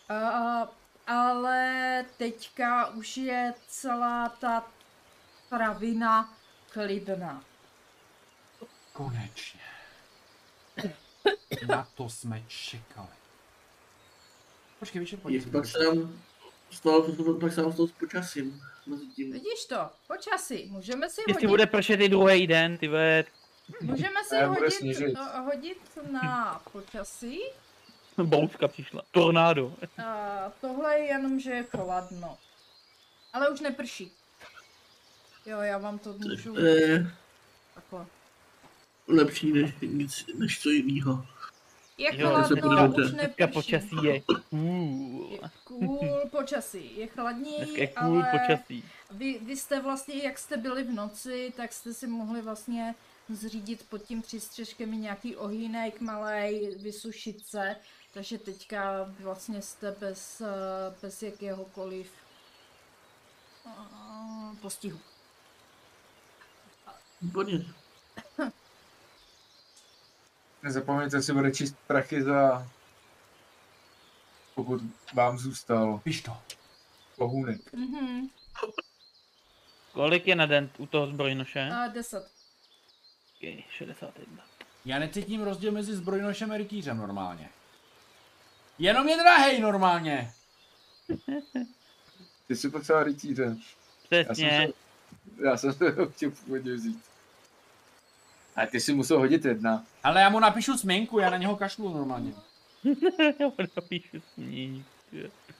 Speaker 1: a, ale teďka už je celá ta travina klidná.
Speaker 3: Konečně. Na to jsme čekali. Počkej, víš, pojď.
Speaker 5: Jak pak se nám stalo, pak se nám stalo s počasím. Mezi tím.
Speaker 1: Vidíš to? Počasí. Můžeme si
Speaker 4: Jestli
Speaker 1: hodit,
Speaker 4: bude pršet i druhý den, ty vole,
Speaker 1: můžeme si
Speaker 2: Ne, bude
Speaker 1: hodit,
Speaker 2: sněžit.
Speaker 1: eh, hodit na počasí.
Speaker 4: bouřka přišla. Tornádo.
Speaker 1: A tohle je jenom, že je chladno. Ale už neprší. Jo, já vám to můžu
Speaker 5: To je
Speaker 1: takhle.
Speaker 5: lepší než nic, než co jiného.
Speaker 1: Je
Speaker 4: Jo,
Speaker 5: to se
Speaker 1: chladno,
Speaker 5: podívejte.
Speaker 1: už
Speaker 4: Dneska
Speaker 1: neprší.
Speaker 4: počasí je cool.
Speaker 1: Je Cool počasí, je chladní,
Speaker 4: Dneska je cool
Speaker 1: ale
Speaker 4: počasí.
Speaker 1: vy, vy jste vlastně, jak jste byli v noci, tak jste si mohli vlastně zřídit pod tím přístřežkem i nějaký ohýnek malej, vysušit se, takže teďka vlastně jste bez, eh, bez jakéhokoliv eh, postihu.
Speaker 5: Výborně.
Speaker 2: Nezapomeňte si bude číst prachy za... Pokud vám zůstal
Speaker 3: Víš to.
Speaker 2: pohůnek.
Speaker 1: Mhm.
Speaker 4: Kolik je na den u toho zbrojnoše?
Speaker 1: A 10.
Speaker 4: Okay, 61.
Speaker 3: Já necítím rozdíl mezi zbrojnošem a rytířem normálně. Jenom je drahej normálně.
Speaker 2: Ty jsi potřeba rytíře. Já jsem
Speaker 4: Přesně.
Speaker 2: se, já jsem se ho chtěl původně vzít. A ty si musel hodit jedna.
Speaker 3: Ale já mu napíšu sminku, já na něho kašlu normálně.
Speaker 4: Já ho napíšu sníh.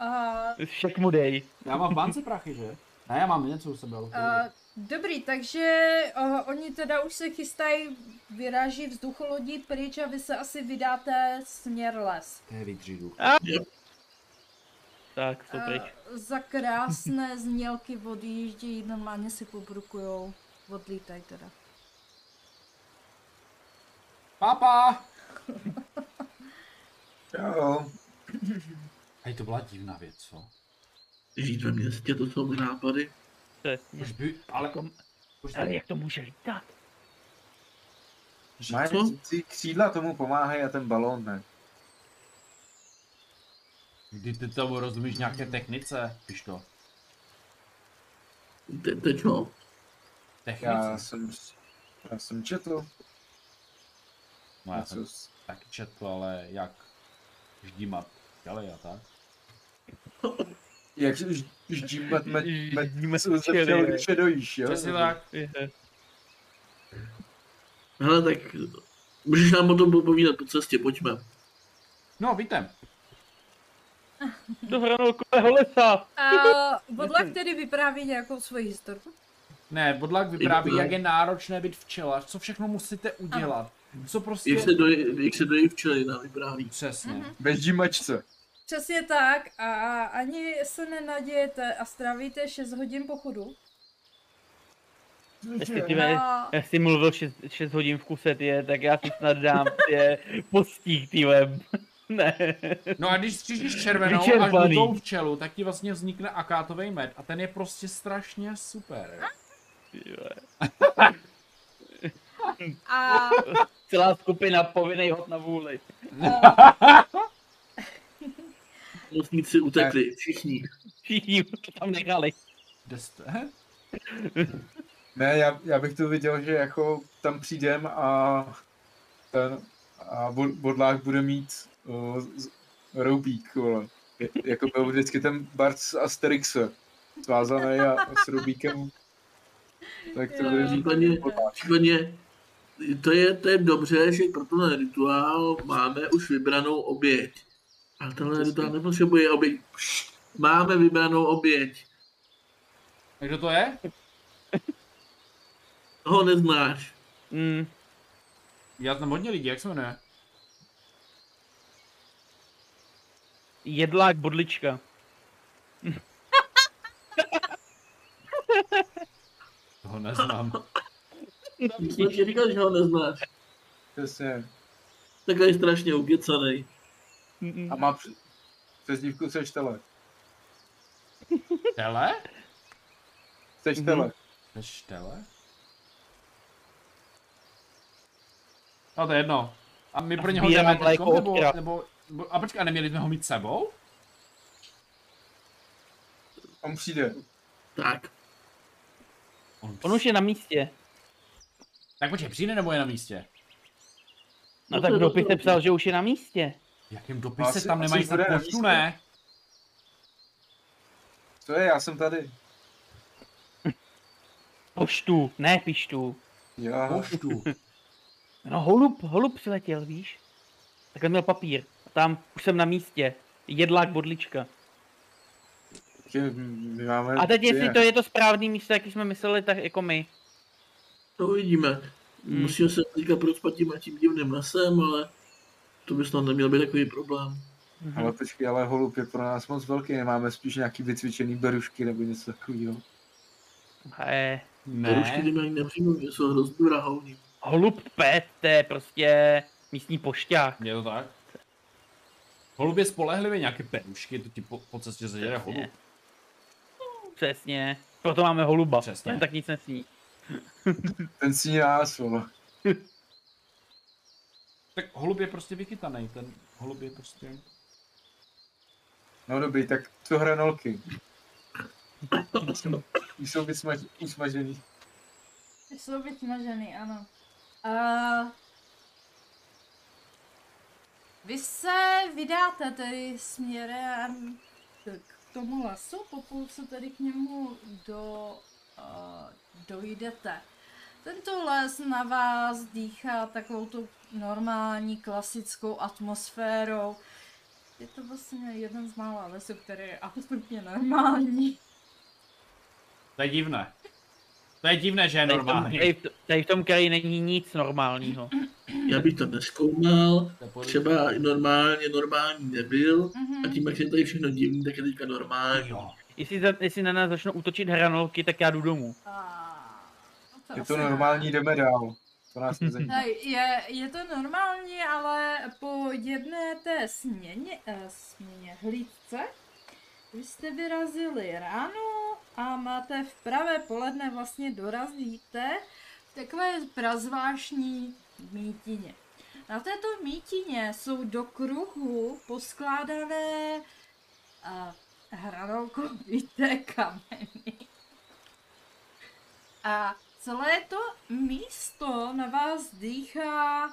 Speaker 1: Uh,
Speaker 4: Však mu dej.
Speaker 3: Já mám v bance prachy, že? Ne, já mám něco u sebe. ale v pohodě.
Speaker 1: uh, dobrý, takže uh, oni teda už se chystají, vyráží vzducholodí pryč a vy se asi vydáte směr les.
Speaker 3: To je vydřídu.
Speaker 4: Tak, jsou pryč.
Speaker 1: Eh, za krásné znělky odjíždějí, normálně si pobrukujou. Odlítaj teda.
Speaker 3: Papa!
Speaker 2: Jo,
Speaker 3: Hej, to byla divná věc, co?
Speaker 5: Žít ve městě, to jsou nápady.
Speaker 4: Přesně.
Speaker 3: Už by, ale... Už
Speaker 4: Ale
Speaker 3: tady,
Speaker 4: jak to může lítat?
Speaker 2: mají
Speaker 5: Co?
Speaker 2: ty křídla tomu pomáhají a ten balón ne.
Speaker 3: kdy ty tomu rozumíš nějaké technice, píš to.
Speaker 5: Te, teď no.
Speaker 2: Já
Speaker 3: Technice.
Speaker 2: jsem, já jsem četl,
Speaker 3: No, já
Speaker 2: já
Speaker 3: jsem
Speaker 2: jsem
Speaker 3: taky četl, ale jak ždímat dělej a tak.
Speaker 2: jak už ždímat met, met,
Speaker 4: Ždímat
Speaker 2: co se
Speaker 4: čelej,
Speaker 2: přijel,
Speaker 4: ne?
Speaker 2: když je dojíš, jo?
Speaker 3: Přesně tak.
Speaker 4: Je.
Speaker 5: Hele, tak můžeš nám o tom popovídat po cestě, pojďme.
Speaker 3: No, víte,
Speaker 4: To hranul kolého lesa.
Speaker 1: A Bodlak tedy vypráví nějakou svoji historku.
Speaker 3: Ne, Bodlak vypráví,
Speaker 5: Děkuji.
Speaker 3: jak je náročné být včelař, co všechno musíte udělat. Co prostě...
Speaker 5: Jak se dojí, jak se dojí včely na vypráví.
Speaker 3: Přesně.
Speaker 2: Bez ždímačce.
Speaker 1: Přesně tak a ani se nenadějete a strávíte 6 hodin pochodu. No,
Speaker 4: Respektive,
Speaker 1: A
Speaker 4: já jsi mluvil 6, 6 hodin v kuse, je, tak já si snad dám je, postík, ty web. Ne.
Speaker 3: No a když střížíš červenou až
Speaker 4: Vyčerpaný.
Speaker 3: žlutou včelu, tak ti vlastně vznikne akátový med a ten je prostě strašně super.
Speaker 4: Ty vole.
Speaker 1: a
Speaker 4: Celá skupina povinnej hod na vůli.
Speaker 5: Mocníci utekli, všichni.
Speaker 4: Všichni tam nechali.
Speaker 3: Kde jste?
Speaker 2: Ne, já, já bych to viděl, že jako tam přijdem a ten a bod, bodlák bude mít uh, z- roubík, vole. Je- Jako byl vždycky ten Bart z Asterixe, eh, svázaný a a s roubíkem. Tak to
Speaker 1: Jo,
Speaker 2: bude
Speaker 1: jo.
Speaker 2: říct.
Speaker 5: Případně, případně to je, to je dobře, že pro ten rituál máme už vybranou oběť. A tenhle rituál nepotřebuje oběť. Pšt, Máme vybranou oběť.
Speaker 3: A Kdo to je?
Speaker 5: Toho neznáš.
Speaker 4: Mm,
Speaker 3: Já znám hodně lidí, jak se jmenuje?
Speaker 4: jedlák bodlička.
Speaker 3: Toho neznám.
Speaker 1: Hm.
Speaker 5: Jsem ti říkal, že ho neznáš.
Speaker 2: Přesně.
Speaker 5: Takový strašně ukecanej.
Speaker 4: Mm,
Speaker 2: A má přes přezdívku Seštele.
Speaker 3: Tele? Mhm.
Speaker 2: Seštele.
Speaker 3: Než tele? No to je jedno. A my pro něho
Speaker 4: sbírám
Speaker 3: jdeme
Speaker 4: mléko
Speaker 3: teďkom,
Speaker 4: od
Speaker 3: nebo,
Speaker 4: krav.
Speaker 3: nebo, nebo, a počkej, a neměli jsme ho mít sebou?
Speaker 2: On přijde.
Speaker 5: Tak,
Speaker 4: On už je na místě.
Speaker 3: Tak počkej, přijde nebo je na místě?
Speaker 4: No tak v dopise psal, že už je na místě.
Speaker 3: V jakém dopise
Speaker 2: Asi-
Speaker 3: tam
Speaker 2: asi
Speaker 3: nemají
Speaker 2: už bude
Speaker 3: snad
Speaker 2: na
Speaker 3: poštu,
Speaker 2: místě.
Speaker 3: ne?
Speaker 2: Co je, já jsem tady.
Speaker 4: Poštu, ne pištu.
Speaker 2: Já.
Speaker 3: Poštu.
Speaker 4: No holub, holub přiletěl, víš? Takhle měl papír. A tam už jsem na místě. Jedlák bodlička.
Speaker 2: že My máme
Speaker 4: A teď jestli
Speaker 2: dvě.
Speaker 4: to je to správný místo, jaký jsme mysleli, tak jako my.
Speaker 5: to uvidíme.
Speaker 4: Hmm.
Speaker 5: Musím se teďka procpat tím a tím divným lesem, ale to by snad neměl být takový problém.
Speaker 2: Ale počkej, ale holub je pro nás moc velký, nemáme spíš nějaký vycvičený berušky nebo něco takového.
Speaker 4: He.
Speaker 5: Ne. Rušky
Speaker 3: Ne.
Speaker 5: ty ani nepřijmu, že jsou hrozně drahovní.
Speaker 4: Holub pet, to je prostě místní pošťák.
Speaker 3: Je to tak? Holubě spolehlivě nějaké perušky, to ti po, po cestě zaděje
Speaker 4: Přesně.
Speaker 3: holub.
Speaker 4: Přesně. Proto máme holuba.
Speaker 3: Přesně.
Speaker 4: Ten tak nic nesní.
Speaker 2: Ten si nás, vole.
Speaker 3: Tak holub je prostě vychytaný, ten holub je prostě...
Speaker 2: No dobrý, tak co hranolky? Už jsou vysmaž, usmažený.
Speaker 1: jsou vytmažený, ano. A vy se vydáte tedy směrem k tomu lesu, pokud se tedy k němu do, uh, dojdete. Tento les na vás dýchá takovou tu normální klasickou atmosférou. Je to vlastně jeden z mála lesů, který je absolutně normální.
Speaker 3: To je divné. To je divné, že je
Speaker 4: Tady v tom-
Speaker 3: normální.
Speaker 4: Tady v, t- tady v tom kraji není nic normálního.
Speaker 5: Já bych to neskoumal,
Speaker 3: To je podle-
Speaker 5: třeba normálně normální nebyl, a
Speaker 1: Mhm.
Speaker 5: tím, jak je tady všechno divný, tak je teďka normální.
Speaker 3: Jo.
Speaker 4: Jestli, za, jestli na nás začnou útočit hranolky, tak já jdu domů.
Speaker 1: A- no
Speaker 2: Je
Speaker 1: asi
Speaker 2: to
Speaker 1: ne.
Speaker 2: normální, jdeme dál. To nás nezajímá.
Speaker 1: Ne, je, je to normální, ale po jedné té směně, eh, směně hlídce, vy jste vyrazili ráno a máte v pravé poledne vlastně dorazíte v takové prazvláštní mítině. Na této mítině jsou do kruhu poskládané eh, hranolkovité kameny. A celé to místo na vás dýchá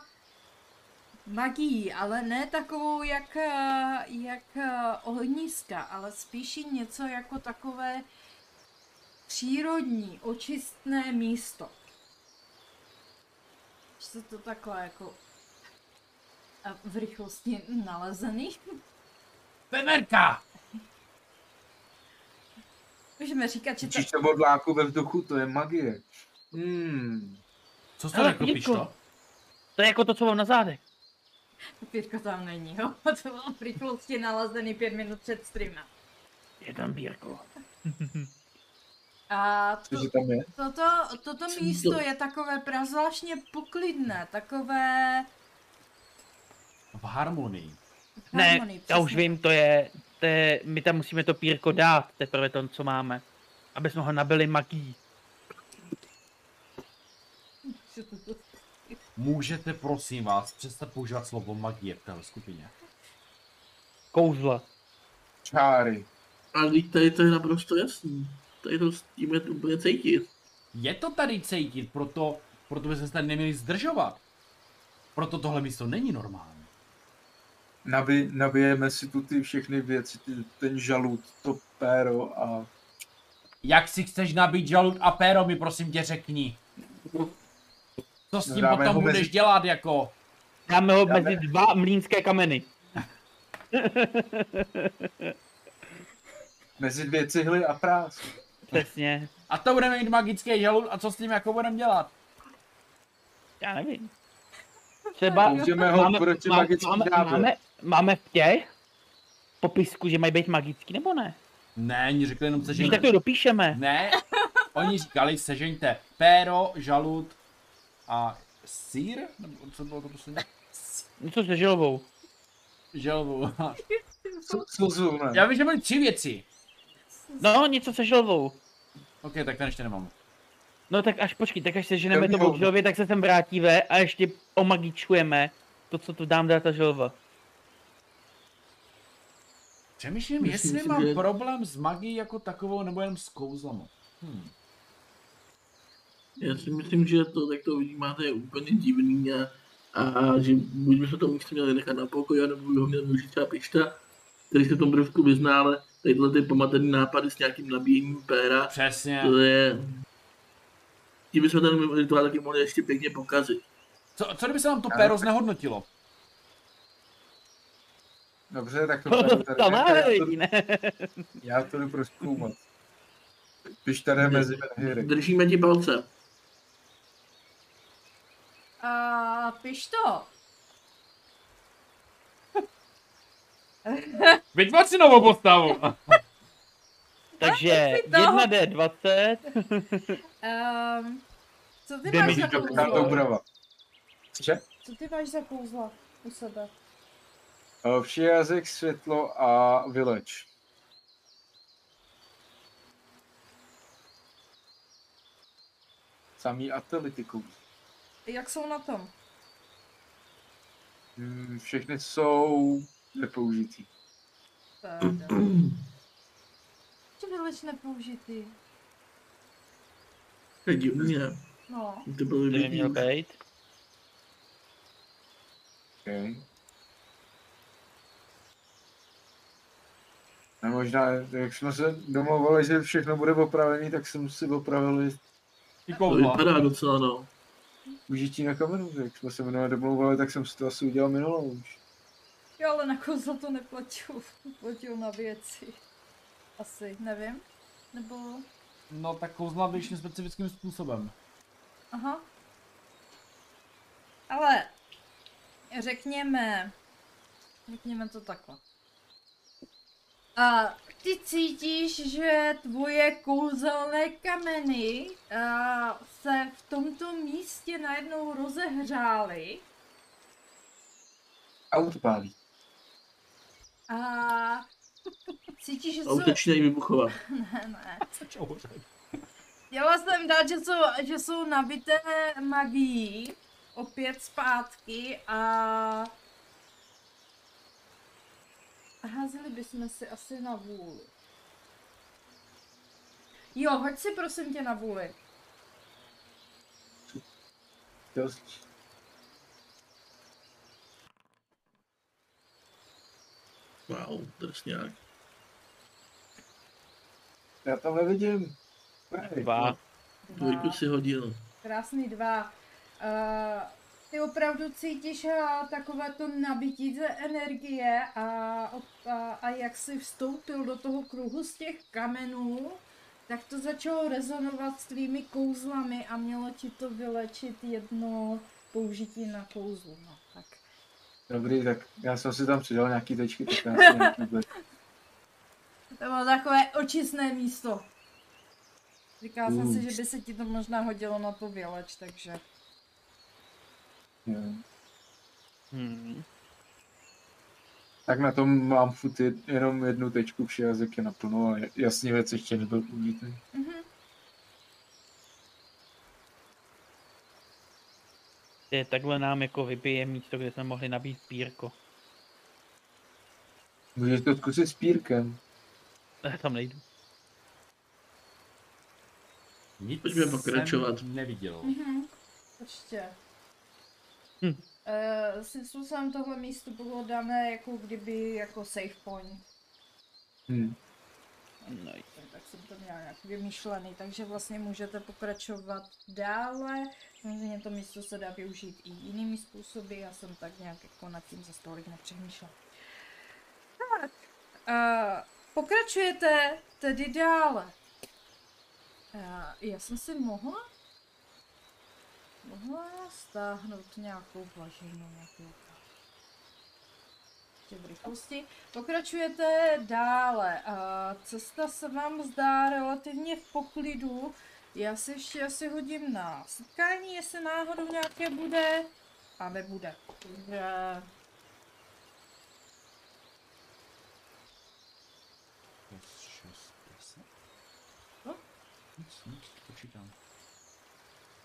Speaker 1: magií, ale ne takovou jak, eh, jak eh, ohniska, ale spíše něco jako takové přírodní, očistné místo. Že se to takhle jako eh, v rychlosti nalezený.
Speaker 3: Pemerka!
Speaker 1: Můžeme říkat, že to...
Speaker 2: Učíš to bodláku ve vzduchu, to je magie. Hmm.
Speaker 3: Co jsi no? to
Speaker 4: Hele,
Speaker 3: řekl,
Speaker 4: Jirko.
Speaker 3: Pišto?
Speaker 4: To je jako to, co mám na zádech.
Speaker 1: Pětko tam není, jo? To bylo v rychlosti nalezený pět minut před streamem.
Speaker 4: Je tam bírko.
Speaker 1: A to,
Speaker 2: Cože tam je?
Speaker 1: Toto, toto
Speaker 5: Co
Speaker 1: místo
Speaker 5: to?
Speaker 1: je takové prazvláštně poklidné, takové
Speaker 3: V harmonii.
Speaker 1: v
Speaker 4: Ne,
Speaker 1: harmonii,
Speaker 4: já už
Speaker 1: přesně.
Speaker 4: vím, to je, to je, my tam musíme to pírko dát, teprve to, co máme. Aby jsme ho nabili magí.
Speaker 3: Můžete, prosím vás, přestat používat slovo magie v téhle skupině.
Speaker 4: Kouzla.
Speaker 2: Čáry.
Speaker 5: A teď tady to je naprosto jasný. Tady to s tím je to úplně cítit.
Speaker 3: Je to tady cítit, proto, proto bychom se tady neměli zdržovat. Proto tohle místo není normální.
Speaker 2: Nabi, nabijeme si tu ty všechny věci, ty, ten žalud, to péro a
Speaker 3: Jak si chceš nabít žalud a péro mi prosím tě řekni. Co s tím
Speaker 2: Dáme ho
Speaker 3: potom
Speaker 2: mezi-
Speaker 3: budeš dělat jako?
Speaker 4: Dáme ho
Speaker 2: Dáme-
Speaker 4: mezi dva mlínské kameny.
Speaker 2: mezi dvě cihly a prás.
Speaker 4: Přesně.
Speaker 3: A to budeme mít magický žalud a co s tím jako budeme dělat?
Speaker 4: Já nevím. Třeba
Speaker 2: Můžeme ho
Speaker 4: máme,
Speaker 2: proti
Speaker 4: máme,
Speaker 2: magickým
Speaker 4: máme,
Speaker 2: dávě.
Speaker 4: máme, máme v těch popisku, že mají být magický, nebo ne?
Speaker 3: Ne, oni řekli jenom
Speaker 4: Když
Speaker 3: sežeňte.
Speaker 4: tak to dopíšeme.
Speaker 3: Ne, oni říkali sežeňte péro, žalud a sír? Nebo co bylo to poslední?
Speaker 4: Něco se žilvou.
Speaker 3: Želvu.
Speaker 2: Slzu, ne?
Speaker 3: Já vím, že byly tři věci.
Speaker 4: No, něco se žilvou.
Speaker 3: Ok, tak ten ještě nemám.
Speaker 4: No tak až počkej, tak až se ženeme
Speaker 2: Dobrý
Speaker 4: tomu
Speaker 2: den.
Speaker 4: žilvě, tak se sem vrátíme a ještě omagičujeme to, co tu dám dá ta žilva.
Speaker 3: Přemýšlím,
Speaker 5: Myslím
Speaker 3: jestli
Speaker 5: si,
Speaker 3: mám
Speaker 5: že-
Speaker 3: problém s magií jako takovou, nebo jenom s kouzlama. Hmm.
Speaker 5: Já si myslím, že to, tak to vnímáte, je úplně divný a, a že buď bychom to místo měli nechat na pokoji, nebo by ho měl využít třeba pišta, který se v tom trošku vyzná, ale tadyhle ty pomatený nápady s nějakým nabíjením péra,
Speaker 3: Přesně.
Speaker 5: to je... Tím bychom ten rituál taky mohli ještě pěkně pokazit.
Speaker 3: Co, co kdyby se nám to
Speaker 2: Já-
Speaker 3: péro znehodnotilo?
Speaker 2: Dobře, tak Prostě to péro
Speaker 4: To
Speaker 2: tady
Speaker 4: tam
Speaker 2: necháme,
Speaker 4: ale
Speaker 2: já to-
Speaker 4: ne?
Speaker 2: Já to jdu proskoumat. Když tady je mezi hry.
Speaker 5: Držíme ti palce.
Speaker 1: A piš to.
Speaker 3: Vytvoř si novou postavu!
Speaker 4: Takže
Speaker 1: to.
Speaker 4: 1D20,
Speaker 1: Um, co ty máš
Speaker 4: Damage
Speaker 1: za
Speaker 4: do
Speaker 2: Dobrá,
Speaker 1: kouzlo?
Speaker 2: dobrava. Cože?
Speaker 1: Co ty máš za kouzlo u sebe?
Speaker 2: Eh, Vší jazyk, světlo a vyleč. Samý atletiku.
Speaker 1: Jak jsou na tom?
Speaker 2: Hmm, Všechny jsou nepoužitý.
Speaker 1: Teda. Ještě vyleč nepoužitý.
Speaker 5: To je divný, ne?
Speaker 1: No.
Speaker 5: To bylo
Speaker 4: to by měl
Speaker 5: divný.
Speaker 4: být.
Speaker 2: Okay. A možná, jak jsme se domlouvali, že všechno bude opravený, tak jsem si opravil i
Speaker 3: Ty
Speaker 5: To
Speaker 3: kouzla.
Speaker 5: vypadá docela, no.
Speaker 2: užití na kamenu. Jak jsme se minule domlouvali, tak jsem si to asi udělal minulou už.
Speaker 1: Jo, ale na kouzlo to neplatil. Platil na věci. Asi, nevím. Nebo...
Speaker 3: No tak kouzla většině specifickým způsobem.
Speaker 1: Aha. Ale... Řekněme... Řekněme to takhle. A ty cítíš, že tvoje kouzelné kameny a, se v tomto místě najednou rozehřály
Speaker 2: A odpálí.
Speaker 1: a cítíš, že
Speaker 5: A
Speaker 1: jsou...
Speaker 5: utečnej vybuchová.
Speaker 1: Ne, ne. Chtěla jsem dát, že jsou, že jsou nabité magií opět zpátky a házeli bychom si asi na vůli. Jo, hoď si prosím tě na vůli.
Speaker 2: Dost.
Speaker 5: Wow, drsňák.
Speaker 2: Já tam nevidím. Pravý.
Speaker 4: Dva.
Speaker 5: Dvojku si hodil.
Speaker 1: Krásný dva. Uh, ty opravdu cítíš a, takové to nabití ze energie a, op- a, a jak jsi vstoupil do toho kruhu z těch kamenů, tak to začalo rezonovat s tvými kouzlami a mělo ti to vylečit jedno použití na kouzlu. No, tak.
Speaker 2: Dobrý, tak já jsem si tam přidal nějaký tečky, tak já jsem nějaký blek.
Speaker 1: To bylo takové očistné místo. Říkala jsem
Speaker 2: Mm.
Speaker 1: si, že by se ti to možná hodilo na to vyleč, takže...
Speaker 2: Jo.
Speaker 4: Hmm.
Speaker 2: Tak na tom mám furt jed- jenom jednu tečku, vše jazyk je naplno, ale jasně věc ještě nebyl uvidíte.
Speaker 1: Mhm.
Speaker 4: Je, takhle nám jako vybije místo, kde jsme mohli nabít pírko.
Speaker 2: Můžeš to zkusit s pírkem.
Speaker 4: Já tam nejdu.
Speaker 3: Nic
Speaker 5: Pojďme
Speaker 3: jsem
Speaker 5: pokračovat.
Speaker 3: neviděl.
Speaker 1: Mhm, určitě.
Speaker 4: Hm.
Speaker 1: Eh, Svým způsobem tohle místo bylo dané jako kdyby jako safe point.
Speaker 2: Hm.
Speaker 4: No,
Speaker 1: Tak jsem to měla nějak vymyšlený, takže vlastně můžete pokračovat dále. Samozřejmě to místo se dá využít i jinými způsoby, já jsem tak nějak jako nad tím za tolik nepřemýšlela. Tak, eh, pokračujete tedy dále. Eh, já jsem si mohla mohla stáhnout nějakou vlažinu, nějakou ještě v rychlosti. Pokračujete dále. A cesta se vám zdá relativně v poklidu. Já si ještě asi hodím na setkání, jestli náhodou nějaké bude. A nebude. Takže...
Speaker 3: Plus šest, deset.
Speaker 1: No.
Speaker 3: Nic, nic, počítám.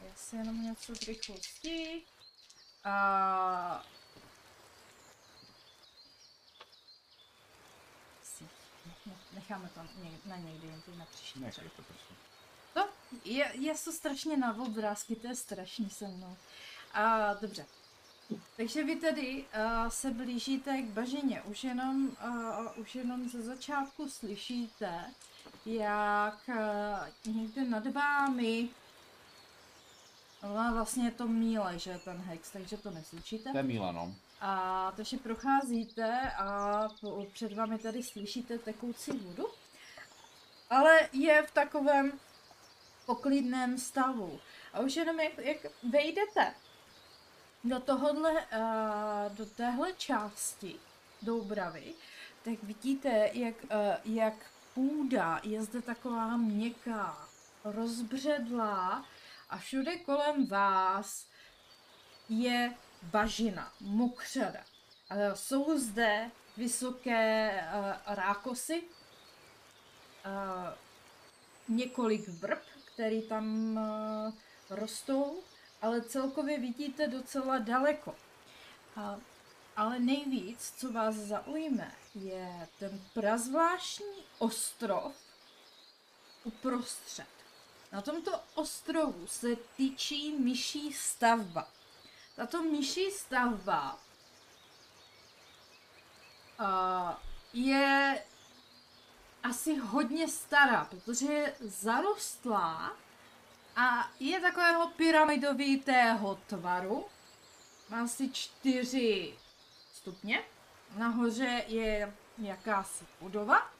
Speaker 1: Já si jenom něco v rychlosti. A... Si- ne- ne- Necháme to ně- na někdy, jen na příští. třeba.
Speaker 3: Nechej to prostě- prosím.
Speaker 1: To, je, je to strašně na obrázky, to je strašný se mnou. A dobře. Takže vy tedy uh, se blížíte k bažině. Už jenom, uh, už jenom ze začátku slyšíte, jak uh, někde nad vámi Ona vlastně je to míle, že je ten hex, takže to neslyšíte.
Speaker 3: To je Míla, no.
Speaker 1: A takže procházíte a po- před vámi tady slyšíte tekoucí vodu, ale je v takovém poklidném stavu. A už jenom jak, jak vejdete do tohohle, eh, do téhle části Doubravy, tak vidíte, jak, eh, jak půda je zde taková měkká, rozbředlá a všude kolem vás je bažina, mokřada. Eh, Jsou zde vysoké eh, rákosy, eh, několik vrb, které tam eh, rostou, ale celkově vidíte docela daleko. A- Ale nejvíc, co vás zaujme, je ten prazvláštní ostrov uprostřed. Na tomto ostrovu se tyčí myší stavba. Tato myší stavba a, eh, je asi hodně stará, protože je zarostlá a je takového pyramidovitého tvaru. Má asi čtyři stupně, Nahoře je jakási budova.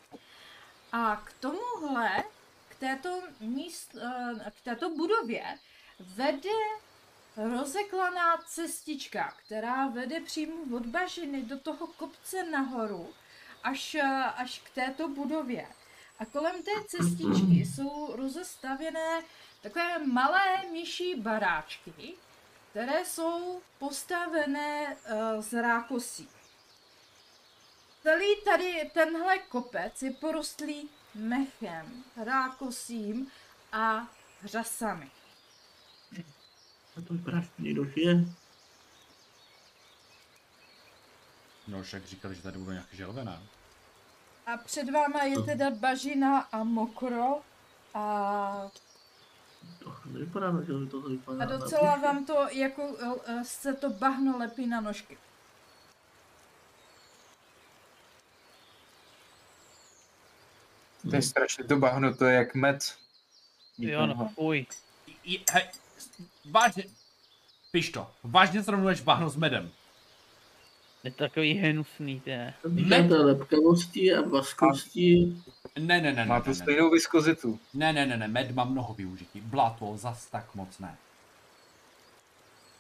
Speaker 1: A k tomuhle, k této, míst, eh, k této budově vede rozeklaná cestička, která vede přímo od bažiny do toho kopce nahoru až, eh, až k této budově. A kolem té cestičky jsou rozestavěné takové malé myší baráčky, které jsou postavené eh, z rákosí. Celý tady tenhle kopec je porostlý mechem, rákosím a hřasami.
Speaker 5: A to vypadá, že někdo žije.
Speaker 3: No však říkali, že tady budou nějaké želvená.
Speaker 1: A před váma je teda bažina a mokro a,
Speaker 5: To nevypadá, tak, že to to vypadá.
Speaker 1: a
Speaker 5: na
Speaker 1: docela
Speaker 5: píšu.
Speaker 1: vám to jako eh, se to bahno lepí na nožky.
Speaker 2: To je strašně doba, hno, to je jak med.
Speaker 4: Jo, no, fuj.
Speaker 3: Je, hej, vážně, piš to, vážně srovnuješ bahno s medem.
Speaker 4: Je to takový hnusný, to je.
Speaker 5: Říkáte lepkavosti a vaskosti.
Speaker 3: Ne, ne, ne, ne,
Speaker 2: Má to
Speaker 3: ne, ne,
Speaker 2: stejnou viskozitu.
Speaker 3: ne, ne, ne, ne, med má mnoho využití, blato zas tak moc ne.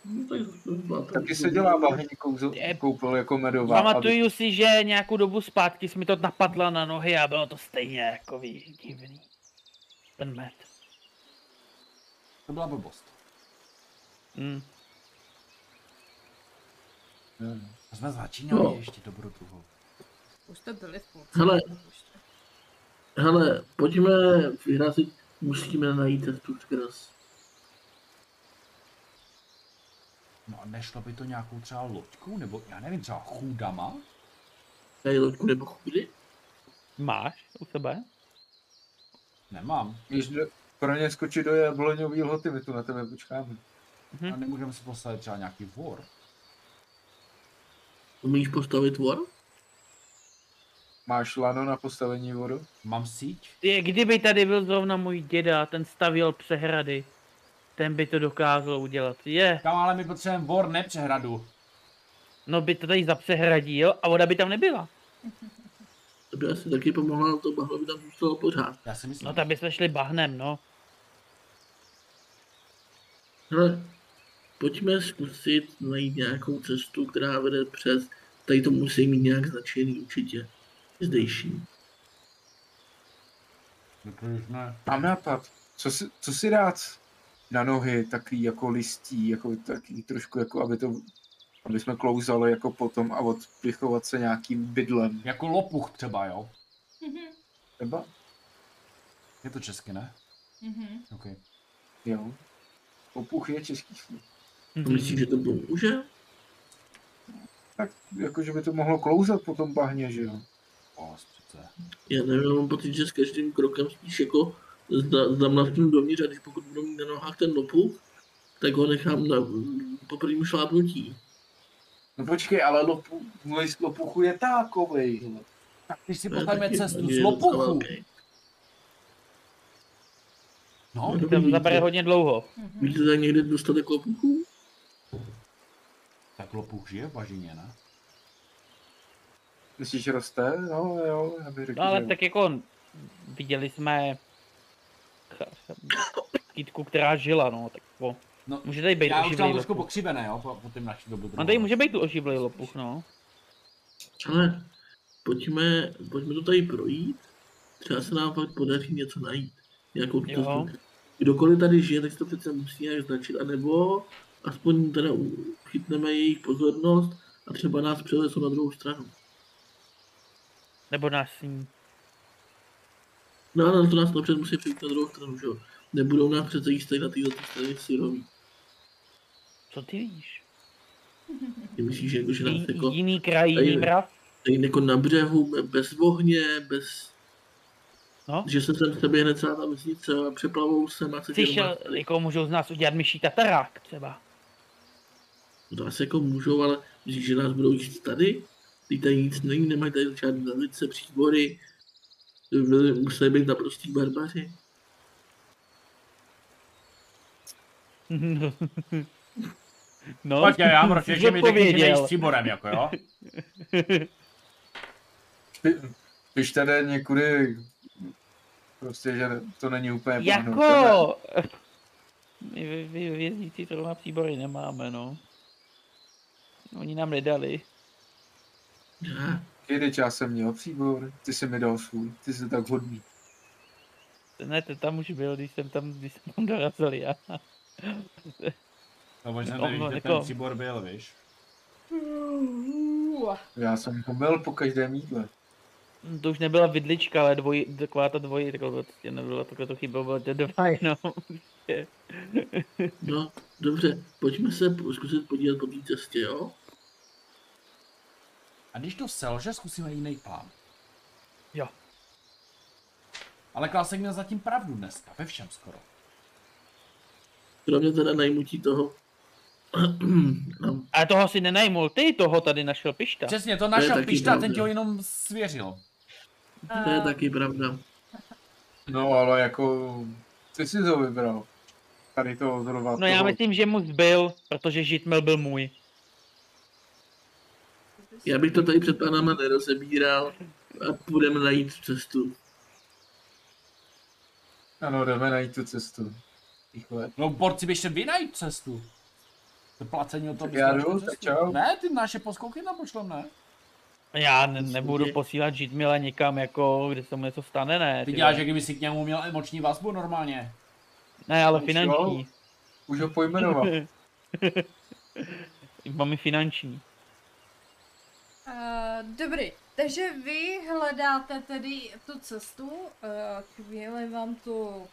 Speaker 5: No, tak to vypadá tak,
Speaker 2: Taky
Speaker 5: že-
Speaker 2: se dělá bahení kouzl,
Speaker 4: Je-
Speaker 2: koupel jako medová. aby-
Speaker 4: Pamatuju si, že nějakou dobu zpátky jsi mi to napadla na nohy a bylo to stejně jako víš, divný. Ten med.
Speaker 3: To byla blbost.
Speaker 4: Hm.
Speaker 3: To jsme začínali
Speaker 5: No.
Speaker 3: ještě dobrou druhou.
Speaker 1: Už to byly v půlce.
Speaker 5: Hele.
Speaker 1: Už to-
Speaker 5: Hele, pojďme vyrazit, musíme najít cestu skrz.
Speaker 3: No a nešlo by to nějakou třeba loďkou, nebo já nevím, třeba chůdama?
Speaker 5: Tady loďku nebo chůdy?
Speaker 4: Máš u sebe?
Speaker 3: Nemám.
Speaker 2: Víš, do- pro ně skočit do jabloňový lhoty, my tu na tebe počkáme.
Speaker 4: Hm.
Speaker 3: A nemůžeme si postavit třeba nějaký vor.
Speaker 5: Umíš postavit vor?
Speaker 2: Máš lano na postavení vodu?
Speaker 3: Mám síť?
Speaker 4: Je, kdyby tady byl zrovna můj děda, ten stavěl přehrady, ten by to dokázal udělat. Je,
Speaker 3: Kam ale my potřebujeme vor, ne přehradu.
Speaker 4: no by to tady zapřehradil a voda by tam nebyla.
Speaker 5: To by asi taky pomohlo, to bahlo by tam zůstalo pořád.
Speaker 3: Já si myslím,
Speaker 4: No tam bychom šli bahnem, no.
Speaker 5: Hele, pojďme zkusit najít nějakou cestu, která vede přes, tady to musí mít nějak značený určitě. Zdejší.
Speaker 3: No to už ne.
Speaker 2: Mám nápad. Co si, co si dát na nohy takový jako listí, jako takový trošku jako, aby to aby jsme klouzali jako potom a odpichovat se nějakým bydlem.
Speaker 3: Jako lopuch třeba, jo?
Speaker 2: Třeba?
Speaker 3: Je to česky, ne?
Speaker 1: Mhm.
Speaker 3: OK.
Speaker 2: Jo. Opuch je český slovo.
Speaker 4: Mhm.
Speaker 5: A Myslíš, že to pomůže?
Speaker 2: Tak jako, že by to mohlo klouzat po tom bahně, že jo?
Speaker 3: O, přece.
Speaker 5: Já nevím, mám pocit, že s každým krokem spíš jako zda- zdám v tím dovnitř a když pokud budu mít na nohách ten lopu, tak ho nechám na, po prvním šlápnutí.
Speaker 2: No počkej, ale lopu, list lopuchu je takovej.
Speaker 3: Tak když si
Speaker 5: To No, je
Speaker 3: postavíme
Speaker 5: taky-
Speaker 3: cestu
Speaker 5: taky
Speaker 3: z
Speaker 5: je docela
Speaker 3: lopuchu.
Speaker 5: okej.
Speaker 3: No,
Speaker 5: No,
Speaker 4: To
Speaker 5: dobrý,
Speaker 4: zabere hodně dlouho.
Speaker 1: Mhm.
Speaker 5: Víte tady někde dostatek lopuchů?
Speaker 3: tak lopuch žije v bažině, ne?
Speaker 2: Myslíš, že roste? No jo, já bych řekl,
Speaker 4: No ale
Speaker 2: že
Speaker 4: tak jako viděli jsme kytku, která žila, no, tak jako,
Speaker 3: No,
Speaker 4: může tady být
Speaker 3: já už tam
Speaker 4: oživlý
Speaker 3: trošku
Speaker 4: lopuch.
Speaker 3: pokřivené, jo, po, po tým naši dobu.
Speaker 4: No tady může být tu oživlý lopuch, no.
Speaker 5: Ale pojďme, pojďme to tady projít. Třeba se nám fakt podaří něco najít. Nějakou tu
Speaker 4: Jo.
Speaker 5: cestu. Kdokoliv tady žije, tak si to přece musí nějak značit, anebo aspoň teda u- chytneme jejich pozornost a třeba nás přelesou na druhou stranu.
Speaker 4: Nebo nás sní.
Speaker 5: No ale to nás napřed musí přijít na druhou stranu, že jo. Nebudou nás přece jíst tady na této straně syrový.
Speaker 4: Co ty víš?
Speaker 5: Ty myslíš, že, jako, že nás
Speaker 4: Jí-
Speaker 5: jako,
Speaker 4: Jiný kraj, jiný
Speaker 5: Tady-
Speaker 4: mrav?
Speaker 5: tady jako na břehu, be- bez ohně, bez...
Speaker 4: No.
Speaker 5: Že se sem seběhne celá ta vesnice a přeplavou se a se
Speaker 4: Jsi šel, jako můžou z nás udělat myší tatarák třeba.
Speaker 5: No to asi jako můžou, ale myslíš, že nás budou jíst tady? Teď tady nic není, nemají tady žádné velice příbory. Byli- Museli být naprostí barbaři.
Speaker 4: no,
Speaker 3: Pojď, já mroč, ještě mi řekni, že
Speaker 4: No, Zodpověděl.
Speaker 3: nejsi příborem, jako jo?
Speaker 2: Pi- Piš tady někudy, prostě, že to není úplně pohnutelné.
Speaker 4: Jako... My vy- vy- vězníci zrovna příbory nemáme, no. Oni nám nedali.
Speaker 2: Když já jsem měl příbor, ty jsi mi dal svůj, ty jsi tak hodný.
Speaker 4: Ne, to tam už byl, když jsem tam, když jsem tam dorazil já.
Speaker 3: To možná
Speaker 4: No,
Speaker 3: nevíš,
Speaker 4: no,
Speaker 3: kde
Speaker 4: jako-
Speaker 3: ten příbor byl, víš?
Speaker 1: Uuu.
Speaker 2: Já jsem pomil po každém jídle.
Speaker 4: Hm, To už nebyla vidlička, ale dvoj, taková ta dvojí, taková to prostě nebyla, takhle to chyba byla to dvaj, no.
Speaker 5: No, dobře, pojďme se po- zkusit podívat po té cestě, jo?
Speaker 3: A když to selže, zkusíme jiný plán.
Speaker 4: Jo.
Speaker 3: Ale Klásek měl zatím pravdu dneska, ve všem skoro.
Speaker 5: Kromě teda najmutí toho. no,
Speaker 4: Ale toho si nenajmul, ty toho tady našel pišta.
Speaker 3: Přesně, to
Speaker 5: To je
Speaker 3: našel
Speaker 5: taky
Speaker 3: pišta, ten
Speaker 5: pravda.
Speaker 3: ti ho jenom svěřil.
Speaker 5: to je taky pravda.
Speaker 2: No ale jako, ty jsi to vybral. Tady to zrovna
Speaker 4: No já
Speaker 2: toho.
Speaker 4: myslím, že mu zbyl, protože žitmil byl můj.
Speaker 5: Já bych to tady před panama nerozebíral a půjdeme najít cestu.
Speaker 2: Ano, jdeme najít tu cestu. Rychle.
Speaker 3: No borci běžte vynajít cestu. To placení o to
Speaker 2: Tak já jdu, tak čau.
Speaker 3: Ne, ty naše poskouky nám pošlem, ne?
Speaker 4: Já ne, nebudu
Speaker 5: že-
Speaker 4: posílat žitmila nikam, jako, kde se mu něco stane, ne.
Speaker 3: Ty
Speaker 4: ty
Speaker 3: děláš,
Speaker 4: vole.
Speaker 3: že kdyby si k němu měl emoční vazbu normálně.
Speaker 4: Ne, ale
Speaker 2: Jo.
Speaker 4: finanční.
Speaker 2: Už ho pojmenoval.
Speaker 4: Mám i finanční.
Speaker 1: Eh, dobrý, takže vy hledáte tedy tu cestu, uh, chvíli vám tu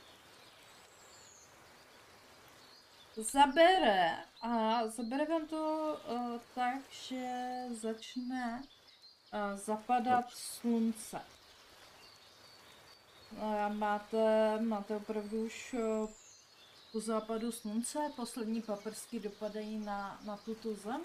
Speaker 1: zabere a zabere vám to eh, tak, že začne eh, zapadat slunce. Eh, máte, máte opravdu už eh, po západu slunce, poslední paprsky dopadají na, na tuto zem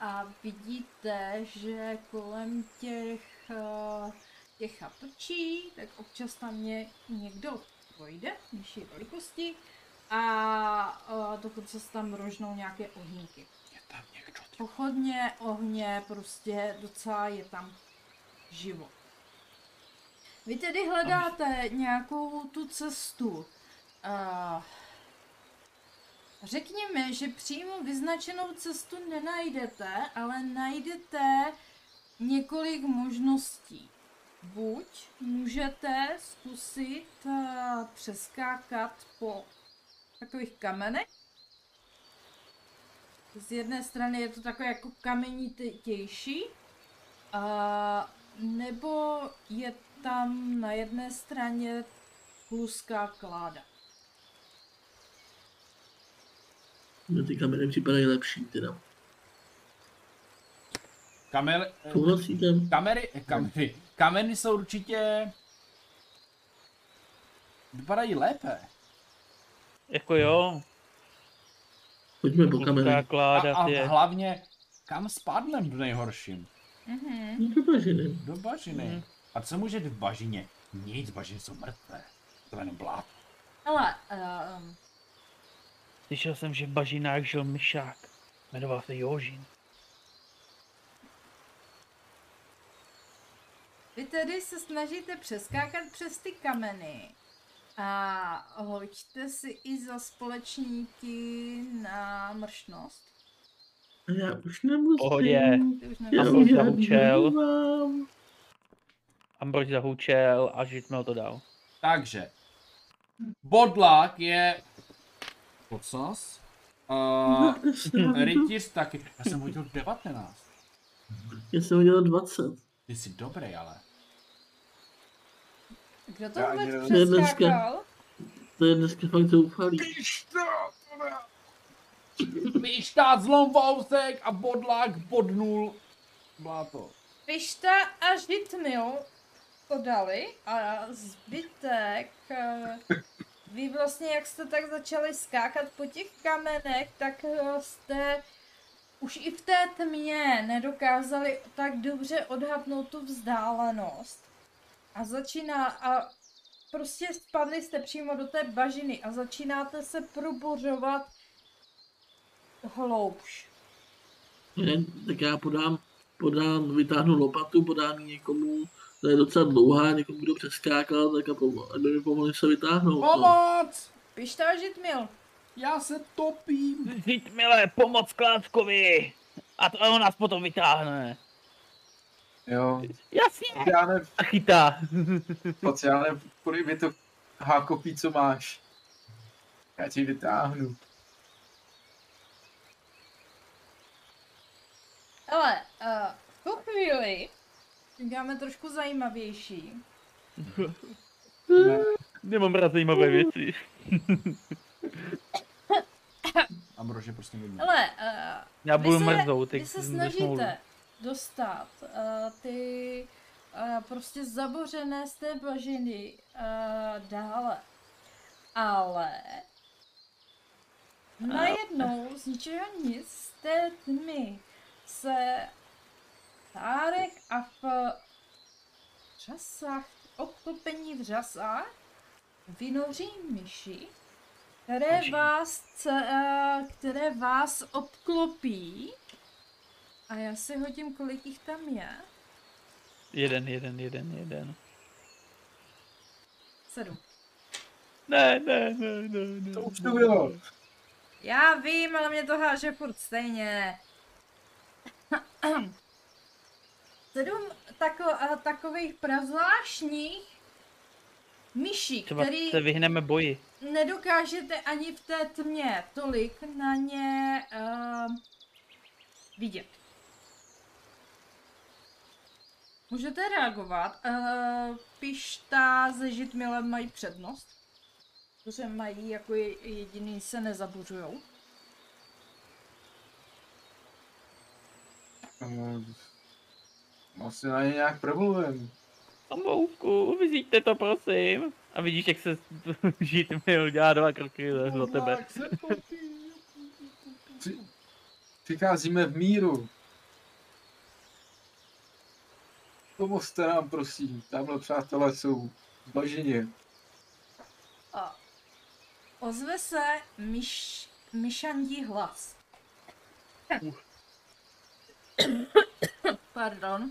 Speaker 1: a vidíte, že kolem těch, eh, těch chatrčí, tak občas tam ně, někdo projde nižší velikosti a eh, dokonce se tam rožnou nějaké ohníky.
Speaker 3: Je tam někdo, ty.
Speaker 1: Pochodně, ohně, prostě docela je tam život. Vy tedy hledáte nějakou tu cestu. Uh, řekněme, že přímo vyznačenou cestu nenajdete, ale najdete několik možností. Buď můžete zkusit eh, přeskákat po takových kamenech, z jedné strany je to takové jako kamenitější, a nebo je tam na jedné straně pluská kláda.
Speaker 5: No, ty kamery připadají lepší teda.
Speaker 3: Kamel, eh,
Speaker 5: Souhlasíte?
Speaker 3: kamery, eh, kamery, kameny jsou určitě... Vypadají lépe.
Speaker 4: Jako jo,
Speaker 5: Pojďme po
Speaker 4: kluká
Speaker 5: kamery.
Speaker 3: A,
Speaker 4: kláda
Speaker 3: a
Speaker 4: je.
Speaker 3: hlavně, kam spadnem v nejhorším?
Speaker 1: Mhm.
Speaker 5: No, to bažiny.
Speaker 3: Do bažiny.
Speaker 4: Mhm.
Speaker 3: A co může jít v bažině? Nic, bažiny jsou mrtvé. To je jenom blát.
Speaker 1: Ale ehm,
Speaker 4: Slyšel jsem, že v bažinách žil myšák. Jmenoval se Jožin.
Speaker 1: vy tedy se snažíte přeskákat přes ty kameny a hoďte si i za společníky na mršnost.
Speaker 5: A já už nemusím.
Speaker 4: Pohodě.
Speaker 1: Ty už
Speaker 5: Já
Speaker 4: A
Speaker 1: nevíš.
Speaker 4: jsou
Speaker 5: už
Speaker 4: za
Speaker 5: žádný
Speaker 4: účel.
Speaker 5: nemám.
Speaker 4: Ambrož zahučel a žitmil to dal.
Speaker 3: Takže, bodlák je... Pocas? Uh,
Speaker 5: Máte srandu?
Speaker 3: rytíř taky. Já jsem hodil 19.
Speaker 5: Já jsem udělal 20.
Speaker 3: Ty jsi dobrý, ale.
Speaker 1: Kdo to
Speaker 2: Já
Speaker 1: vůbec
Speaker 2: ani nevím.
Speaker 5: To je dneska.
Speaker 1: přeskákal?
Speaker 5: To je dneska fakt zoufalý.
Speaker 3: Pištát zlom vousek a bodlák bodnul. Bláto.
Speaker 1: Pišta a Žitmil to dali a zbytek, eh, vy vlastně jak jste tak začali skákat po těch kamenech, tak eh, jste už i v té tmě nedokázali tak dobře odhadnout tu vzdálenost. A začíná, a prostě spadli jste přímo do té bažiny a začínáte se probořovat hloubš.
Speaker 5: Ne, tak já podám podám, vytáhnu lopatu, podám ji někomu, to je docela dlouhá, někomu, kdo přeskákal, tak a pomo- aby mi pomohli se vytáhnout. No.
Speaker 3: Pomoc!
Speaker 1: Pišta žitmil.
Speaker 3: Já se topím.
Speaker 4: Žít milé, pomoc Kláckovi! A to on nás potom vytáhne.
Speaker 2: Jo,
Speaker 4: Jasně!
Speaker 2: já ne,
Speaker 4: A chytá.
Speaker 2: Pac, já ne, kolik mi to hákopí, co máš. Já ti vytáhnu.
Speaker 1: Ale uh, v tu chvíli děláme trošku zajímavější.
Speaker 2: Ne,
Speaker 4: Nemám rád zajímavé věci.
Speaker 3: Ambrož je prostě mimo.
Speaker 1: Ale uh,
Speaker 4: Já
Speaker 1: Vy
Speaker 4: budu
Speaker 1: se-
Speaker 4: mrznout.
Speaker 1: vy se snažíte dostat uh, ty uh, prostě zabořené z té bažiny uh, dále. Ale najednou z ničeho nic z té tmy se v tárech a v řasách, obklopení v řasách vynoří myši, které
Speaker 4: Myši.
Speaker 1: vás, ce- eh, které vás obklopí. A já si hodím, kolik jich tam je.
Speaker 4: Jeden, jeden, jeden, jeden.
Speaker 1: Sedm.
Speaker 4: Ne, ne, ne, ne, ne.
Speaker 2: To už to bylo.
Speaker 1: Já vím, ale mě to háže furt stejně. Sedm tako, a takových prazvláštních myší,
Speaker 4: Třeba
Speaker 1: který
Speaker 4: se vyhneme boji.
Speaker 1: nedokážete ani v té tmě tolik na ně uh, vidět. Můžete reagovat. Uh, pišta se žitmilem mají přednost, protože mají jako je- jediný se nezabuřujou.
Speaker 2: Ehm, Vlastně na ně nějak promluvím.
Speaker 4: Samouvku, vyzíte to prosím. A vidíš, jak se žít mi dělá dva kroky za tebe.
Speaker 3: Tak se topím.
Speaker 2: Při- Přicházíme v míru. Pomozte nám, prosím. Tamhle přátelé jsou v bažině.
Speaker 1: A ozve se myš, myšandí hlas. Pardon.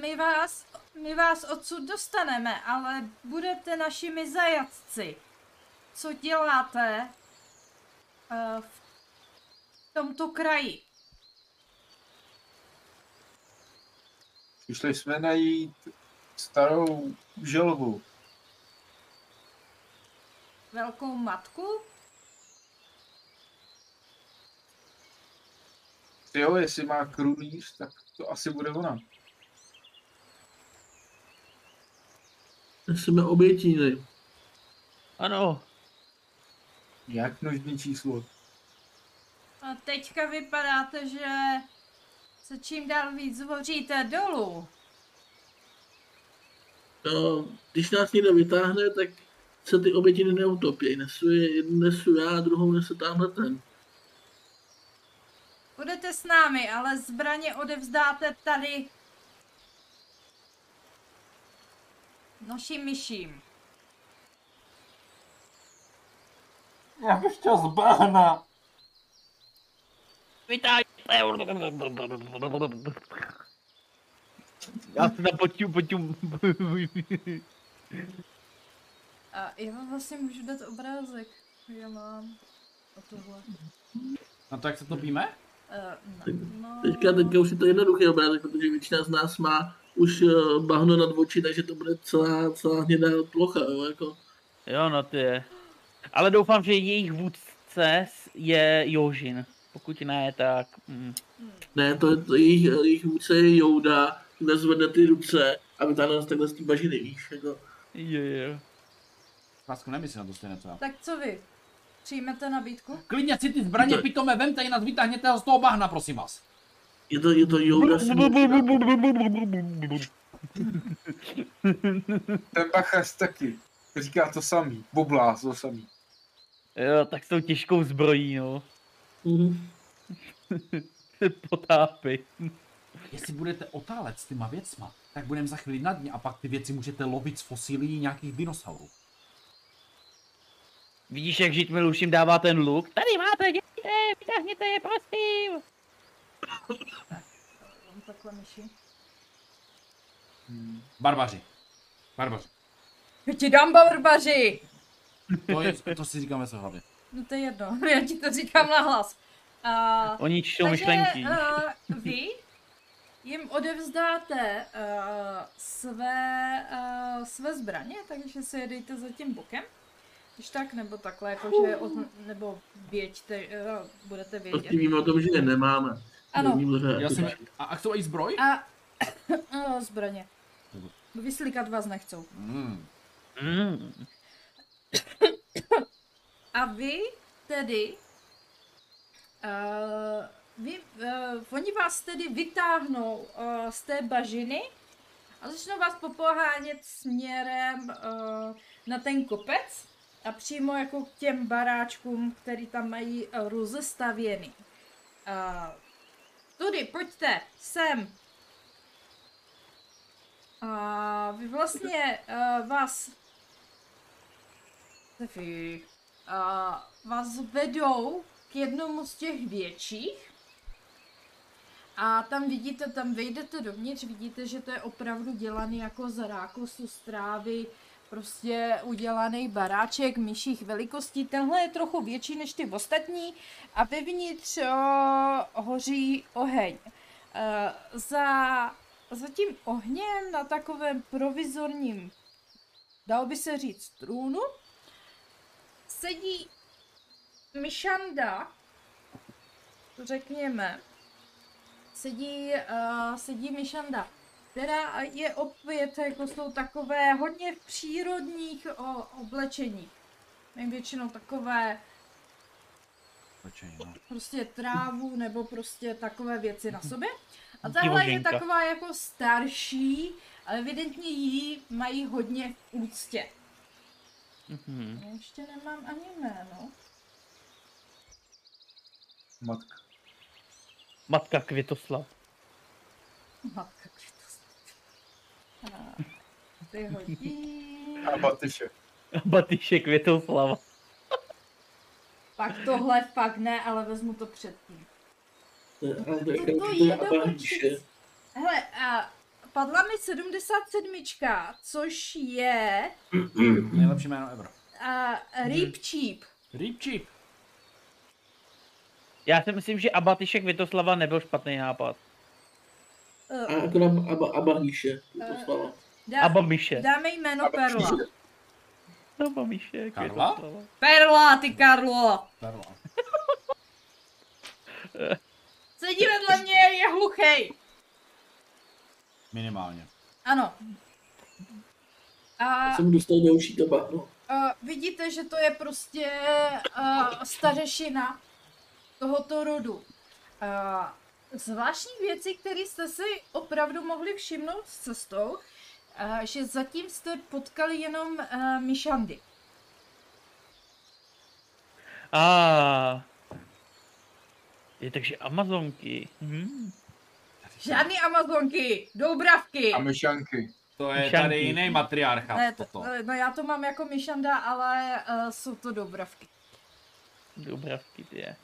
Speaker 1: My vás, my vás odsud dostaneme, ale budete našimi zajatci. Co děláte eh, v tomto kraji?
Speaker 2: Přišli jsme najít starou želvu.
Speaker 1: Velkou matku?
Speaker 2: Jo, jestli má krunýř, tak to asi bude ona.
Speaker 5: Jsme obětiny.
Speaker 4: Ano,
Speaker 2: Jak množný číslo.
Speaker 1: A teďka vypadáte, že se čím dál víc zvoříte dolů.
Speaker 5: No, když nás někdo vytáhne, tak se ty obětiny neutopějí. Nesu je, jednu nesu já, druhou nese tamhle ten.
Speaker 1: Budete s námi, ale zbraně odevzdáte tady našim myším.
Speaker 3: Já bych chtěl zbáhna.
Speaker 4: vytáhni. Já se tam poťu, poťu.
Speaker 1: A já vám vlastně můžu dát obrázek. Já mám o tohle.
Speaker 3: Na to, jak No se topíme?
Speaker 1: Uh, no,
Speaker 5: Teďka, teďka už je to jednoduchý obrázek, protože většina z nás má už eh, bahno nad oči, takže to bude celá, celá hnědá plocha. Jo, jako.
Speaker 4: Jo, no ty je. Ale doufám, že jejich vůdce je Jožin. Pokud ne, tak... Mm.
Speaker 5: Ne, to je to jejich, jejich vůdce je Jouda, kde zvedne ty ruce a vytáhne nás takhle z té bažiny, víš. Jako.
Speaker 4: Jo, jo.
Speaker 3: Lásku, nemyslí na to stejné, co já.
Speaker 1: tak co vy? Přijmete nabídku?
Speaker 3: Klidně si ty zbraně
Speaker 5: Tak.
Speaker 3: pitome vemte, jinak vytáhněte ho z toho bahna, prosím vás.
Speaker 5: Je to, je to Jouda, s-
Speaker 2: Ten Bachas taky. Říká to samý. Boblás to samý.
Speaker 4: Jo, tak s tou těžkou zbrojí, no.
Speaker 5: Mhm.
Speaker 4: Se potápí.
Speaker 3: Jestli budete otálet s těma věcma, tak budeme za chvíli na dně a pak ty věci můžete lovit z fosilí nějakých dinosaurů.
Speaker 4: Vidíš, jak žít Miluším dává ten luk? Tady máte, dějte, vytáhněte je, prosím.
Speaker 1: On takhle myší.
Speaker 3: Barbaři. Barbaři.
Speaker 1: Já ti dám barbaři!
Speaker 3: To, je, to si říkáme se v hlavě.
Speaker 1: No to je jedno, já ti to říkám nahlas. Uh,
Speaker 4: Oni čtou myšlenky.
Speaker 1: Uh, vy jim odevzdáte uh, své, uh, své zbraně, takže si je dejte za tím bokem. Když tak, nebo takhle, jakože, od, nebo věďte, uh, budete
Speaker 5: Prostě
Speaker 1: vědět.
Speaker 5: víme o tom, že je nemáme.
Speaker 1: Ano,
Speaker 5: Není možné.
Speaker 3: Já jsem... A, a chcou i zbroj?
Speaker 1: a uh, zbraně. Vyslikat vás nechcou.
Speaker 3: Mm.
Speaker 4: Mm.
Speaker 1: A vy tedy, uh, vy, uh, oni vás tedy vytáhnou uh, z té bažiny a začnou vás popohánět směrem uh, na ten kopec a přímo jako k těm baráčkům, který tam mají uh, rozestavěný. Uh, tudy, pojďte, sem. A vy vlastně uh, vás... Tefi, a vás vedou k jednomu z těch větších. A tam vidíte, tam vejdete dovnitř, vidíte, že to je opravdu dělaný jako z rákosu, z trávy, prostě udělaný baráček myších velikostí. Tenhle je trochu větší než ty ostatní a vevnitř o, hoří oheň. E, za, za tím ohněm na takovém provizorním, dalo by se říct, trůnu, sedí Myšanda, řekněme, sedí, uh, sedí Myšanda, která je opět, jako jsou takové hodně v přírodních o, oblečeních. Mají většinou takové
Speaker 3: Počkej, no.
Speaker 1: prostě trávu nebo prostě takové věci na sobě. A tahle je
Speaker 4: Divoženka.
Speaker 1: taková jako starší, ale evidentně ji mají hodně v úctě.
Speaker 4: Mhm.
Speaker 1: Já ještě nemám ani jméno.
Speaker 2: Matka.
Speaker 4: Matka Květoslav.
Speaker 1: Matka, že to snad. A ty hodí.
Speaker 2: A Batyše.
Speaker 4: Batyše Květoslava.
Speaker 1: Pak tohle, pak ne, ale vezmu to předtím.
Speaker 5: Ale to
Speaker 1: Ty to
Speaker 5: je
Speaker 1: je
Speaker 5: a pan Míše.
Speaker 1: Hele, a padla mi 77, což je
Speaker 3: Nejlepší jméno ever.
Speaker 1: a, Rip Cheap.
Speaker 3: Rybčík.
Speaker 4: Já si myslím, že Abatyše Květoslava nebyl špatný nápad.
Speaker 1: Eh,
Speaker 5: A akorát Aba, Aba Míše. To slava.
Speaker 1: dá-
Speaker 4: Abamiše.
Speaker 1: Dáme jméno Perla.
Speaker 4: Abamiše
Speaker 3: Karla?
Speaker 4: Květoslava.
Speaker 1: Perla, ty Karlo!
Speaker 3: Perla.
Speaker 1: Sedí vedle mě, je hluchej!
Speaker 3: Minimálně.
Speaker 1: Ano. A...
Speaker 5: Já jsem dostal další tabák. No.
Speaker 1: Uh, vidíte, že to je prostě uh, stařešina tohoto rodu. Uh, zvláštní věci, které jste si opravdu mohli všimnout s cestou, uh, že zatím jste potkali jenom uh, Myšandy.
Speaker 4: A. Je takže Amazonky. Hm.
Speaker 1: Žádný amazonky, doubravky.
Speaker 2: A myšanky.
Speaker 3: To je
Speaker 4: Myšanky.
Speaker 3: tady jiný matriarchát.
Speaker 1: Ne, to,
Speaker 3: toto.
Speaker 1: eh, no já to mám jako Myšanda, ale uh, jsou to doubravky.
Speaker 4: Dobravky ty je.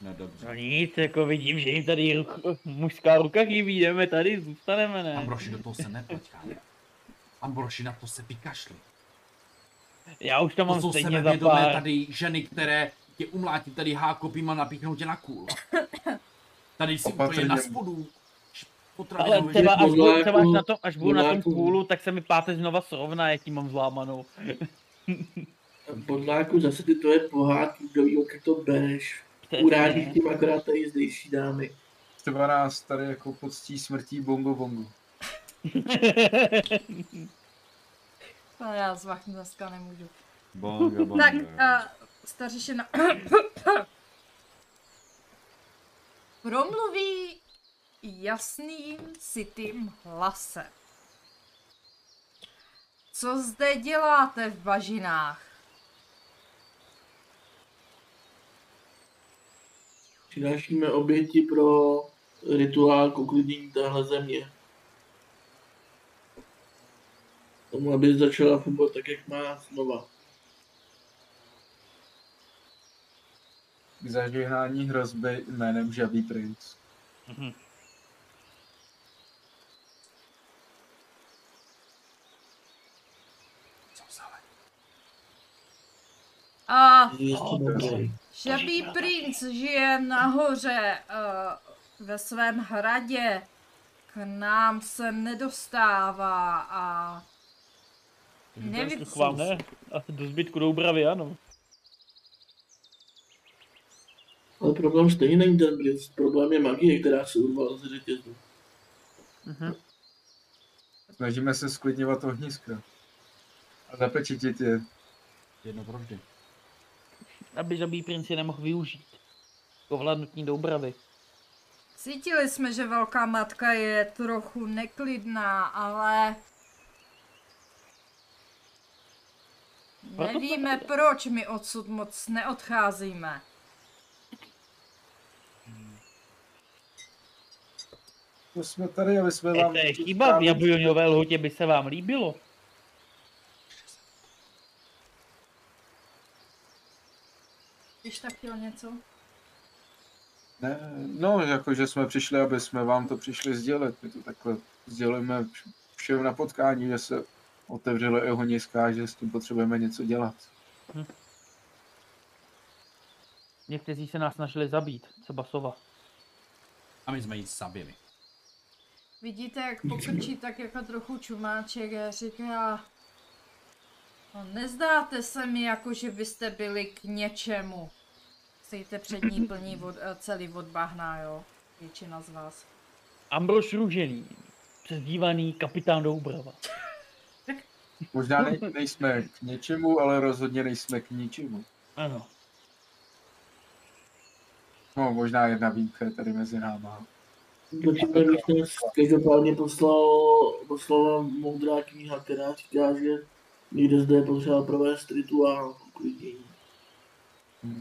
Speaker 3: No dobře.
Speaker 4: No nic, jako vidím, že jim tady ru- mužská ruka chybí, jdeme tady, zůstaneme, ne?
Speaker 3: Ambroši, do toho se nepleť, kámo. Ambroši, na to se vykašli.
Speaker 4: Já už to
Speaker 3: To
Speaker 4: mám
Speaker 3: jsou
Speaker 4: stejně za
Speaker 3: sebevědomé
Speaker 4: pár.
Speaker 3: tady ženy, které tě umlátí tady hákopím a napíchnou tě na kůl. Tady jsi úplně
Speaker 2: Opatrně.
Speaker 3: na spodu. Š-
Speaker 4: Ale
Speaker 3: potravinový-
Speaker 4: třeba až, budu, třeba až
Speaker 5: Nováku,
Speaker 4: na tom, až budu na tom
Speaker 5: Nováku.
Speaker 4: kůlu, tak se mi páteř znova srovná, jaký mám zlámanou.
Speaker 5: Podláku zase ty tvoje pohádky, kdo ví, jak to bereš.
Speaker 4: Přesně.
Speaker 5: Urážíš tím akorát tady zdejší dámy.
Speaker 2: Třeba nás tady jako poctí smrtí bongo bongo.
Speaker 1: Ale já zvach dneska nemůžu.
Speaker 3: Bongo, bongo.
Speaker 1: Tak, uh, stařešina. Promluví jasným, sitým hlasem. Co zde děláte v bažinách?
Speaker 5: Přinášíme oběti pro rituál k uklidnění téhle země. Tomu, aby začala fungovat tak, jak má znova.
Speaker 2: k zažehnání hrozby jménem Žavý princ.
Speaker 4: Mhm.
Speaker 3: Co za le-
Speaker 1: A
Speaker 5: Ještě
Speaker 1: Žabý princ žije nahoře uh, ve svém hradě. K nám se nedostává a Nevím,
Speaker 4: Trošku K vám ne? A do zbytku do úpravy, ano.
Speaker 5: Ale problém stejně není ten princ, problém je magie, která se urvala z řetězu.
Speaker 2: Snažíme se sklidňovat ohniska. A zapečetit je.
Speaker 3: Jedno provždy.
Speaker 4: Aby žabý princ je nemohl využít. Jako vládnutí do úpravy.
Speaker 1: cítili jsme, že velká matka je trochu neklidná, ale
Speaker 4: Proto
Speaker 1: nevíme proč my odsud moc neodcházíme.
Speaker 2: To jsme tady, aby jsme
Speaker 4: Je
Speaker 2: vám...
Speaker 4: to je chyba, v jablonové lhotě by se vám líbilo.
Speaker 1: Když tak chtěl něco?
Speaker 2: Ne, no, jako, že jsme přišli, aby jsme vám to přišli sdělit. My to takhle sdělujeme vš- všem na potkání, že se otevřelo i ohniska, a že s tím potřebujeme něco dělat.
Speaker 4: Někteří se nás snažili zabít, třeba sova.
Speaker 3: A my jsme ji zabili.
Speaker 1: Vidíte, jak pokrčí tak jako trochu čumáček a říká... No, nezdáte se mi jako, že byste byli k něčemu. Sejte přední plní vod, eh, celý od bahna, jo? Většina z vás.
Speaker 4: Ambrož Růžený, přezdívaný kapitán Doubrava.
Speaker 2: Možná nej, nejsme k něčemu, ale rozhodně nejsme k ničemu.
Speaker 4: Ano.
Speaker 2: No, možná jedna výjimka je tady mezi náma.
Speaker 5: Takže bych nás každopádně poslal, poslala moudrá kniha, která říká, že někde zde je potřeba provést rituál uklidnění.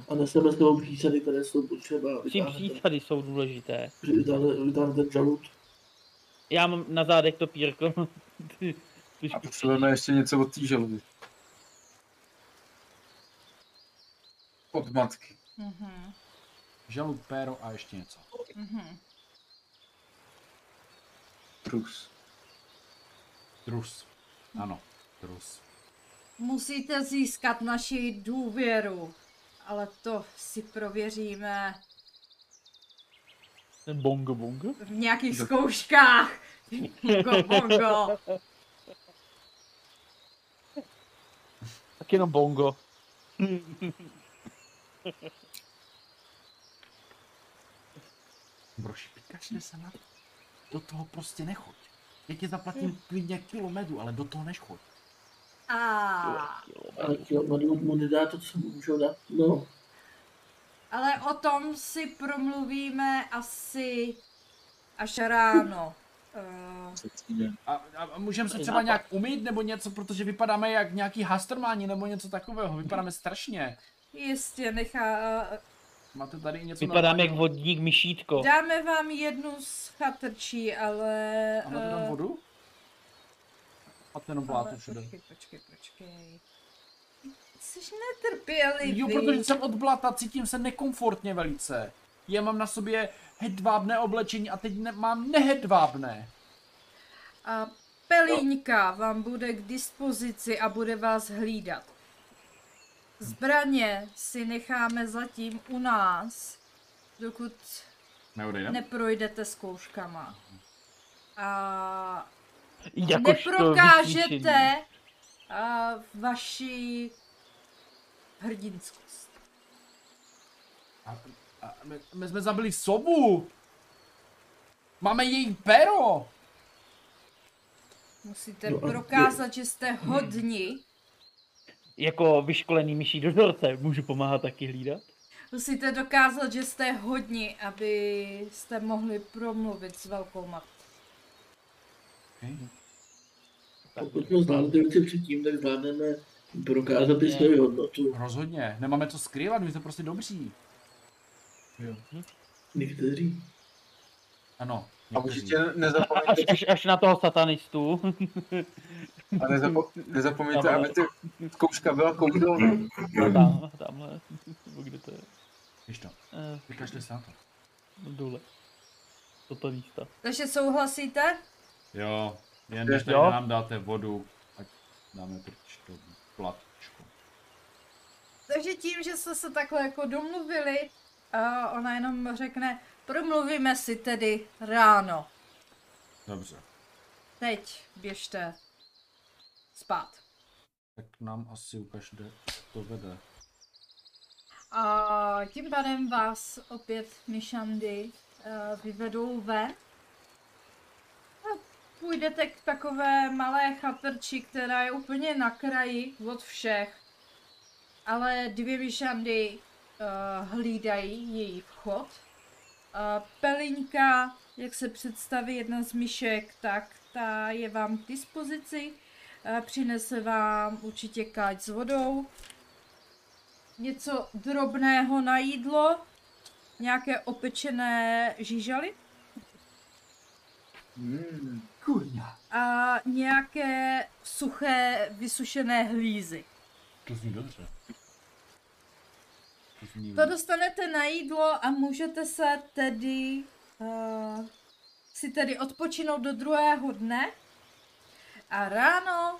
Speaker 5: A neseme s sebou přísady, které jsou potřeba
Speaker 4: Tři
Speaker 5: vytáhnout
Speaker 4: přísady jsou důležité.
Speaker 5: vytáhnout- vytáhnout ten žalud.
Speaker 4: Já mám na zádech to pírko. Ty- ty
Speaker 2: A
Speaker 4: špičky.
Speaker 2: potřebujeme ještě něco od té želvy. Od matky.
Speaker 1: Mhm,
Speaker 3: Žalud, péro a ještě něco.
Speaker 1: mhm.
Speaker 2: Trus.
Speaker 3: Trus. Ano, trus.
Speaker 1: Musíte získat naši důvěru. Ale to si prověříme
Speaker 4: Ten bongo bongo.
Speaker 1: v nějakých zkouškách. Jako Bongo, bongo.
Speaker 4: Tak jenom bongo.
Speaker 3: Broši, pikačne se na Do toho prostě nechoď. Já ti zaplatím klidně kilo medu, ale do toho nechoď.
Speaker 1: A...
Speaker 5: A tělo Madlud mu nedá to, co mu můžou dát. No,
Speaker 1: Ale o tom si promluvíme asi až ráno. Uh,
Speaker 3: A, a, a můžeme se třeba nějak umýt nebo něco, protože vypadáme jak nějaký hastrmáni nebo něco takového. Vypadáme strašně.
Speaker 1: jistě nechá... eh,
Speaker 3: Máte tady i něco
Speaker 4: Vypadám jak
Speaker 3: normálního?
Speaker 4: vodník myšítko.
Speaker 1: Dáme vám jednu z chatrčí, ale...
Speaker 3: A máte tam
Speaker 1: eh,
Speaker 3: vodu? A ten
Speaker 1: ale
Speaker 3: bláto všude.
Speaker 1: počkej, počkej, počkej. Jsi netrpělivý.
Speaker 3: Jo, protože jsem od blata, cítím se nekomfortně velice. Já mám na sobě hedvábné oblečení a teď ne, mám nehedvábné.
Speaker 1: A pelínka vám bude k dispozici a bude vás hlídat. Zbraně si necháme zatím u nás, dokud
Speaker 3: Neodejdem?
Speaker 1: neprojdete zkouškama. A
Speaker 4: Jakož to vycvičení.
Speaker 1: neprokážete a, vaši hrdinskost.
Speaker 3: A, a my, my jsme zabili sobu. Máme její pero.
Speaker 1: Musíte
Speaker 5: No a
Speaker 1: prokázat, že jste hodni.
Speaker 4: Jako vyškolený myší dozorce, můžu pomáhat taky hlídat.
Speaker 1: Musíte dokázat, že jste hodni, abyste mohli promluvit s velkou matkou.
Speaker 5: pokud jsme zvládli ty věci předtím, tak zvládneme prokázat ty svoji hodnotu.
Speaker 3: Rozhodně, nemáme co skrývat, my jsme prostě dobří.
Speaker 5: Někteří.
Speaker 3: Ano.
Speaker 2: A určitě nezapomeňte,
Speaker 4: Až, až, až na toho satanistu.
Speaker 2: a nezapo, nezapomeňte
Speaker 4: Ano.
Speaker 2: Hmm. aby ty zkouška byla kouzelná.
Speaker 4: Tam, tamhle. Nebo kde to je?
Speaker 3: Víš to,
Speaker 4: Eh,
Speaker 3: vykašli se na to.
Speaker 4: Dole. Toto místa.
Speaker 1: Takže souhlasíte?
Speaker 3: Jo, jen když tady
Speaker 4: Jo.
Speaker 3: nám dáte vodu, tak dáme pryč to platčko.
Speaker 1: Takže tím, že jste se takhle jako domluvili, uh, ona jenom řekne, promluvíme si tedy ráno.
Speaker 3: Dobře,
Speaker 1: Teď běžte spát.
Speaker 3: tak nám asi ukažte, jak to vede.
Speaker 1: A tím pádem vás opět Mišandy eh, vyvedou ven. A půjdete k takové malé chatrči, která je úplně na kraji od všech. Ale dvě Mišandy eh, hlídají její vchod. A Pelinka, jak se představí jedna z myšek, tak ta je vám k dispozici. Eh, Přinese vám určitě káč s vodou něco drobného na jídlo, nějaké opečené žížaly
Speaker 2: Hmm.
Speaker 3: Kurňa.
Speaker 1: a nějaké suché, vysušené hlízy.
Speaker 3: To zní dobře. To zní
Speaker 1: To dostanete na jídlo a můžete se tedy uh, si tedy odpočinout do druhého dne a ráno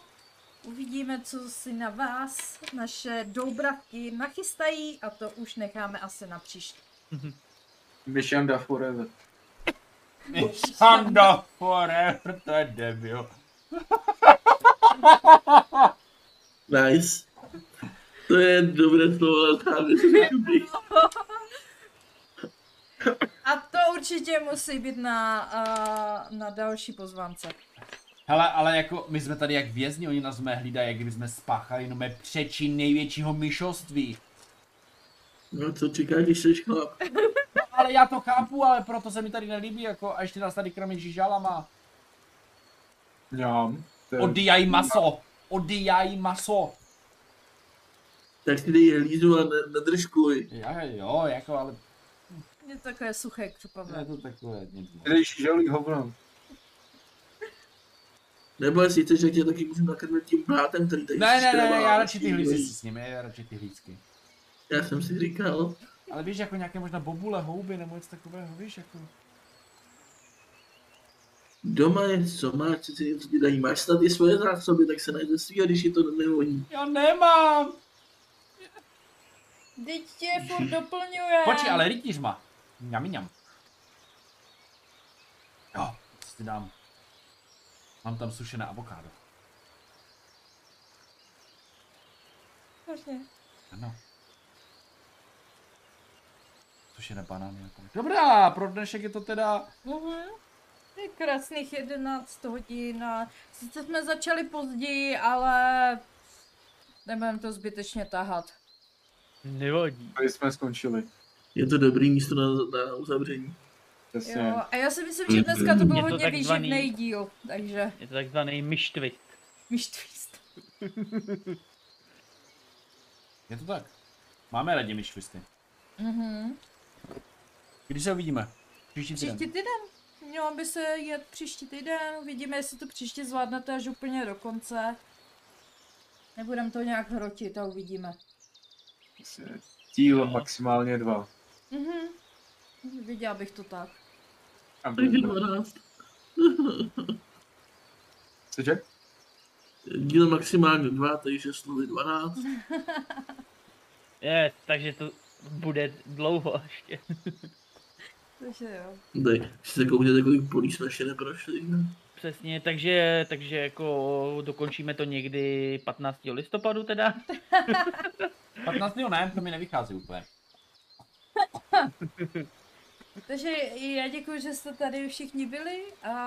Speaker 1: uvidíme, co si na vás naše doubravky nachystají a to už necháme asi na příště.
Speaker 2: Myšanda forever.
Speaker 3: Sanda forever, to je debil.
Speaker 5: Nice. To je dobré slovo, ale tam je to dobrý.
Speaker 1: A to určitě musí být na, uh, na další pozvánce.
Speaker 3: Hele, ale jako my jsme tady jak vězni, oni nás mé hlídají, jak kdyby jsme spáchali jenom přečin největšího myšoství.
Speaker 5: No co čeká, když jsi chlap?
Speaker 3: Ale já to chápu, ale proto se mi tady nelíbí, jako a ještě nás tady krmí žížalama.
Speaker 2: Já. To je-
Speaker 3: Odijaj maso, odijaj maso.
Speaker 5: Tak si dej hlízu a ne- nedržkuj.
Speaker 3: Já, jo, jako, ale
Speaker 1: Je to takové suché
Speaker 3: je
Speaker 1: křupavé.
Speaker 3: to takové něco.
Speaker 2: Zdejší žalý hovno.
Speaker 5: Nebo jestli chceš, tak tě taky můžu nakrmit tím brátem, který tady
Speaker 3: Ne, ne, ne, ne,
Speaker 5: skrvá.
Speaker 3: já radši ty hlízy si s nimi, já radši ty hlízky.
Speaker 5: Já jsem si říkal,
Speaker 3: Ale víš, jako nějaké možná bobule, houby nebo něco takového, víš, jako.
Speaker 5: doma je co máš, co ti něco ti dají. Máš snad i svoje zásoby, tak se najde svý a když je to nevoní.
Speaker 3: Já nemám!
Speaker 1: Teď tě furt doplňuje.
Speaker 3: Počkej, ale rytíř má. Mňam, mňam. Jo, co ti dám? Mám tam sušené avokádo.
Speaker 1: Vážně.
Speaker 3: Ano. Sušené banány a tak. Dobrá, pro dnešek je to teda...
Speaker 1: Mhm. Je krásných 11 hodin a sice jsme začali později, ale nebudeme to zbytečně tahat.
Speaker 4: Nevadí.
Speaker 2: Tady jsme skončili.
Speaker 5: Je to dobrý místo na, na uzavření.
Speaker 2: Přesně.
Speaker 1: Jo, a já si myslím, že dneska to byl
Speaker 4: Je to
Speaker 1: hodně
Speaker 4: takzvaný-
Speaker 1: výživný díl, takže
Speaker 4: Je to takzvaný myštvit.
Speaker 1: myš twist.
Speaker 3: Je to tak. Máme radě myšvisty.
Speaker 1: Mhm.
Speaker 3: Když se uvidíme? Příští týden.
Speaker 1: Příští týden. Měla by se jet příští týden, uvidíme, jestli to příště zvládnete až úplně do konce. Nebudem to nějak hrotit a uvidíme.
Speaker 2: Přesně. Díl maximálně dva.
Speaker 1: Mhm. Viděla bych to tak.
Speaker 2: Aby
Speaker 5: Takže 12.
Speaker 2: Cože?
Speaker 5: Díl maximálně 2, takže slovy 12.
Speaker 4: Je, takže to bude dlouho ještě.
Speaker 1: Takže jo.
Speaker 5: Dej, si se koukněte, kolik polí jsme ještě neprošli.
Speaker 4: Přesně, takže, takže jako dokončíme to někdy 15. listopadu teda.
Speaker 3: 15. ne, to mi nevychází úplně.
Speaker 1: Takže já děkuji, že jste tady všichni byli a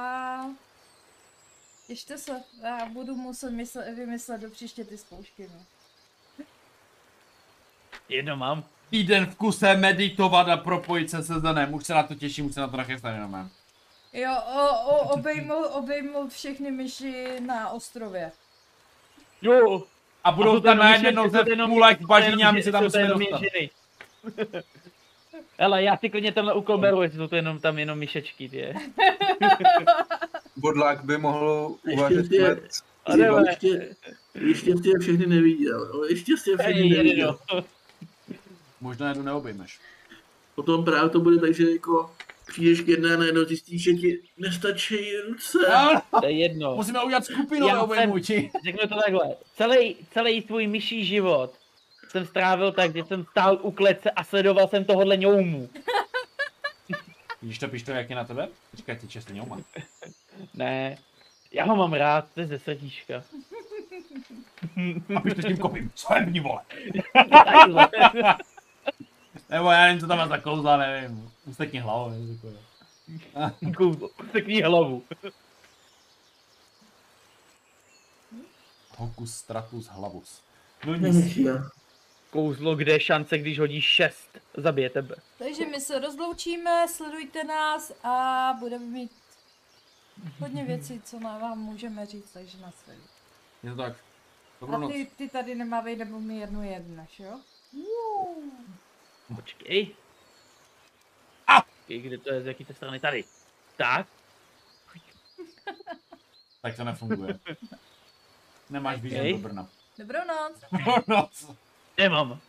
Speaker 1: ještě se, já budu muset mysle, vymyslet do příště ty zkoušky. No.
Speaker 4: Jedno mám.
Speaker 3: Týden v kuse meditovat a propojit se se Zdenem. Už se na to těším, už se na to nachystám jenom.
Speaker 1: Jo, o, o, obejmout, obejmout všechny myši na ostrově.
Speaker 4: Jo,
Speaker 3: A budou tam najednou ze půlek v bažině a my se tam musíme dostat.
Speaker 4: Ale já si klidně tenhle úkol beru, jestli jsou to jenom tam jenom myšečky, tě.
Speaker 2: Bodlák by mohl uvařit
Speaker 5: je-
Speaker 2: let.
Speaker 4: A jdeme.
Speaker 5: Ještě, ještě jsi je všechny neviděl, ale ještě jsi je všechny
Speaker 4: Hej,
Speaker 5: neviděl.
Speaker 4: jedno.
Speaker 3: Možná jedu neobejmeš.
Speaker 5: Potom právě to bude tak, že jako přijdeš k jedné a najednou zjistíš, že ti nestačí ruce.
Speaker 3: Ano,
Speaker 4: To je jedno.
Speaker 3: No, musíme udělat skupinové
Speaker 4: Já jsem-
Speaker 3: obejmu, či?
Speaker 4: Řeknu to takhle. Celý, celý svůj myší život jsem strávil tak, že jsem stál u klece a sledoval jsem tohohle ňoumu.
Speaker 3: Vidíš to pištol, jak je na tebe? Počkej, ty čestně neumá.
Speaker 4: Ne, já ho mám rád, to je ze srdíčka.
Speaker 3: A pištol s tím kopím. Co je mní, vole? Nebo já nevím, co tam má za kouzla, nevím. Ustekni hlavou, nevím, takové.
Speaker 4: Kouzlo, sekni hlavu.
Speaker 3: Hokus, stratus, hlavus. No nic.
Speaker 5: Nic, já.
Speaker 4: Kouzlo, kde je šance, když hodíš šest, zabije tebe.
Speaker 1: Takže my se rozloučíme, sledujte nás a budeme mít hodně věcí, co na vám můžeme říct, takže na sledujte.
Speaker 3: Je to tak. Dobrou
Speaker 1: A
Speaker 3: noc.
Speaker 1: ty, ty tady nemávej, nebo mi jednu jedneš, jo?
Speaker 4: Počkej.
Speaker 3: A!
Speaker 4: Počkej, kde to je, z jaký té strany? Tady. Tak,
Speaker 3: Tak to nefunguje. Nemáš vízum
Speaker 4: Okej.
Speaker 3: do Brna.
Speaker 1: Dobrou noc!
Speaker 3: Dobrou noc.
Speaker 4: nemám.